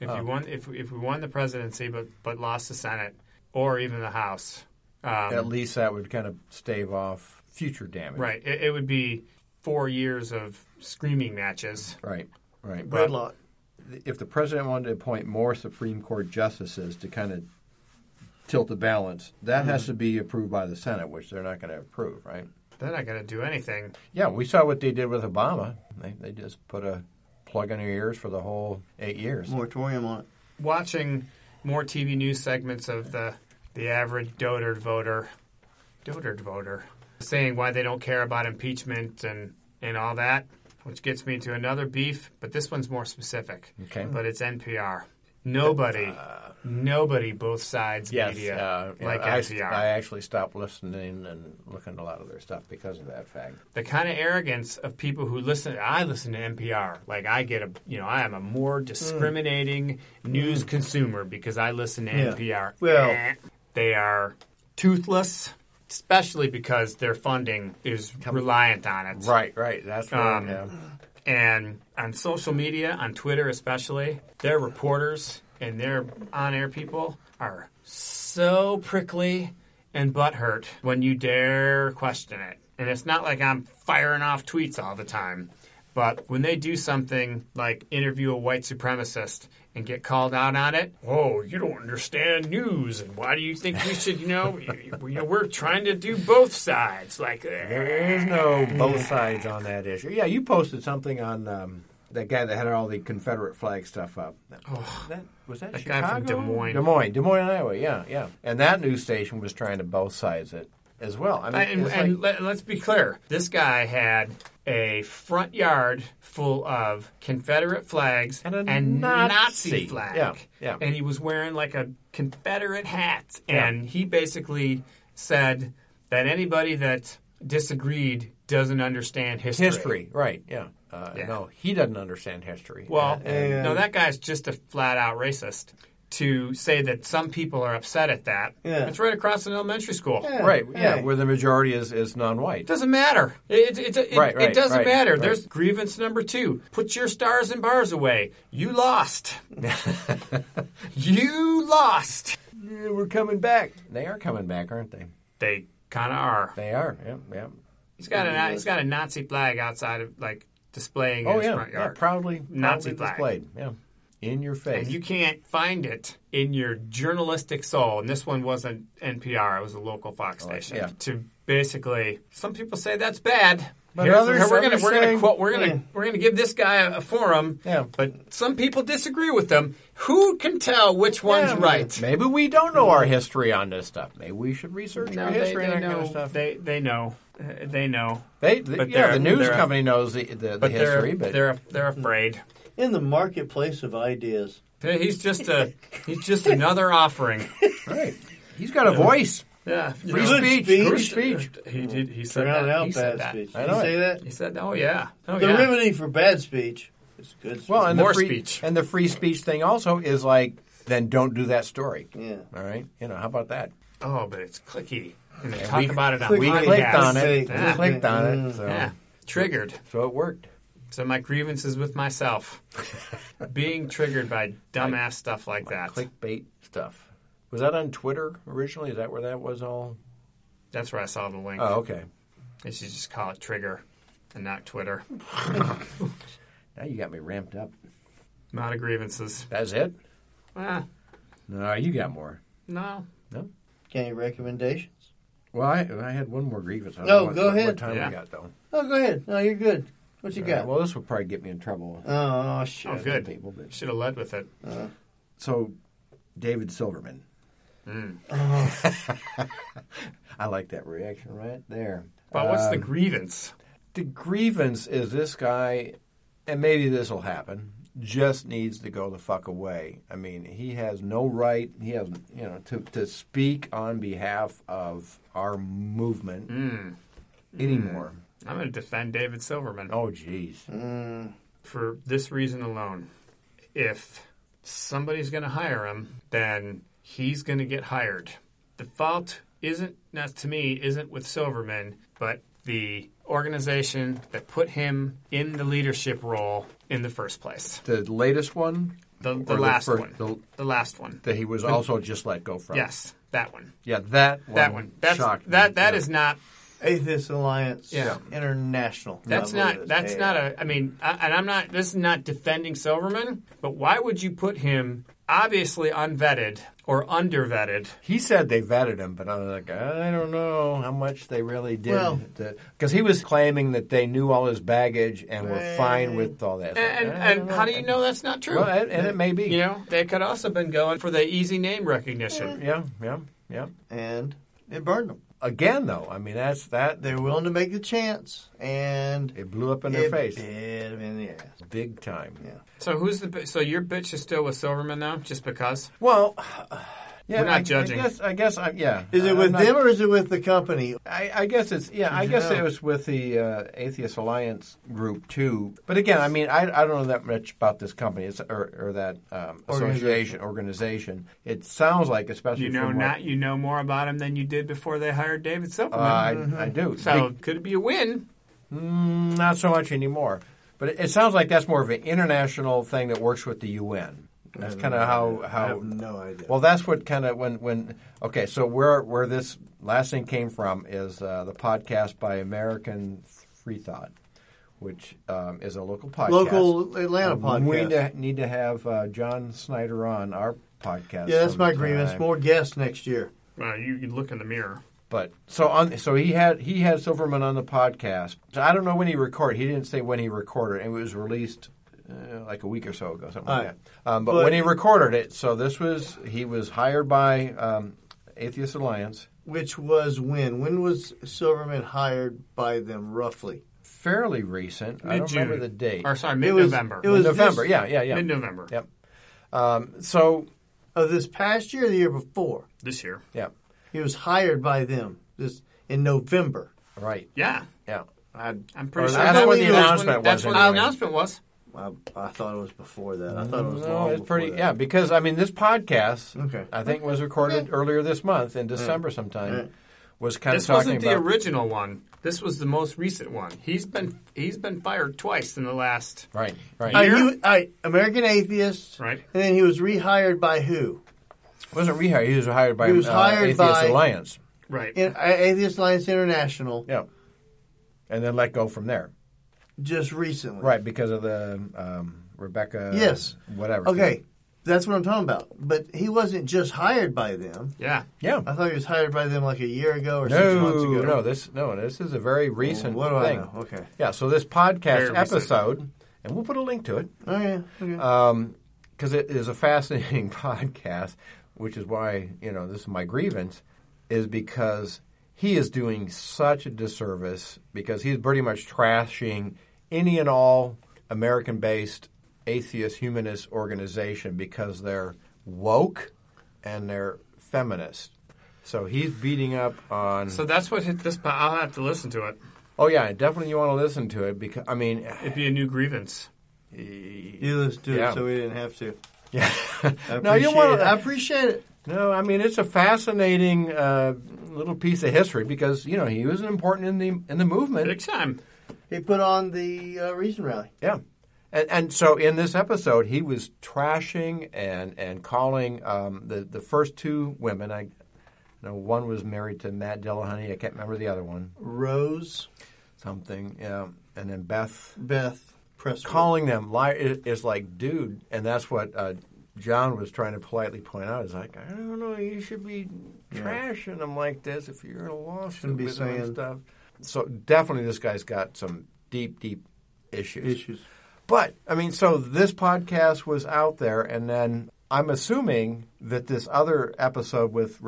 [SPEAKER 4] if
[SPEAKER 3] Oh.
[SPEAKER 4] you won, if if we won the presidency but but lost the Senate or even the House,
[SPEAKER 3] at
[SPEAKER 4] um,
[SPEAKER 3] least that would kind of stave off future damage.
[SPEAKER 4] right? It, it would be four years of screaming matches.
[SPEAKER 3] Right. Right. But
[SPEAKER 2] Gridlock.
[SPEAKER 3] if the president wanted to appoint more Supreme Court justices to kind of tilt the balance, that has to be approved by the Senate, which they're not going to approve, right?
[SPEAKER 4] They're not going to do anything.
[SPEAKER 3] Yeah, we saw what they did with Obama. They, they just put a plug in their ears for the whole eight years.
[SPEAKER 2] Moratorium on it.
[SPEAKER 4] watching more TV news segments of the the average dotard voter, dotard voter, saying why they don't care about impeachment and and all that, which gets me to another beef. But this one's more specific.
[SPEAKER 3] Okay.
[SPEAKER 4] but it's NPR. Nobody, nobody, both sides media
[SPEAKER 3] uh, yeah,
[SPEAKER 4] like
[SPEAKER 3] I,
[SPEAKER 4] NPR.
[SPEAKER 3] I actually stopped listening and looking at a lot of their stuff because of that fact.
[SPEAKER 4] the kind of arrogance of people who listen. I listen to NPR. Like I get a, you know, I am a more discriminating news consumer because I listen to NPR.
[SPEAKER 2] Well-
[SPEAKER 4] Eh. they are toothless, especially because their funding is reliant on it.
[SPEAKER 3] Right, right. That's right.
[SPEAKER 4] Um,
[SPEAKER 3] yeah.
[SPEAKER 4] And on social media, on Twitter especially, their reporters and their on-air people are so prickly and butthurt when you dare question it. And it's not like I'm firing off tweets all the time, but when they do something like interview a white supremacist and get called out on it, whoa, you don't understand news, and why do you think we should, you know, you, you know we're trying to do both sides, like.
[SPEAKER 3] There is no both sides on that issue. Yeah, you posted something on um, that guy that had all the Confederate flag stuff up. that, was Oh, that,
[SPEAKER 4] That guy
[SPEAKER 3] Chicago?
[SPEAKER 4] from Des Moines.
[SPEAKER 3] Des Moines, Des Moines, Iowa. Yeah, yeah. And that news station was trying to both sides it as well. I mean,
[SPEAKER 4] and,
[SPEAKER 3] it's
[SPEAKER 4] and
[SPEAKER 3] like-
[SPEAKER 4] let, let's be clear this guy had a front yard full of confederate flags
[SPEAKER 3] And
[SPEAKER 4] and,
[SPEAKER 3] a
[SPEAKER 4] nazi,
[SPEAKER 3] Nazi.
[SPEAKER 4] flag
[SPEAKER 3] Yeah, yeah.
[SPEAKER 4] and he was wearing like a confederate hat and he basically said that anybody that disagreed doesn't understand history
[SPEAKER 3] history, right? Yeah. Uh,
[SPEAKER 4] Yeah.
[SPEAKER 3] No, he doesn't understand history. Uh,
[SPEAKER 4] well,
[SPEAKER 2] And-
[SPEAKER 4] no, that guy's just a flat out racist to say that some people are upset at that.
[SPEAKER 2] Yeah.
[SPEAKER 4] It's right across an elementary school.
[SPEAKER 3] right? Yeah,
[SPEAKER 2] Hey.
[SPEAKER 3] where the majority is, is non-white.
[SPEAKER 4] It doesn't matter. It, it, it, it,
[SPEAKER 3] Right, right,
[SPEAKER 4] it doesn't
[SPEAKER 3] right,
[SPEAKER 4] matter.
[SPEAKER 3] right.
[SPEAKER 4] There's grievance number two. Put your stars and bars away. You lost. you lost.
[SPEAKER 3] Yeah, we're coming back. They are coming back, aren't they?
[SPEAKER 4] They kind of are.
[SPEAKER 3] They are. Yeah, yeah.
[SPEAKER 4] He's got a he's got a Nazi flag outside of like displaying in
[SPEAKER 3] Oh
[SPEAKER 4] his
[SPEAKER 3] yeah,
[SPEAKER 4] front
[SPEAKER 3] yeah.
[SPEAKER 4] yard,
[SPEAKER 3] Proudly,
[SPEAKER 4] Nazi
[SPEAKER 3] proudly
[SPEAKER 4] flag.
[SPEAKER 3] displayed. Yeah, in your face.
[SPEAKER 4] and you can't find it in your journalistic soul. And this one wasn't NPR; it was a local Fox station.
[SPEAKER 3] Oh, yeah.
[SPEAKER 4] To basically, some people say that's bad.
[SPEAKER 3] But
[SPEAKER 4] Here's-
[SPEAKER 3] others-
[SPEAKER 4] we're gonna
[SPEAKER 3] others
[SPEAKER 4] we're gonna
[SPEAKER 3] say-
[SPEAKER 4] quote we're gonna
[SPEAKER 2] Yeah.
[SPEAKER 4] we're gonna give this guy a, a forum.
[SPEAKER 3] Yeah.
[SPEAKER 4] But some people disagree with them. Who can tell which one's
[SPEAKER 3] Yeah,
[SPEAKER 4] right?
[SPEAKER 3] Maybe we don't know our history on this stuff. Maybe we should research
[SPEAKER 4] No,
[SPEAKER 3] our
[SPEAKER 4] they,
[SPEAKER 3] history
[SPEAKER 4] they
[SPEAKER 3] on that kind
[SPEAKER 4] know.
[SPEAKER 3] of stuff.
[SPEAKER 4] They they know. Uh, They know.
[SPEAKER 3] They, they-
[SPEAKER 4] but
[SPEAKER 3] yeah,
[SPEAKER 4] they're-
[SPEAKER 3] the news
[SPEAKER 4] they're-
[SPEAKER 3] company knows the, the, the
[SPEAKER 4] But they're
[SPEAKER 3] history, but
[SPEAKER 4] they're they're afraid.
[SPEAKER 2] In the marketplace of ideas,
[SPEAKER 4] He's just a he's just another offering.
[SPEAKER 3] right. he's got a voice.
[SPEAKER 4] Yeah,
[SPEAKER 3] Free
[SPEAKER 2] Good
[SPEAKER 3] speech.
[SPEAKER 2] speech.
[SPEAKER 3] Free speech.
[SPEAKER 4] He did. He said
[SPEAKER 2] Drown
[SPEAKER 4] that.
[SPEAKER 2] out
[SPEAKER 4] He
[SPEAKER 2] bad
[SPEAKER 4] said that.
[SPEAKER 2] speech.
[SPEAKER 3] I
[SPEAKER 2] Did
[SPEAKER 3] know
[SPEAKER 2] you say
[SPEAKER 3] it.
[SPEAKER 2] that?
[SPEAKER 4] He said, "Oh yeah, oh
[SPEAKER 2] The
[SPEAKER 4] yeah."
[SPEAKER 2] remedy for bad speech is good speech.
[SPEAKER 3] Well, and the
[SPEAKER 4] More
[SPEAKER 3] free,
[SPEAKER 4] speech.
[SPEAKER 3] And the free speech thing also is like, then don't do that story.
[SPEAKER 2] Yeah.
[SPEAKER 3] All right. You know, how about that?
[SPEAKER 4] Oh, but it's clicky, and they
[SPEAKER 3] And
[SPEAKER 4] talk
[SPEAKER 3] we
[SPEAKER 4] about it on
[SPEAKER 2] clicked
[SPEAKER 3] We
[SPEAKER 2] Clickbait.
[SPEAKER 4] podcasts.
[SPEAKER 3] clicked on it.
[SPEAKER 2] Clickbait.
[SPEAKER 3] We clicked on it. So,
[SPEAKER 4] Yeah, triggered.
[SPEAKER 3] so it worked.
[SPEAKER 4] So my grievance is with myself, being triggered by dumbass stuff like that.
[SPEAKER 3] Clickbait stuff. Was that on Twitter originally? Is that where that was all?
[SPEAKER 4] That's where I saw the link.
[SPEAKER 3] Oh, okay.
[SPEAKER 4] They should just call it Trigger, and not Twitter.
[SPEAKER 3] Now you got me ramped up.
[SPEAKER 4] Not a grievances.
[SPEAKER 3] That's it?
[SPEAKER 4] Ah,
[SPEAKER 3] No, you got more.
[SPEAKER 4] no.
[SPEAKER 2] Any recommendations?
[SPEAKER 3] Well, I, I had one more grievance. I don't
[SPEAKER 2] No,
[SPEAKER 3] know what-
[SPEAKER 2] go
[SPEAKER 3] what- What
[SPEAKER 2] ahead.
[SPEAKER 3] time
[SPEAKER 4] Yeah.
[SPEAKER 3] we got though?
[SPEAKER 2] Oh, go ahead. No, you're good. What you got?
[SPEAKER 3] Well, this will probably get me in trouble. with
[SPEAKER 2] Oh, shit.
[SPEAKER 4] Oh, good.
[SPEAKER 3] People, but
[SPEAKER 4] Should have led with it.
[SPEAKER 3] so, David Silverman. I like that reaction right there.
[SPEAKER 4] But what's the
[SPEAKER 3] Um,
[SPEAKER 4] grievance?
[SPEAKER 3] the grievance is this guy, and maybe this will happen. Just needs to go the fuck away. I mean, he has no right. He has you know to to speak on behalf of our movement
[SPEAKER 4] Hmm.
[SPEAKER 3] anymore.
[SPEAKER 4] I'm going to defend David Silverman
[SPEAKER 3] Oh, jeez.
[SPEAKER 4] for this reason alone. If somebody's going to hire him, then he's going to get hired. The fault isn't, not to me, isn't with Silverman, but the organization that put him in the leadership role in the first place.
[SPEAKER 3] The latest one.
[SPEAKER 4] The,
[SPEAKER 3] Or
[SPEAKER 4] the last
[SPEAKER 3] first-
[SPEAKER 4] one.
[SPEAKER 3] the-
[SPEAKER 4] The last one.
[SPEAKER 3] that he was also just let go from.
[SPEAKER 4] Yes, that one.
[SPEAKER 3] Yeah, that one.
[SPEAKER 4] That one. That's
[SPEAKER 3] shocked me.
[SPEAKER 4] that. That
[SPEAKER 3] Yeah.
[SPEAKER 4] is not
[SPEAKER 2] Atheist Alliance
[SPEAKER 4] Yeah.
[SPEAKER 2] International.
[SPEAKER 4] That's not. That's not a. I mean, I, and I'm not. This is not defending Silverman, but why would you put him obviously unvetted or undervetted?
[SPEAKER 3] He said they vetted him, but I was like, I don't know how much they really did.
[SPEAKER 2] Well-
[SPEAKER 3] Because he was claiming that they knew all his baggage and were fine with all that.
[SPEAKER 4] And
[SPEAKER 3] I don't
[SPEAKER 4] and, and how do you know that's not true?
[SPEAKER 3] Well, and, and it may be.
[SPEAKER 4] you know, they could also been going for the easy name recognition.
[SPEAKER 3] Yeah, yeah, yeah.
[SPEAKER 2] And it burned them.
[SPEAKER 3] Again, though, I mean, that's that.
[SPEAKER 2] They're willing to make the chance, and
[SPEAKER 3] It blew up in their
[SPEAKER 2] it
[SPEAKER 3] face.
[SPEAKER 2] bit 'em in the ass.
[SPEAKER 3] Big time.
[SPEAKER 2] Yeah.
[SPEAKER 4] So who's the? bi- So your bitch is still with Silverman though, just because?
[SPEAKER 3] Well, yeah,
[SPEAKER 4] We're not
[SPEAKER 3] I,
[SPEAKER 4] judging.
[SPEAKER 3] I guess, I guess, I, yeah.
[SPEAKER 2] Is it
[SPEAKER 3] I'm
[SPEAKER 2] with
[SPEAKER 3] not-
[SPEAKER 2] them or is it with the company?
[SPEAKER 3] I, I guess it's yeah. I guess it was with the uh, Atheist Alliance group too. But again, I mean, I, I don't know that much about this company it's, or, or that um, association organization. It sounds like, especially
[SPEAKER 4] You know,
[SPEAKER 3] from what-
[SPEAKER 4] not you know more about him than you did before they hired David
[SPEAKER 3] Uh,
[SPEAKER 4] Silverman.
[SPEAKER 3] I, I do.
[SPEAKER 4] Mm-hmm. so could it be a win?
[SPEAKER 3] Mm, not so much anymore. But it, it sounds like that's more of an international thing that works with the UN. That's
[SPEAKER 2] Mm-hmm.
[SPEAKER 3] kind of how how
[SPEAKER 2] I have no idea.
[SPEAKER 3] Well, that's what kind of when when okay. So where where this last thing came from is uh, the podcast by American Free Thought, which um, is a local podcast,
[SPEAKER 2] Local Atlanta podcast.
[SPEAKER 3] We need to, need to have uh, John Snyder on our podcast.
[SPEAKER 2] yeah, that's my
[SPEAKER 3] sometime.
[SPEAKER 2] grievance. More guests next year.
[SPEAKER 4] Well, you, you look in the mirror.
[SPEAKER 3] But so on. So he had he had Silverman on the podcast. So I don't know when he recorded. He didn't say when he recorded. It was released uh, like a week or so ago, something like
[SPEAKER 2] All right.
[SPEAKER 3] that. Um, but,
[SPEAKER 2] But-
[SPEAKER 3] when he recorded it, so this was he was hired by um, Atheist Alliance.
[SPEAKER 2] Which was when? When was Silverman hired by them, roughly?
[SPEAKER 3] Fairly recent. I don't
[SPEAKER 4] Mid-June.
[SPEAKER 3] remember the date.
[SPEAKER 4] Or sorry,
[SPEAKER 2] It was-
[SPEAKER 4] mid-November.
[SPEAKER 2] it was
[SPEAKER 3] November.
[SPEAKER 2] this-
[SPEAKER 3] yeah, yeah, yeah.
[SPEAKER 4] Mid-November.
[SPEAKER 3] Yep. Um, so
[SPEAKER 2] Of Oh, this past year or the year before?
[SPEAKER 4] this year.
[SPEAKER 3] yeah,
[SPEAKER 2] He was hired by them this in November.
[SPEAKER 3] right.
[SPEAKER 4] Yeah.
[SPEAKER 3] Yeah.
[SPEAKER 2] I,
[SPEAKER 4] I'm pretty
[SPEAKER 3] Or
[SPEAKER 4] sure
[SPEAKER 3] that's
[SPEAKER 4] that
[SPEAKER 2] when
[SPEAKER 4] was
[SPEAKER 2] the
[SPEAKER 4] when-
[SPEAKER 3] announcement
[SPEAKER 4] That's
[SPEAKER 3] was
[SPEAKER 4] when
[SPEAKER 3] anyway.
[SPEAKER 4] the announcement was.
[SPEAKER 2] I, I thought it was before that. I thought it was
[SPEAKER 3] No,
[SPEAKER 2] long
[SPEAKER 3] it's
[SPEAKER 2] before
[SPEAKER 3] pretty.
[SPEAKER 2] that.
[SPEAKER 3] Yeah, because I mean, this podcast
[SPEAKER 2] Okay.
[SPEAKER 3] I think was recorded
[SPEAKER 2] Yeah.
[SPEAKER 3] earlier this month in December sometime. Was kind
[SPEAKER 4] This
[SPEAKER 3] of talking
[SPEAKER 4] wasn't the
[SPEAKER 3] about
[SPEAKER 4] original one. This was the most recent one. He's been he's been fired twice in the last.
[SPEAKER 3] right, right.
[SPEAKER 2] All
[SPEAKER 4] Year?
[SPEAKER 2] right, he, was- all right, American atheist,
[SPEAKER 4] Right.
[SPEAKER 2] And then he was rehired by who?
[SPEAKER 3] wasn't rehired. He was hired by
[SPEAKER 2] He was
[SPEAKER 3] uh,
[SPEAKER 2] hired
[SPEAKER 3] Atheist
[SPEAKER 2] by-
[SPEAKER 3] Alliance.
[SPEAKER 4] Right.
[SPEAKER 2] In, Atheist Alliance International.
[SPEAKER 3] Yeah, and then let go from there.
[SPEAKER 2] Just recently,
[SPEAKER 3] Right, because of the um, Rebecca.
[SPEAKER 2] Yes.
[SPEAKER 3] Whatever.
[SPEAKER 2] Okay, that's what I'm talking about. But he wasn't just hired by them.
[SPEAKER 4] Yeah.
[SPEAKER 3] Yeah.
[SPEAKER 2] I thought he was hired by them like a year ago or Uh, six months
[SPEAKER 3] No,
[SPEAKER 2] ago.
[SPEAKER 3] no, this no, this is a very recent
[SPEAKER 2] what do I
[SPEAKER 3] thing.
[SPEAKER 2] know? Okay.
[SPEAKER 3] Yeah, so this podcast
[SPEAKER 4] Very recent.
[SPEAKER 3] episode, and we'll put a link to it
[SPEAKER 2] Oh yeah. Okay.
[SPEAKER 3] because it is a fascinating podcast, which is why you know this is my grievance, is because he is doing such a disservice because he's pretty much trashing any and all American-based atheist humanist organization because they're woke and they're feminist. So he's beating up on.
[SPEAKER 4] So that's what hit this. po- I'll have to listen to it.
[SPEAKER 3] oh yeah, definitely you want to listen to it because I mean,
[SPEAKER 4] It'd be a new grievance.
[SPEAKER 2] You listened to
[SPEAKER 3] Yeah.
[SPEAKER 2] it, so we didn't have to.
[SPEAKER 3] yeah.
[SPEAKER 2] I
[SPEAKER 3] No, you
[SPEAKER 2] appreciate
[SPEAKER 3] wanna-
[SPEAKER 2] it. I appreciate it.
[SPEAKER 3] No, I mean it's a fascinating uh, little piece of history because you know he was important in the in the movement.
[SPEAKER 4] Big time.
[SPEAKER 2] He put on the uh, Reason Rally.
[SPEAKER 3] Yeah. And, and so in this episode, he was trashing and, and calling um, the, the first two women. I know one was married to Matt Dillahunty. I can't remember the other one.
[SPEAKER 2] Rose,
[SPEAKER 3] Something. Yeah. And then Beth.
[SPEAKER 2] Beth, Presswood.
[SPEAKER 3] Calling them li- is is like, dude. And that's what uh, John was trying to politely point out. Is like, I don't know, you should be trashing them like this if you're in a lawsuit
[SPEAKER 2] Shouldn't be
[SPEAKER 3] with them and
[SPEAKER 2] saying-
[SPEAKER 3] stuff. So definitely this guy's got some deep, deep
[SPEAKER 2] issues.
[SPEAKER 3] But I mean, so this podcast was out there, and then I'm assuming that this other episode with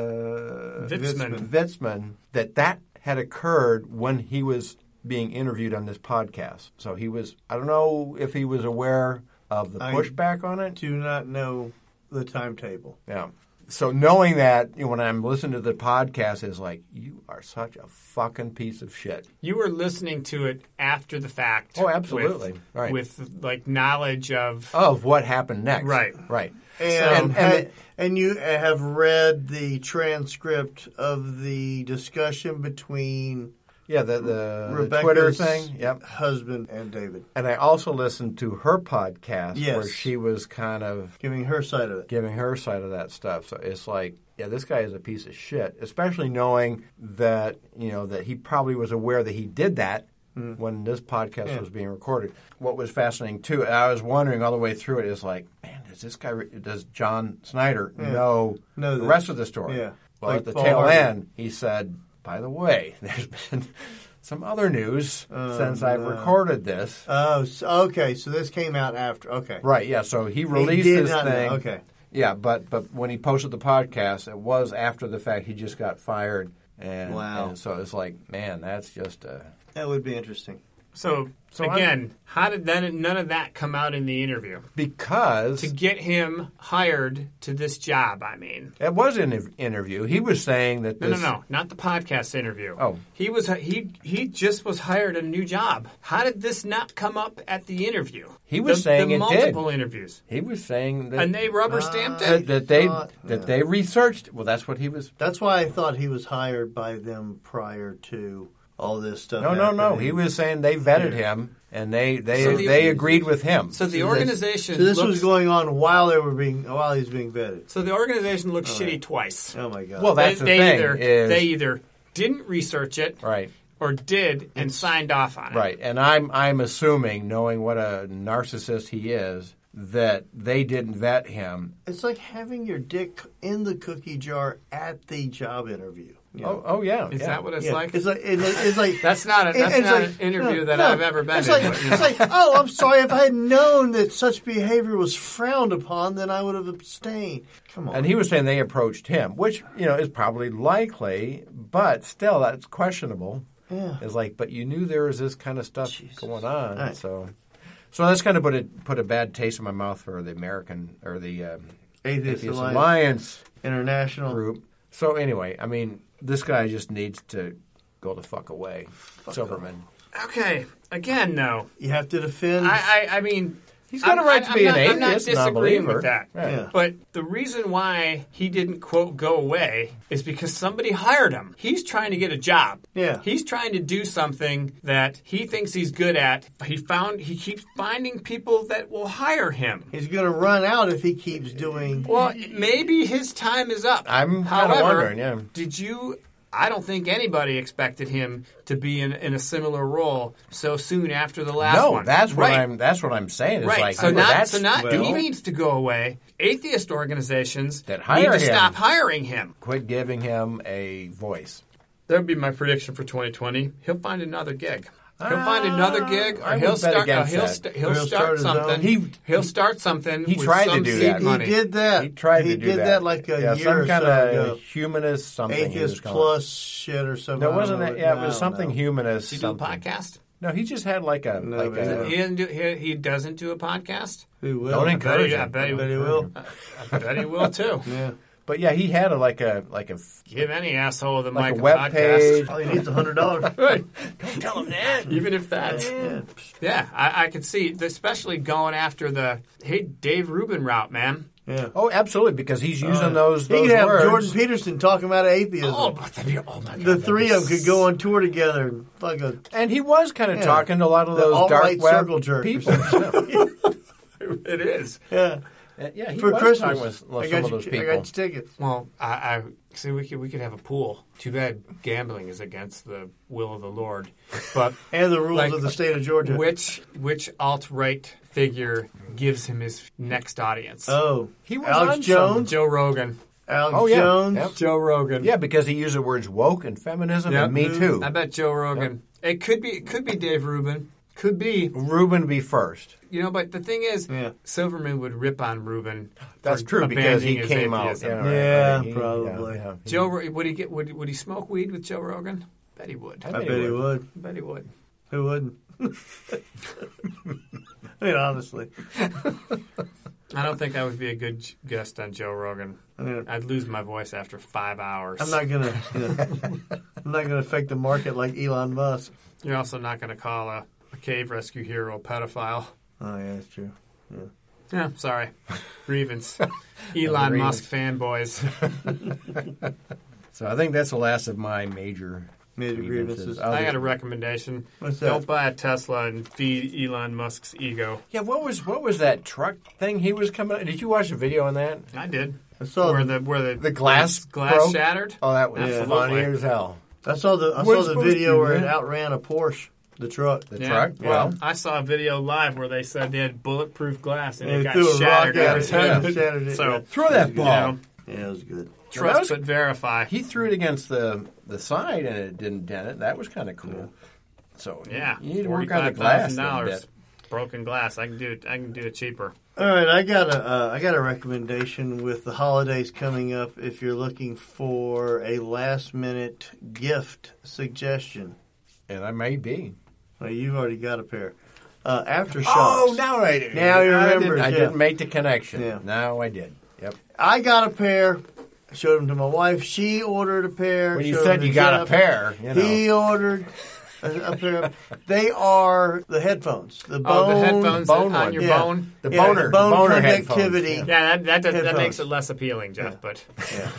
[SPEAKER 3] Rebecca
[SPEAKER 4] Vitzman.
[SPEAKER 3] Vitzman, that that had occurred when he was being interviewed on this podcast. So he was. I don't know if he was aware of the
[SPEAKER 2] I-
[SPEAKER 3] pushback on it.
[SPEAKER 2] Do not know the timetable.
[SPEAKER 3] Yeah. So knowing that, you know, when I'm listening to the podcast, is like you are such a fucking piece of shit.
[SPEAKER 4] You were listening to it after the fact.
[SPEAKER 3] Oh, absolutely.
[SPEAKER 4] With,
[SPEAKER 3] Right. Oh,
[SPEAKER 4] with like knowledge of.
[SPEAKER 3] Of what happened next,
[SPEAKER 4] Right.
[SPEAKER 3] Right.
[SPEAKER 2] And,
[SPEAKER 3] and,
[SPEAKER 2] ha-
[SPEAKER 3] and
[SPEAKER 2] and you have read the transcript of the discussion between
[SPEAKER 3] Yeah, the, the, Uh, the
[SPEAKER 2] Rebecca's
[SPEAKER 3] Twitter thing. Yep.
[SPEAKER 2] husband and David,
[SPEAKER 3] And I also listened to her podcast
[SPEAKER 2] Yes.
[SPEAKER 3] where she was kind of
[SPEAKER 2] giving her side of it.
[SPEAKER 3] giving her side of that stuff. So it's like, yeah, this guy is a piece of shit, especially knowing that, you know, that he probably was aware that he did that
[SPEAKER 2] Hmm.
[SPEAKER 3] when this podcast was being recorded. What was fascinating too, and I was wondering all the way through it is like, man, does this guy re- does John Snyder know,
[SPEAKER 2] Know
[SPEAKER 3] the
[SPEAKER 2] that-
[SPEAKER 3] rest of the story?
[SPEAKER 2] yeah.
[SPEAKER 3] Well,
[SPEAKER 2] Like
[SPEAKER 3] at the
[SPEAKER 2] Paul
[SPEAKER 3] tail
[SPEAKER 2] Harvey.
[SPEAKER 3] end, he said, by the way, there's been some other news since I've recorded this.
[SPEAKER 2] Oh, so, okay. So this came out after. Okay.
[SPEAKER 3] Right. Yeah. So he released
[SPEAKER 2] did
[SPEAKER 3] his
[SPEAKER 2] not know,
[SPEAKER 3] thing.
[SPEAKER 2] okay.
[SPEAKER 3] Yeah, but but when he posted the podcast, it was after the fact he just got fired, and,
[SPEAKER 2] Wow.
[SPEAKER 3] and so it's like, man, that's just a
[SPEAKER 2] That would be interesting.
[SPEAKER 4] So,
[SPEAKER 3] So
[SPEAKER 4] again, how did that, none of that come out in the interview?
[SPEAKER 3] because
[SPEAKER 4] To get him hired to this job, I mean.
[SPEAKER 3] it was an in- interview. He was saying that
[SPEAKER 4] No,
[SPEAKER 3] this,
[SPEAKER 4] no, no, not the podcast interview.
[SPEAKER 3] Oh.
[SPEAKER 4] he was he he just was hired a new job. How did this not come up at the interview?
[SPEAKER 3] He was
[SPEAKER 4] the,
[SPEAKER 3] saying
[SPEAKER 4] the
[SPEAKER 3] it did. Uh,
[SPEAKER 4] multiple interviews,
[SPEAKER 3] He was saying that
[SPEAKER 4] and they rubber stamped
[SPEAKER 3] that,
[SPEAKER 4] it.
[SPEAKER 3] that they
[SPEAKER 2] thought-
[SPEAKER 3] that they researched. Well, that's what he was.
[SPEAKER 2] That's why I thought he was hired by them prior to all this stuff.
[SPEAKER 3] No, no, no.
[SPEAKER 2] happening.
[SPEAKER 3] He was saying they vetted him, and they they
[SPEAKER 4] So the-
[SPEAKER 3] they agreed with him.
[SPEAKER 4] So the
[SPEAKER 2] this-
[SPEAKER 4] organization.
[SPEAKER 2] So this
[SPEAKER 4] looks,
[SPEAKER 2] was going on while they were being while he was being vetted.
[SPEAKER 4] So the organization looked shitty twice.
[SPEAKER 2] Oh my god.
[SPEAKER 3] well, that's
[SPEAKER 4] they,
[SPEAKER 3] the thing
[SPEAKER 4] they Either,
[SPEAKER 3] is
[SPEAKER 4] they either didn't research it,
[SPEAKER 3] right.
[SPEAKER 4] or did and signed off on it.
[SPEAKER 3] Right, and I'm I'm assuming, knowing what a narcissist he is, that they didn't vet him.
[SPEAKER 2] it's like having your dick in the cookie jar at the job interview. you know?
[SPEAKER 3] Oh, oh yeah,
[SPEAKER 4] Is
[SPEAKER 3] yeah.
[SPEAKER 4] that what it's
[SPEAKER 2] Yeah.
[SPEAKER 4] like?
[SPEAKER 2] it's like it's like, it's like
[SPEAKER 4] That's not a-
[SPEAKER 2] it-
[SPEAKER 4] that's
[SPEAKER 2] it's
[SPEAKER 4] not an interview that I've ever been
[SPEAKER 2] it's
[SPEAKER 4] in,
[SPEAKER 2] Like,
[SPEAKER 4] but, you
[SPEAKER 2] it's like, oh, I'm sorry. If I had known that such behavior was frowned upon, then I would have abstained. Come on,
[SPEAKER 3] And he was saying they approached him, which you know is probably likely, but still that's questionable.
[SPEAKER 2] Yeah.
[SPEAKER 3] It's like, but you knew there was this kind of stuff
[SPEAKER 2] Jesus.
[SPEAKER 3] going on,
[SPEAKER 2] Right.
[SPEAKER 3] so so that's kind of put a put a bad taste in my mouth for the American or the um,
[SPEAKER 2] Atheist Alliance.
[SPEAKER 3] Alliance
[SPEAKER 2] international
[SPEAKER 3] group. So anyway, I mean, this guy just needs to go the fuck away, Silverman.
[SPEAKER 4] Okay. Again, though,
[SPEAKER 2] You have to defend.
[SPEAKER 4] I, I, I mean,
[SPEAKER 3] He's got
[SPEAKER 4] I'm-
[SPEAKER 3] a right
[SPEAKER 4] I-
[SPEAKER 3] to be
[SPEAKER 4] I'm
[SPEAKER 3] an
[SPEAKER 4] not- I'm not
[SPEAKER 3] atheist,
[SPEAKER 4] disagreeing
[SPEAKER 3] non-believer.
[SPEAKER 4] with that.
[SPEAKER 3] Right.
[SPEAKER 2] Yeah.
[SPEAKER 4] But the reason why he didn't quote go away is because somebody hired him. He's trying to get a job.
[SPEAKER 2] Yeah.
[SPEAKER 4] He's trying to do something that he thinks he's good at. He found he keeps finding people that will hire him.
[SPEAKER 2] He's going to run out if he keeps doing.
[SPEAKER 4] Well, maybe his time is up.
[SPEAKER 3] I'm kinda
[SPEAKER 4] However,
[SPEAKER 3] wondering, yeah.
[SPEAKER 4] Did you? I don't think anybody expected him to be in, in a similar role so soon after the last
[SPEAKER 3] No,
[SPEAKER 4] one.
[SPEAKER 3] that's what
[SPEAKER 4] Right.
[SPEAKER 3] I'm. That's what I'm saying. It's
[SPEAKER 4] Right.
[SPEAKER 3] Like,
[SPEAKER 4] so
[SPEAKER 3] well,
[SPEAKER 4] not
[SPEAKER 3] that's
[SPEAKER 4] so not he
[SPEAKER 3] stupid.
[SPEAKER 4] needs to go away. Atheist organizations
[SPEAKER 3] That
[SPEAKER 4] need
[SPEAKER 3] hire
[SPEAKER 4] to
[SPEAKER 3] him.
[SPEAKER 4] stop hiring him.
[SPEAKER 3] Quit giving him a voice.
[SPEAKER 4] That would be my prediction for 2020. He'll find another gig. He'll
[SPEAKER 3] Ah,
[SPEAKER 4] find another gig,
[SPEAKER 3] I
[SPEAKER 4] or
[SPEAKER 3] would
[SPEAKER 4] he'll
[SPEAKER 3] bet
[SPEAKER 4] start. Or
[SPEAKER 3] against
[SPEAKER 4] he'll,
[SPEAKER 3] that.
[SPEAKER 4] st- he'll,
[SPEAKER 2] He'll
[SPEAKER 4] start
[SPEAKER 2] start his own-
[SPEAKER 4] something.
[SPEAKER 3] He-
[SPEAKER 4] will start something.
[SPEAKER 3] he
[SPEAKER 4] with
[SPEAKER 3] tried to
[SPEAKER 4] some
[SPEAKER 3] do
[SPEAKER 4] seed
[SPEAKER 3] that.
[SPEAKER 2] He
[SPEAKER 4] Money.
[SPEAKER 2] did that.
[SPEAKER 3] He tried
[SPEAKER 2] He
[SPEAKER 3] to do
[SPEAKER 2] did
[SPEAKER 3] that,
[SPEAKER 2] that, like a
[SPEAKER 3] yeah,
[SPEAKER 2] year
[SPEAKER 3] some
[SPEAKER 2] or
[SPEAKER 3] kind
[SPEAKER 2] so
[SPEAKER 3] of
[SPEAKER 2] ago.
[SPEAKER 3] humanist something. he was
[SPEAKER 2] Atheist
[SPEAKER 3] calling
[SPEAKER 2] plus shit or something.
[SPEAKER 3] It. No,
[SPEAKER 2] I
[SPEAKER 3] it
[SPEAKER 2] don't
[SPEAKER 3] wasn't
[SPEAKER 2] know
[SPEAKER 3] it?
[SPEAKER 2] what-
[SPEAKER 3] Yeah,
[SPEAKER 2] I
[SPEAKER 3] it was
[SPEAKER 2] don't
[SPEAKER 3] something
[SPEAKER 2] know.
[SPEAKER 3] humanist.
[SPEAKER 4] Did he do a
[SPEAKER 3] something.
[SPEAKER 4] podcast?
[SPEAKER 3] No, he just had like a
[SPEAKER 2] No,
[SPEAKER 3] like
[SPEAKER 2] but
[SPEAKER 3] a.
[SPEAKER 4] He didn't do. He, he doesn't do a podcast.
[SPEAKER 2] He will.
[SPEAKER 3] Don't
[SPEAKER 4] I bet
[SPEAKER 3] encourage
[SPEAKER 4] he- I
[SPEAKER 3] him.
[SPEAKER 4] bet he
[SPEAKER 2] But he
[SPEAKER 4] will.
[SPEAKER 2] will.
[SPEAKER 4] I bet he will too.
[SPEAKER 2] Yeah.
[SPEAKER 3] But yeah, he had a, like a like a
[SPEAKER 4] Give any asshole the
[SPEAKER 3] like
[SPEAKER 4] mic
[SPEAKER 3] a web page.
[SPEAKER 2] All he needs a hundred dollars.
[SPEAKER 4] podcast.
[SPEAKER 3] Tell him that.
[SPEAKER 4] Even if that's
[SPEAKER 2] yeah.
[SPEAKER 4] yeah, I, I could see, especially going after the hey Dave Rubin route, man.
[SPEAKER 2] yeah.
[SPEAKER 3] Oh, absolutely, because he's using those
[SPEAKER 2] He
[SPEAKER 3] those
[SPEAKER 2] could have
[SPEAKER 3] words.
[SPEAKER 2] Jordan Peterson talking about atheism.
[SPEAKER 4] Oh, but that'd be, oh my god,
[SPEAKER 2] the three of them could go on tour together and fucking.
[SPEAKER 3] and he was kind of
[SPEAKER 2] Yeah.
[SPEAKER 3] talking to a lot of
[SPEAKER 2] The
[SPEAKER 3] those dark
[SPEAKER 2] alt-right
[SPEAKER 3] web
[SPEAKER 2] circle jerk or
[SPEAKER 3] people.
[SPEAKER 4] on. It is.
[SPEAKER 2] Yeah.
[SPEAKER 3] Uh, yeah, he
[SPEAKER 2] For
[SPEAKER 3] was
[SPEAKER 2] Christmas.
[SPEAKER 3] talking with
[SPEAKER 2] I,
[SPEAKER 3] with some
[SPEAKER 2] got you,
[SPEAKER 3] of those
[SPEAKER 2] I got
[SPEAKER 3] people.
[SPEAKER 2] you tickets.
[SPEAKER 4] Well, I, I see we could we could have a pool. Too bad gambling is against the will of the Lord. But
[SPEAKER 2] And the rules
[SPEAKER 4] Like,
[SPEAKER 2] of the state of Georgia.
[SPEAKER 4] which which alt right figure gives him his next audience?
[SPEAKER 2] oh.
[SPEAKER 3] He was
[SPEAKER 2] Alex
[SPEAKER 3] on
[SPEAKER 2] Jones.
[SPEAKER 4] Joe Rogan.
[SPEAKER 2] Alex
[SPEAKER 3] Oh, yeah.
[SPEAKER 2] Jones.
[SPEAKER 3] Yep.
[SPEAKER 4] Joe Rogan.
[SPEAKER 3] Yeah, because he used the words woke and feminism
[SPEAKER 4] Yeah.
[SPEAKER 3] and Me Too.
[SPEAKER 4] I bet Joe Rogan. It could be it could be Dave Rubin. Could be.
[SPEAKER 3] Ruben be first.
[SPEAKER 4] You know, but the thing is
[SPEAKER 2] Yeah.
[SPEAKER 4] Silverman would rip on Rubin.
[SPEAKER 3] That's
[SPEAKER 4] for
[SPEAKER 3] true because he
[SPEAKER 4] abandoning his
[SPEAKER 3] came out.
[SPEAKER 4] atheism.
[SPEAKER 3] you know,
[SPEAKER 2] Yeah,
[SPEAKER 3] I mean, he-
[SPEAKER 2] probably.
[SPEAKER 3] yeah, yeah.
[SPEAKER 4] Joe Ro- would he get would would he smoke weed with Joe Rogan? Bet he would.
[SPEAKER 3] I
[SPEAKER 2] I
[SPEAKER 3] bet
[SPEAKER 2] bet he would.
[SPEAKER 4] bet he would.
[SPEAKER 2] Who wouldn't? I mean, honestly.
[SPEAKER 4] I don't think I would be a good j- guest on Joe Rogan.
[SPEAKER 2] I mean,
[SPEAKER 4] I'd lose my voice after five hours.
[SPEAKER 2] I'm not gonna. You know, I'm not gonna affect the market like Elon Musk.
[SPEAKER 4] You're also not going to call a, a cave rescue hero a pedophile.
[SPEAKER 2] Oh yeah, that's true.
[SPEAKER 4] Yeah, sorry. Grievance. Elon
[SPEAKER 3] Grievance.
[SPEAKER 4] Musk fanboys.
[SPEAKER 3] So I think that's the last of my major
[SPEAKER 2] Major grievances.
[SPEAKER 3] Other-
[SPEAKER 4] I got a recommendation.
[SPEAKER 2] What's that?
[SPEAKER 4] Don't buy a Tesla and feed Elon Musk's ego.
[SPEAKER 3] Yeah, what was what was that truck thing he was coming? out? Did you watch the video on that?
[SPEAKER 4] I did.
[SPEAKER 2] I saw
[SPEAKER 4] where
[SPEAKER 2] the,
[SPEAKER 4] the where the
[SPEAKER 3] The glass
[SPEAKER 4] glass
[SPEAKER 3] broke?
[SPEAKER 4] shattered.
[SPEAKER 3] Oh, that was
[SPEAKER 4] Absolutely.
[SPEAKER 3] funny as hell.
[SPEAKER 2] I saw the I
[SPEAKER 3] We're
[SPEAKER 2] saw the
[SPEAKER 3] supposed to
[SPEAKER 2] video
[SPEAKER 3] do
[SPEAKER 2] where it
[SPEAKER 3] that.
[SPEAKER 2] outran a Porsche, the truck.
[SPEAKER 3] The
[SPEAKER 4] Yeah.
[SPEAKER 3] truck. Well,
[SPEAKER 4] I saw a video live where they said they had bulletproof glass and
[SPEAKER 2] They
[SPEAKER 4] it got
[SPEAKER 2] threw a
[SPEAKER 4] shattered
[SPEAKER 2] rock at
[SPEAKER 4] every
[SPEAKER 2] it,
[SPEAKER 4] time.
[SPEAKER 2] yeah, shattered it,
[SPEAKER 4] so
[SPEAKER 2] yeah.
[SPEAKER 3] throw that
[SPEAKER 4] you
[SPEAKER 3] ball.
[SPEAKER 4] know,
[SPEAKER 2] Yeah, it was good.
[SPEAKER 4] trust
[SPEAKER 3] was-
[SPEAKER 4] but verify.
[SPEAKER 3] He threw it against the the side and it didn't dent it. That was kind of cool. So
[SPEAKER 4] Yeah,
[SPEAKER 3] you need to work on the glass. thing a
[SPEAKER 4] dollars
[SPEAKER 3] bit.
[SPEAKER 4] broken glass. I can do it. I can do it cheaper.
[SPEAKER 2] All right, I got a uh, I got a recommendation with the holidays coming up. If you're looking for a last minute gift suggestion,
[SPEAKER 3] And I may be.
[SPEAKER 2] well, you've already got a pair. Uh, aftershocks.
[SPEAKER 3] Oh, now I do.
[SPEAKER 2] Now he
[SPEAKER 3] I
[SPEAKER 2] remembers,
[SPEAKER 3] didn't, I
[SPEAKER 2] yeah.
[SPEAKER 3] didn't make the connection.
[SPEAKER 2] Yeah.
[SPEAKER 3] Now I did. Yep.
[SPEAKER 2] I got a pair. I showed them to my wife. She ordered a pair.
[SPEAKER 3] When you
[SPEAKER 2] Showed them
[SPEAKER 3] said
[SPEAKER 2] to
[SPEAKER 3] you got a
[SPEAKER 2] Jeff.
[SPEAKER 3] pair, you know.
[SPEAKER 2] He ordered a, a pair. Of, they are the headphones. The
[SPEAKER 4] Oh,
[SPEAKER 2] bone.
[SPEAKER 4] the headphones
[SPEAKER 3] bone
[SPEAKER 4] on
[SPEAKER 3] one.
[SPEAKER 4] your
[SPEAKER 2] Yeah.
[SPEAKER 4] bone.
[SPEAKER 3] the
[SPEAKER 2] yeah,
[SPEAKER 3] boner,
[SPEAKER 2] bone
[SPEAKER 3] the boner
[SPEAKER 2] connectivity.
[SPEAKER 3] headphones.
[SPEAKER 4] Yeah, that that, does, that
[SPEAKER 2] Headphones.
[SPEAKER 4] makes it less appealing, Jeff. But
[SPEAKER 2] Yeah.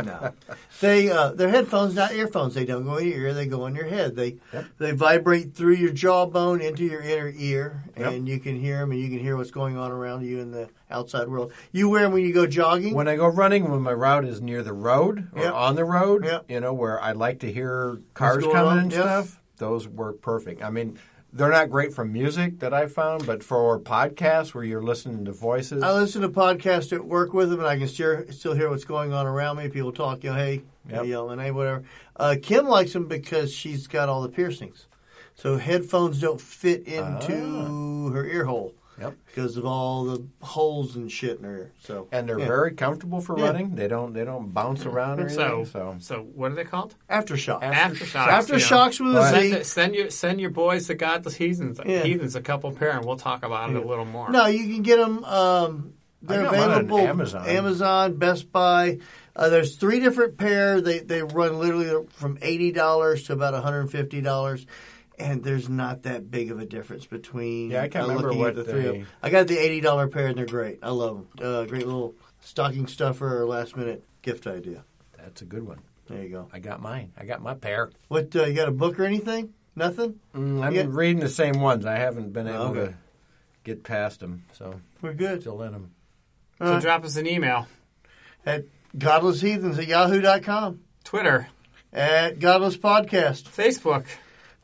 [SPEAKER 2] No, they uh, they're headphones, not earphones. They don't go in your ear; they go in your head. They they vibrate through your jawbone into your inner ear, and you can hear them, and you can hear what's going on around you in the outside world. You wear them when you go jogging.
[SPEAKER 3] When I go running, when my route is near the road or
[SPEAKER 2] Yep.
[SPEAKER 3] on the road,
[SPEAKER 2] Yep.
[SPEAKER 3] you know, where I like to hear cars
[SPEAKER 2] going
[SPEAKER 3] coming
[SPEAKER 2] on,
[SPEAKER 3] and
[SPEAKER 2] yep.
[SPEAKER 3] stuff, those work perfect. I mean, they're not great for music that I found, but for podcasts where you're listening to voices,
[SPEAKER 2] I listen to podcasts at work with them, and I can still still hear what's going on around me. People talk, you know, hey,
[SPEAKER 3] Yep.
[SPEAKER 2] yelling, hey, whatever. Uh, Kim likes them because she's got all the piercings, so headphones don't fit into
[SPEAKER 3] Ah.
[SPEAKER 2] her ear hole
[SPEAKER 3] Yep.
[SPEAKER 2] because of all the holes and shit in her ear. So
[SPEAKER 3] and they're
[SPEAKER 2] yeah.
[SPEAKER 3] very comfortable for
[SPEAKER 2] Yeah.
[SPEAKER 3] running. They don't they don't bounce around or
[SPEAKER 4] so
[SPEAKER 3] anything. So,
[SPEAKER 4] so what are they called?
[SPEAKER 2] Oh, aftershocks.
[SPEAKER 4] Aftershocks.
[SPEAKER 2] Aftershocks
[SPEAKER 4] you
[SPEAKER 2] with
[SPEAKER 4] know.
[SPEAKER 2] a
[SPEAKER 4] Send,
[SPEAKER 2] Z.
[SPEAKER 4] the- send your send your boys to godless heathens.
[SPEAKER 2] Yeah.
[SPEAKER 4] Heathens a couple pair, and we'll talk about it a little more.
[SPEAKER 2] No, you can get them. Um, they're
[SPEAKER 3] got mine on
[SPEAKER 2] available
[SPEAKER 3] Amazon.
[SPEAKER 2] Amazon, Best Buy. Uh, there's three different pair. They they run literally from eighty dollars to about one hundred and fifty dollars, and there's not that big of a difference between.
[SPEAKER 3] Yeah, I can't
[SPEAKER 2] uh,
[SPEAKER 3] remember
[SPEAKER 2] looking at
[SPEAKER 3] what
[SPEAKER 2] the three. of
[SPEAKER 3] they-
[SPEAKER 2] them. I got the eighty dollar pair, and they're great. I love them. Uh, great little stocking stuffer or last minute gift idea.
[SPEAKER 3] that's a good one.
[SPEAKER 2] There you go.
[SPEAKER 3] I got mine. I got my pair.
[SPEAKER 2] What uh, you got a book or anything? Nothing.
[SPEAKER 3] Mm, I've been
[SPEAKER 2] Yeah.
[SPEAKER 3] reading the same ones. I haven't been able
[SPEAKER 2] Okay.
[SPEAKER 3] to get past them. So
[SPEAKER 2] We're good.
[SPEAKER 3] still in them.
[SPEAKER 4] So
[SPEAKER 3] Uh,
[SPEAKER 4] drop us an email,
[SPEAKER 2] At godlessheathens at yahoo.com.
[SPEAKER 4] Twitter,
[SPEAKER 2] At Godless Podcast.
[SPEAKER 4] Facebook.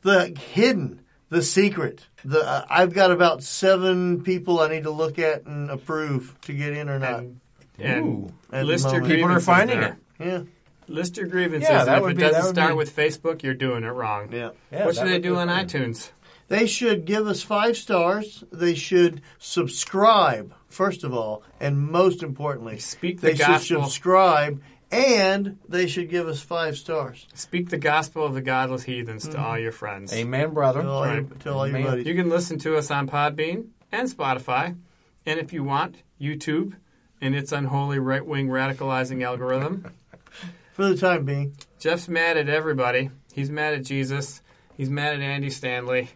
[SPEAKER 2] the hidden, the secret. The uh, I've got about seven people I need to look at and approve to get in or not.
[SPEAKER 4] And, and
[SPEAKER 3] Ooh.
[SPEAKER 2] At the
[SPEAKER 4] list your
[SPEAKER 2] moment.
[SPEAKER 4] grievances
[SPEAKER 3] People are finding
[SPEAKER 4] there.
[SPEAKER 3] it.
[SPEAKER 2] yeah,
[SPEAKER 4] List your grievances.
[SPEAKER 3] Yeah,
[SPEAKER 4] and
[SPEAKER 3] that
[SPEAKER 4] if
[SPEAKER 3] would
[SPEAKER 4] it
[SPEAKER 3] be- that
[SPEAKER 4] doesn't
[SPEAKER 3] would
[SPEAKER 4] start
[SPEAKER 3] be-
[SPEAKER 4] with Facebook, you're doing it wrong.
[SPEAKER 2] yeah.
[SPEAKER 3] Yeah,
[SPEAKER 4] what
[SPEAKER 3] that
[SPEAKER 4] should they
[SPEAKER 3] would
[SPEAKER 4] do
[SPEAKER 3] be
[SPEAKER 4] on
[SPEAKER 3] fun.
[SPEAKER 4] iTunes?
[SPEAKER 2] They should give us five stars. They should subscribe first of all, and most importantly,
[SPEAKER 4] Speak the
[SPEAKER 2] they should
[SPEAKER 4] gospel.
[SPEAKER 2] subscribe, and they should give us five stars.
[SPEAKER 4] Speak the gospel of the godless heathens
[SPEAKER 3] Mm-hmm.
[SPEAKER 4] to all your friends.
[SPEAKER 3] Amen, brother.
[SPEAKER 2] Tell all, your,
[SPEAKER 4] Right.
[SPEAKER 2] tell all your
[SPEAKER 3] Man.
[SPEAKER 2] buddies.
[SPEAKER 4] You can listen to us on Podbean and Spotify, and if you want, YouTube in its unholy right wing radicalizing algorithm.
[SPEAKER 2] For the time being,
[SPEAKER 4] Jeff's mad at everybody. He's mad at Jesus. He's mad at Andy Stanley.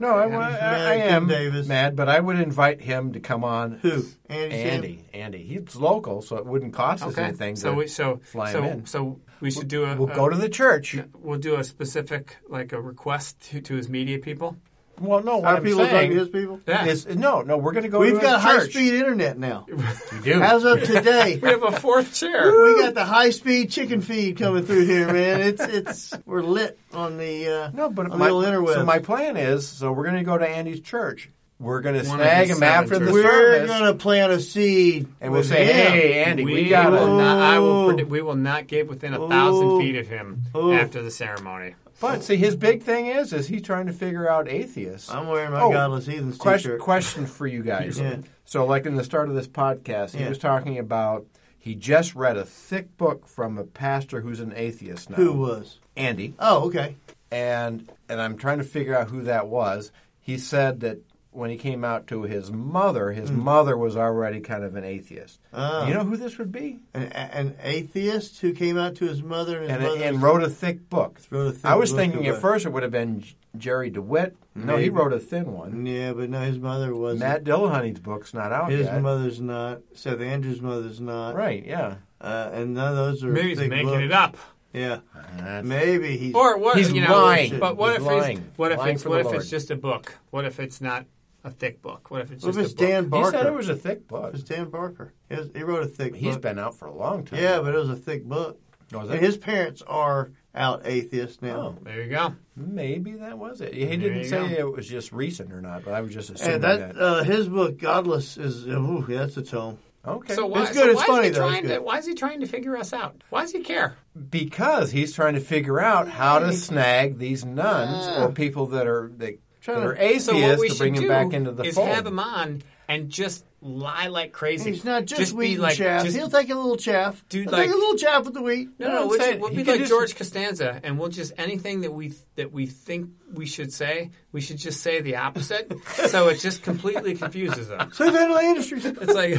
[SPEAKER 3] No, I,
[SPEAKER 4] Yeah,
[SPEAKER 3] I,
[SPEAKER 2] he's
[SPEAKER 3] I
[SPEAKER 2] mad at
[SPEAKER 3] am
[SPEAKER 2] Kim Davis.
[SPEAKER 3] mad, but I would invite him to come on.
[SPEAKER 2] who? Andy.
[SPEAKER 3] Andy, Andy. He's local, so it wouldn't cost us
[SPEAKER 4] Okay.
[SPEAKER 3] anything.
[SPEAKER 4] so
[SPEAKER 3] to
[SPEAKER 4] we uh, so
[SPEAKER 3] fly
[SPEAKER 4] so
[SPEAKER 3] him in.
[SPEAKER 4] so we should do a
[SPEAKER 3] we'll
[SPEAKER 4] a-
[SPEAKER 3] go to the church.
[SPEAKER 4] we'll do a specific like a request to, to his media people.
[SPEAKER 3] Well, no, what
[SPEAKER 2] Our
[SPEAKER 3] I'm
[SPEAKER 2] people talking
[SPEAKER 3] saying
[SPEAKER 2] to his people.
[SPEAKER 4] Yeah.
[SPEAKER 3] is no, no. We're going to go.
[SPEAKER 2] We've
[SPEAKER 3] to
[SPEAKER 2] got
[SPEAKER 3] a
[SPEAKER 2] high
[SPEAKER 3] church.
[SPEAKER 2] speed internet now.
[SPEAKER 3] We do.
[SPEAKER 2] As of today,
[SPEAKER 4] we have a fourth chair.
[SPEAKER 2] we got the high speed chicken feed coming through here, man. It's it's we're lit on the uh,
[SPEAKER 3] no, but
[SPEAKER 2] on
[SPEAKER 3] my,
[SPEAKER 2] the old interweb.
[SPEAKER 3] so my plan is, so we're going to go to Andy's church. We're going to
[SPEAKER 4] One of
[SPEAKER 3] snag
[SPEAKER 4] his
[SPEAKER 3] him after
[SPEAKER 4] seven
[SPEAKER 3] the
[SPEAKER 4] churches.
[SPEAKER 2] we're
[SPEAKER 3] service,
[SPEAKER 2] gonna plant a seed,
[SPEAKER 3] and we'll
[SPEAKER 2] with
[SPEAKER 3] say,
[SPEAKER 2] him.
[SPEAKER 3] "Hey, Andy, we, got
[SPEAKER 4] will
[SPEAKER 3] to."
[SPEAKER 4] not, I will.
[SPEAKER 2] Ooh.
[SPEAKER 4] predi- we will not get within a thousand
[SPEAKER 2] Ooh.
[SPEAKER 4] feet of him
[SPEAKER 2] Ooh.
[SPEAKER 4] after the ceremony.
[SPEAKER 3] But see, his big thing is, is he's trying to figure out atheists.
[SPEAKER 2] I'm wearing my
[SPEAKER 3] Oh,
[SPEAKER 2] godless heathens
[SPEAKER 3] question,
[SPEAKER 2] t-shirt.
[SPEAKER 3] question for you guys.
[SPEAKER 2] Yeah.
[SPEAKER 3] So, like in the start of this podcast, he
[SPEAKER 2] Yeah.
[SPEAKER 3] was talking about he just read a thick book from a pastor who's an atheist now.
[SPEAKER 2] Who was?
[SPEAKER 3] Andy?
[SPEAKER 2] Oh, okay.
[SPEAKER 3] And and I'm trying to figure out who that was. He said that when he came out to his mother, his mother was already kind of an atheist.
[SPEAKER 2] Hmm. Ah.
[SPEAKER 3] You know who this would be?
[SPEAKER 2] An, an atheist who came out to his mother and his
[SPEAKER 3] And,
[SPEAKER 2] mother
[SPEAKER 3] and wrote a thick book.
[SPEAKER 2] Wrote a thick
[SPEAKER 3] I was
[SPEAKER 2] book
[SPEAKER 3] thinking at
[SPEAKER 2] about-
[SPEAKER 3] first it would have been J- Jerry DeWitt. No, he
[SPEAKER 2] Maybe.
[SPEAKER 3] wrote a thin one.
[SPEAKER 2] Yeah, but no, his mother wasn't.
[SPEAKER 3] Matt Dillahunty's book's not out
[SPEAKER 2] his
[SPEAKER 3] yet.
[SPEAKER 2] mother's not. Seth Andrews' mother's not.
[SPEAKER 3] Right, yeah.
[SPEAKER 2] Uh, and none of those are.
[SPEAKER 4] Maybe he's
[SPEAKER 2] big
[SPEAKER 4] making
[SPEAKER 2] books.
[SPEAKER 4] it up.
[SPEAKER 2] Yeah. Maybe he's.
[SPEAKER 4] Or what?
[SPEAKER 3] He's
[SPEAKER 4] you know,
[SPEAKER 3] lying.
[SPEAKER 4] But what
[SPEAKER 3] He's
[SPEAKER 4] if he's,
[SPEAKER 3] lying.
[SPEAKER 4] what if
[SPEAKER 3] Lying
[SPEAKER 4] it's
[SPEAKER 3] for
[SPEAKER 4] what
[SPEAKER 3] the
[SPEAKER 4] if
[SPEAKER 3] Lord.
[SPEAKER 4] it's just a book? What if it's not a thick book? What if it's
[SPEAKER 2] What if
[SPEAKER 4] just
[SPEAKER 2] it's
[SPEAKER 4] a book?
[SPEAKER 2] Dan
[SPEAKER 3] He
[SPEAKER 2] Barker?
[SPEAKER 3] said it was a thick book.
[SPEAKER 2] It was Dan Barker. It was- he wrote a thick
[SPEAKER 3] He's
[SPEAKER 2] book.
[SPEAKER 3] been out for a long time.
[SPEAKER 2] Yeah, but it was a thick book.
[SPEAKER 3] Oh, is
[SPEAKER 2] And
[SPEAKER 3] that-
[SPEAKER 2] his parents are out atheists now.
[SPEAKER 3] Oh,
[SPEAKER 4] There you go.
[SPEAKER 3] maybe that was it. He
[SPEAKER 4] you
[SPEAKER 3] didn't say
[SPEAKER 4] go.
[SPEAKER 3] it was just recent or not, but I was just assuming
[SPEAKER 2] and
[SPEAKER 3] that.
[SPEAKER 2] that, uh, his book, Godless, is. Ooh, that's a tome.
[SPEAKER 3] okay,
[SPEAKER 4] uh, So why,
[SPEAKER 2] It's good,
[SPEAKER 4] so
[SPEAKER 2] it's
[SPEAKER 4] why
[SPEAKER 2] funny,
[SPEAKER 4] is he
[SPEAKER 2] though, it's
[SPEAKER 4] trying to
[SPEAKER 2] good.
[SPEAKER 4] why is he trying to figure us out? Why does he care?
[SPEAKER 3] because he's trying to figure out how to snag these nuns or people that are that, that are atheists
[SPEAKER 4] Ah. So what we
[SPEAKER 3] to
[SPEAKER 4] should
[SPEAKER 3] bring
[SPEAKER 4] do
[SPEAKER 3] them back into the
[SPEAKER 4] is
[SPEAKER 3] fold.
[SPEAKER 4] have him on and just lie like crazy.
[SPEAKER 2] He's not just,
[SPEAKER 4] just
[SPEAKER 2] wheat
[SPEAKER 4] be
[SPEAKER 2] and
[SPEAKER 4] like
[SPEAKER 2] chaff.
[SPEAKER 4] just-
[SPEAKER 2] He'll take a little chaff.
[SPEAKER 4] Dude,
[SPEAKER 2] He'll
[SPEAKER 4] like-
[SPEAKER 2] take a little chaff with the wheat. Uh,
[SPEAKER 4] no,
[SPEAKER 3] No,
[SPEAKER 4] no,
[SPEAKER 3] I'm
[SPEAKER 4] we'll,
[SPEAKER 3] saying
[SPEAKER 4] we'll
[SPEAKER 3] he
[SPEAKER 4] be
[SPEAKER 3] could
[SPEAKER 4] like
[SPEAKER 3] just-
[SPEAKER 4] George Costanza, and we'll just anything that we that we think we should say, we should just say the opposite, so it just completely confuses them.
[SPEAKER 2] So Ventilator Industries.
[SPEAKER 4] It's like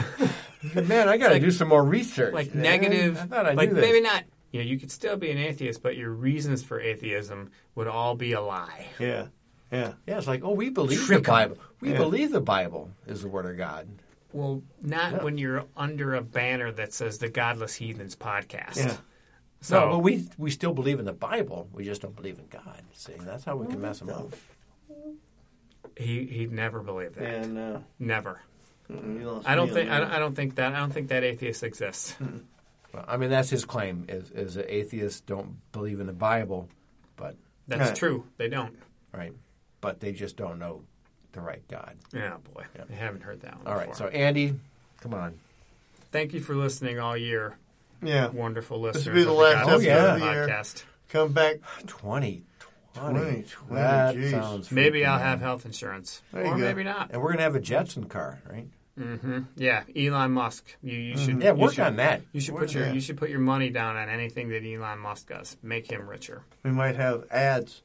[SPEAKER 3] Man, I got to do some more research.
[SPEAKER 4] like
[SPEAKER 3] man.
[SPEAKER 4] negative,
[SPEAKER 3] I thought I
[SPEAKER 4] like
[SPEAKER 3] knew this.
[SPEAKER 4] maybe not. You know, you could still be an atheist, but your reasons for atheism would all be a lie.
[SPEAKER 2] Yeah, yeah.
[SPEAKER 3] Yeah, it's like oh, we believe
[SPEAKER 4] Trick 'em.
[SPEAKER 3] the Bible. We
[SPEAKER 2] Yeah.
[SPEAKER 3] believe the Bible is the word of God.
[SPEAKER 4] Well, not when you're under a banner that says the Godless Heathens podcast.
[SPEAKER 2] Yeah.
[SPEAKER 4] So
[SPEAKER 3] no, but we we still believe in the Bible. We just don't believe in God. See, that's how we can mess them up.
[SPEAKER 4] he he never believed that.
[SPEAKER 2] And uh,
[SPEAKER 4] Never.
[SPEAKER 2] you lost
[SPEAKER 4] I don't
[SPEAKER 2] me
[SPEAKER 4] think
[SPEAKER 2] on
[SPEAKER 4] I
[SPEAKER 2] that.
[SPEAKER 4] don't, I don't think that I don't think that atheist exists.
[SPEAKER 2] Hmm.
[SPEAKER 3] Well, I mean, that's his claim is is that atheists don't believe in the Bible, but
[SPEAKER 4] That's
[SPEAKER 2] Right.
[SPEAKER 4] true. They don't.
[SPEAKER 3] right, but they just don't know the right God.
[SPEAKER 4] Yeah, boy, I haven't heard that one.
[SPEAKER 3] All right, so
[SPEAKER 4] before.
[SPEAKER 3] Andy, come on.
[SPEAKER 4] thank you for listening all year,
[SPEAKER 2] Yeah.
[SPEAKER 4] wonderful
[SPEAKER 2] will
[SPEAKER 4] listeners.
[SPEAKER 2] be the last
[SPEAKER 4] of the
[SPEAKER 3] episode
[SPEAKER 4] Godless
[SPEAKER 3] of
[SPEAKER 2] the year.
[SPEAKER 4] podcast.
[SPEAKER 2] Come back.
[SPEAKER 3] 2020.
[SPEAKER 2] 20, 20,
[SPEAKER 3] that
[SPEAKER 2] geez.
[SPEAKER 3] sounds
[SPEAKER 4] Maybe
[SPEAKER 3] freaking
[SPEAKER 4] I'll
[SPEAKER 3] bad.
[SPEAKER 4] have health insurance,
[SPEAKER 2] There you
[SPEAKER 4] or
[SPEAKER 2] go.
[SPEAKER 4] maybe not.
[SPEAKER 3] And we're gonna have a Jetson car, right?
[SPEAKER 4] Yeah, Elon Musk. You, you
[SPEAKER 2] Mm-hmm.
[SPEAKER 4] should
[SPEAKER 3] Yeah,
[SPEAKER 4] you
[SPEAKER 3] work
[SPEAKER 4] should-
[SPEAKER 3] on that.
[SPEAKER 4] You should
[SPEAKER 3] Work
[SPEAKER 4] put your
[SPEAKER 2] on that.
[SPEAKER 4] you should put your money down on anything that Elon Musk does. Make him richer.
[SPEAKER 2] We might have ads.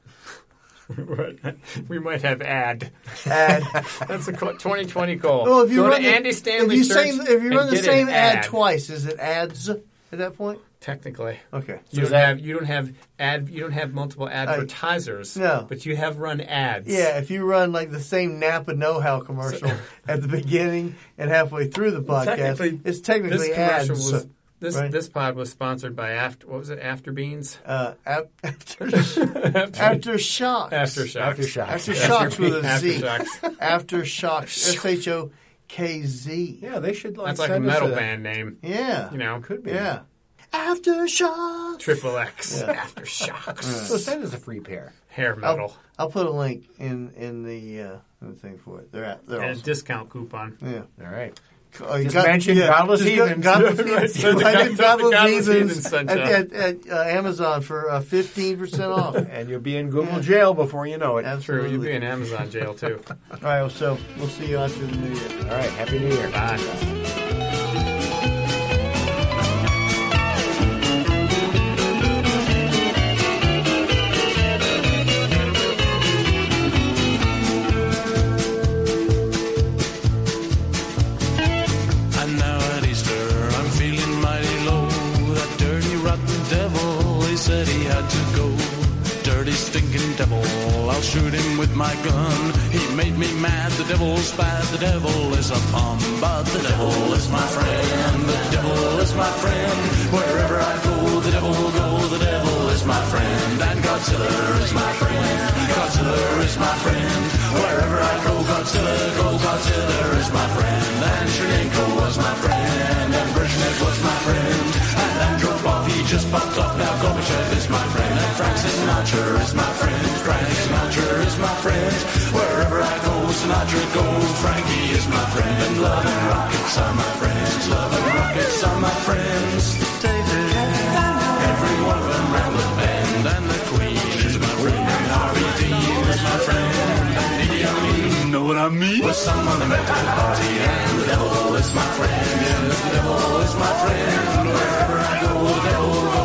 [SPEAKER 4] we might have ad.
[SPEAKER 2] Ad.
[SPEAKER 4] That's a co- 2020 goal.
[SPEAKER 2] well, Oh, if you
[SPEAKER 4] Go
[SPEAKER 2] run
[SPEAKER 4] to
[SPEAKER 2] the,
[SPEAKER 4] Andy Stanley
[SPEAKER 2] if you,
[SPEAKER 4] Church
[SPEAKER 2] same, if you
[SPEAKER 4] and
[SPEAKER 2] run the
[SPEAKER 4] get an
[SPEAKER 2] same ad,
[SPEAKER 4] ad.
[SPEAKER 2] twice, is it ads at that point?
[SPEAKER 4] Technically,
[SPEAKER 2] Okay.
[SPEAKER 4] you don't have you don't have ad you don't have multiple advertisers.
[SPEAKER 2] no.
[SPEAKER 4] but you have run ads.
[SPEAKER 2] Yeah, if you run like the same Napa Know How commercial at the beginning and halfway through the podcast,
[SPEAKER 4] Technically,
[SPEAKER 2] it's technically
[SPEAKER 4] this
[SPEAKER 2] ads.
[SPEAKER 4] commercial was this
[SPEAKER 2] right?
[SPEAKER 4] this pod was sponsored by after what was it After Beans
[SPEAKER 2] uh, ap- after, aftershocks.
[SPEAKER 4] Aftershocks
[SPEAKER 3] Aftershocks.
[SPEAKER 2] Aftershocks with a Z.
[SPEAKER 4] Aftershocks.
[SPEAKER 2] Aftershocks. S H O K Z.
[SPEAKER 3] Yeah, they should like
[SPEAKER 4] That's like a
[SPEAKER 3] send us
[SPEAKER 4] metal band name.
[SPEAKER 2] Yeah.
[SPEAKER 4] You know,
[SPEAKER 3] Could be.
[SPEAKER 2] Yeah. Aftershocks.
[SPEAKER 4] Triple X Aftershocks
[SPEAKER 3] So send us a free pair.
[SPEAKER 4] hair metal
[SPEAKER 2] I'll put a link in in the uh, in the thing for it. They're at they're
[SPEAKER 4] and a
[SPEAKER 2] awesome.
[SPEAKER 4] discount coupon.
[SPEAKER 2] yeah.
[SPEAKER 3] All right.
[SPEAKER 2] Oh, you
[SPEAKER 3] Just mention Godless
[SPEAKER 2] just go-
[SPEAKER 3] Heathens.
[SPEAKER 2] Godless
[SPEAKER 3] Right,
[SPEAKER 2] Heathens.
[SPEAKER 4] so the
[SPEAKER 2] I
[SPEAKER 4] God-
[SPEAKER 2] did
[SPEAKER 4] the
[SPEAKER 2] Godless
[SPEAKER 4] Godless Heathens
[SPEAKER 2] Heathens
[SPEAKER 4] sunshine.
[SPEAKER 2] at, at, at uh, Amazon for fifteen percent off.
[SPEAKER 3] And you'll be in Google jail before you know it. All
[SPEAKER 4] True,
[SPEAKER 2] Absolutely.
[SPEAKER 4] you'd be in Amazon jail too.
[SPEAKER 2] All right, well, so we'll see you after the new year.
[SPEAKER 3] right, happy New Year.
[SPEAKER 4] Bye.
[SPEAKER 1] And now at Easter my gun. He made me mad, the devil's bad, the devil is a bum, but the devil is my friend, the devil is my friend. Wherever I go, the devil will go, the devil is my friend, and Godzilla is my friend, Godzilla is my friend. Wherever I go, Godzilla, go, Godzilla is my friend, and Shrenko was my friend, and Brezhnev was my friend, and Andropov, he just popped off, now Gorbachev is my friend, and Frank Sinatra is my friend, Frank Sinatra is my friend. Wherever I go, Sinatra goes, Frankie is my friend, and love and rockets are my friends, love and rockets are my friends. David, every one of them round the bend, and the Queen is my friend, and Harvey Dean is my friend, and Idi Amin. Know what I mean? Was someone who met the party, and the devil is my friend, and the devil is my friend. Wherever I go, the devil goes.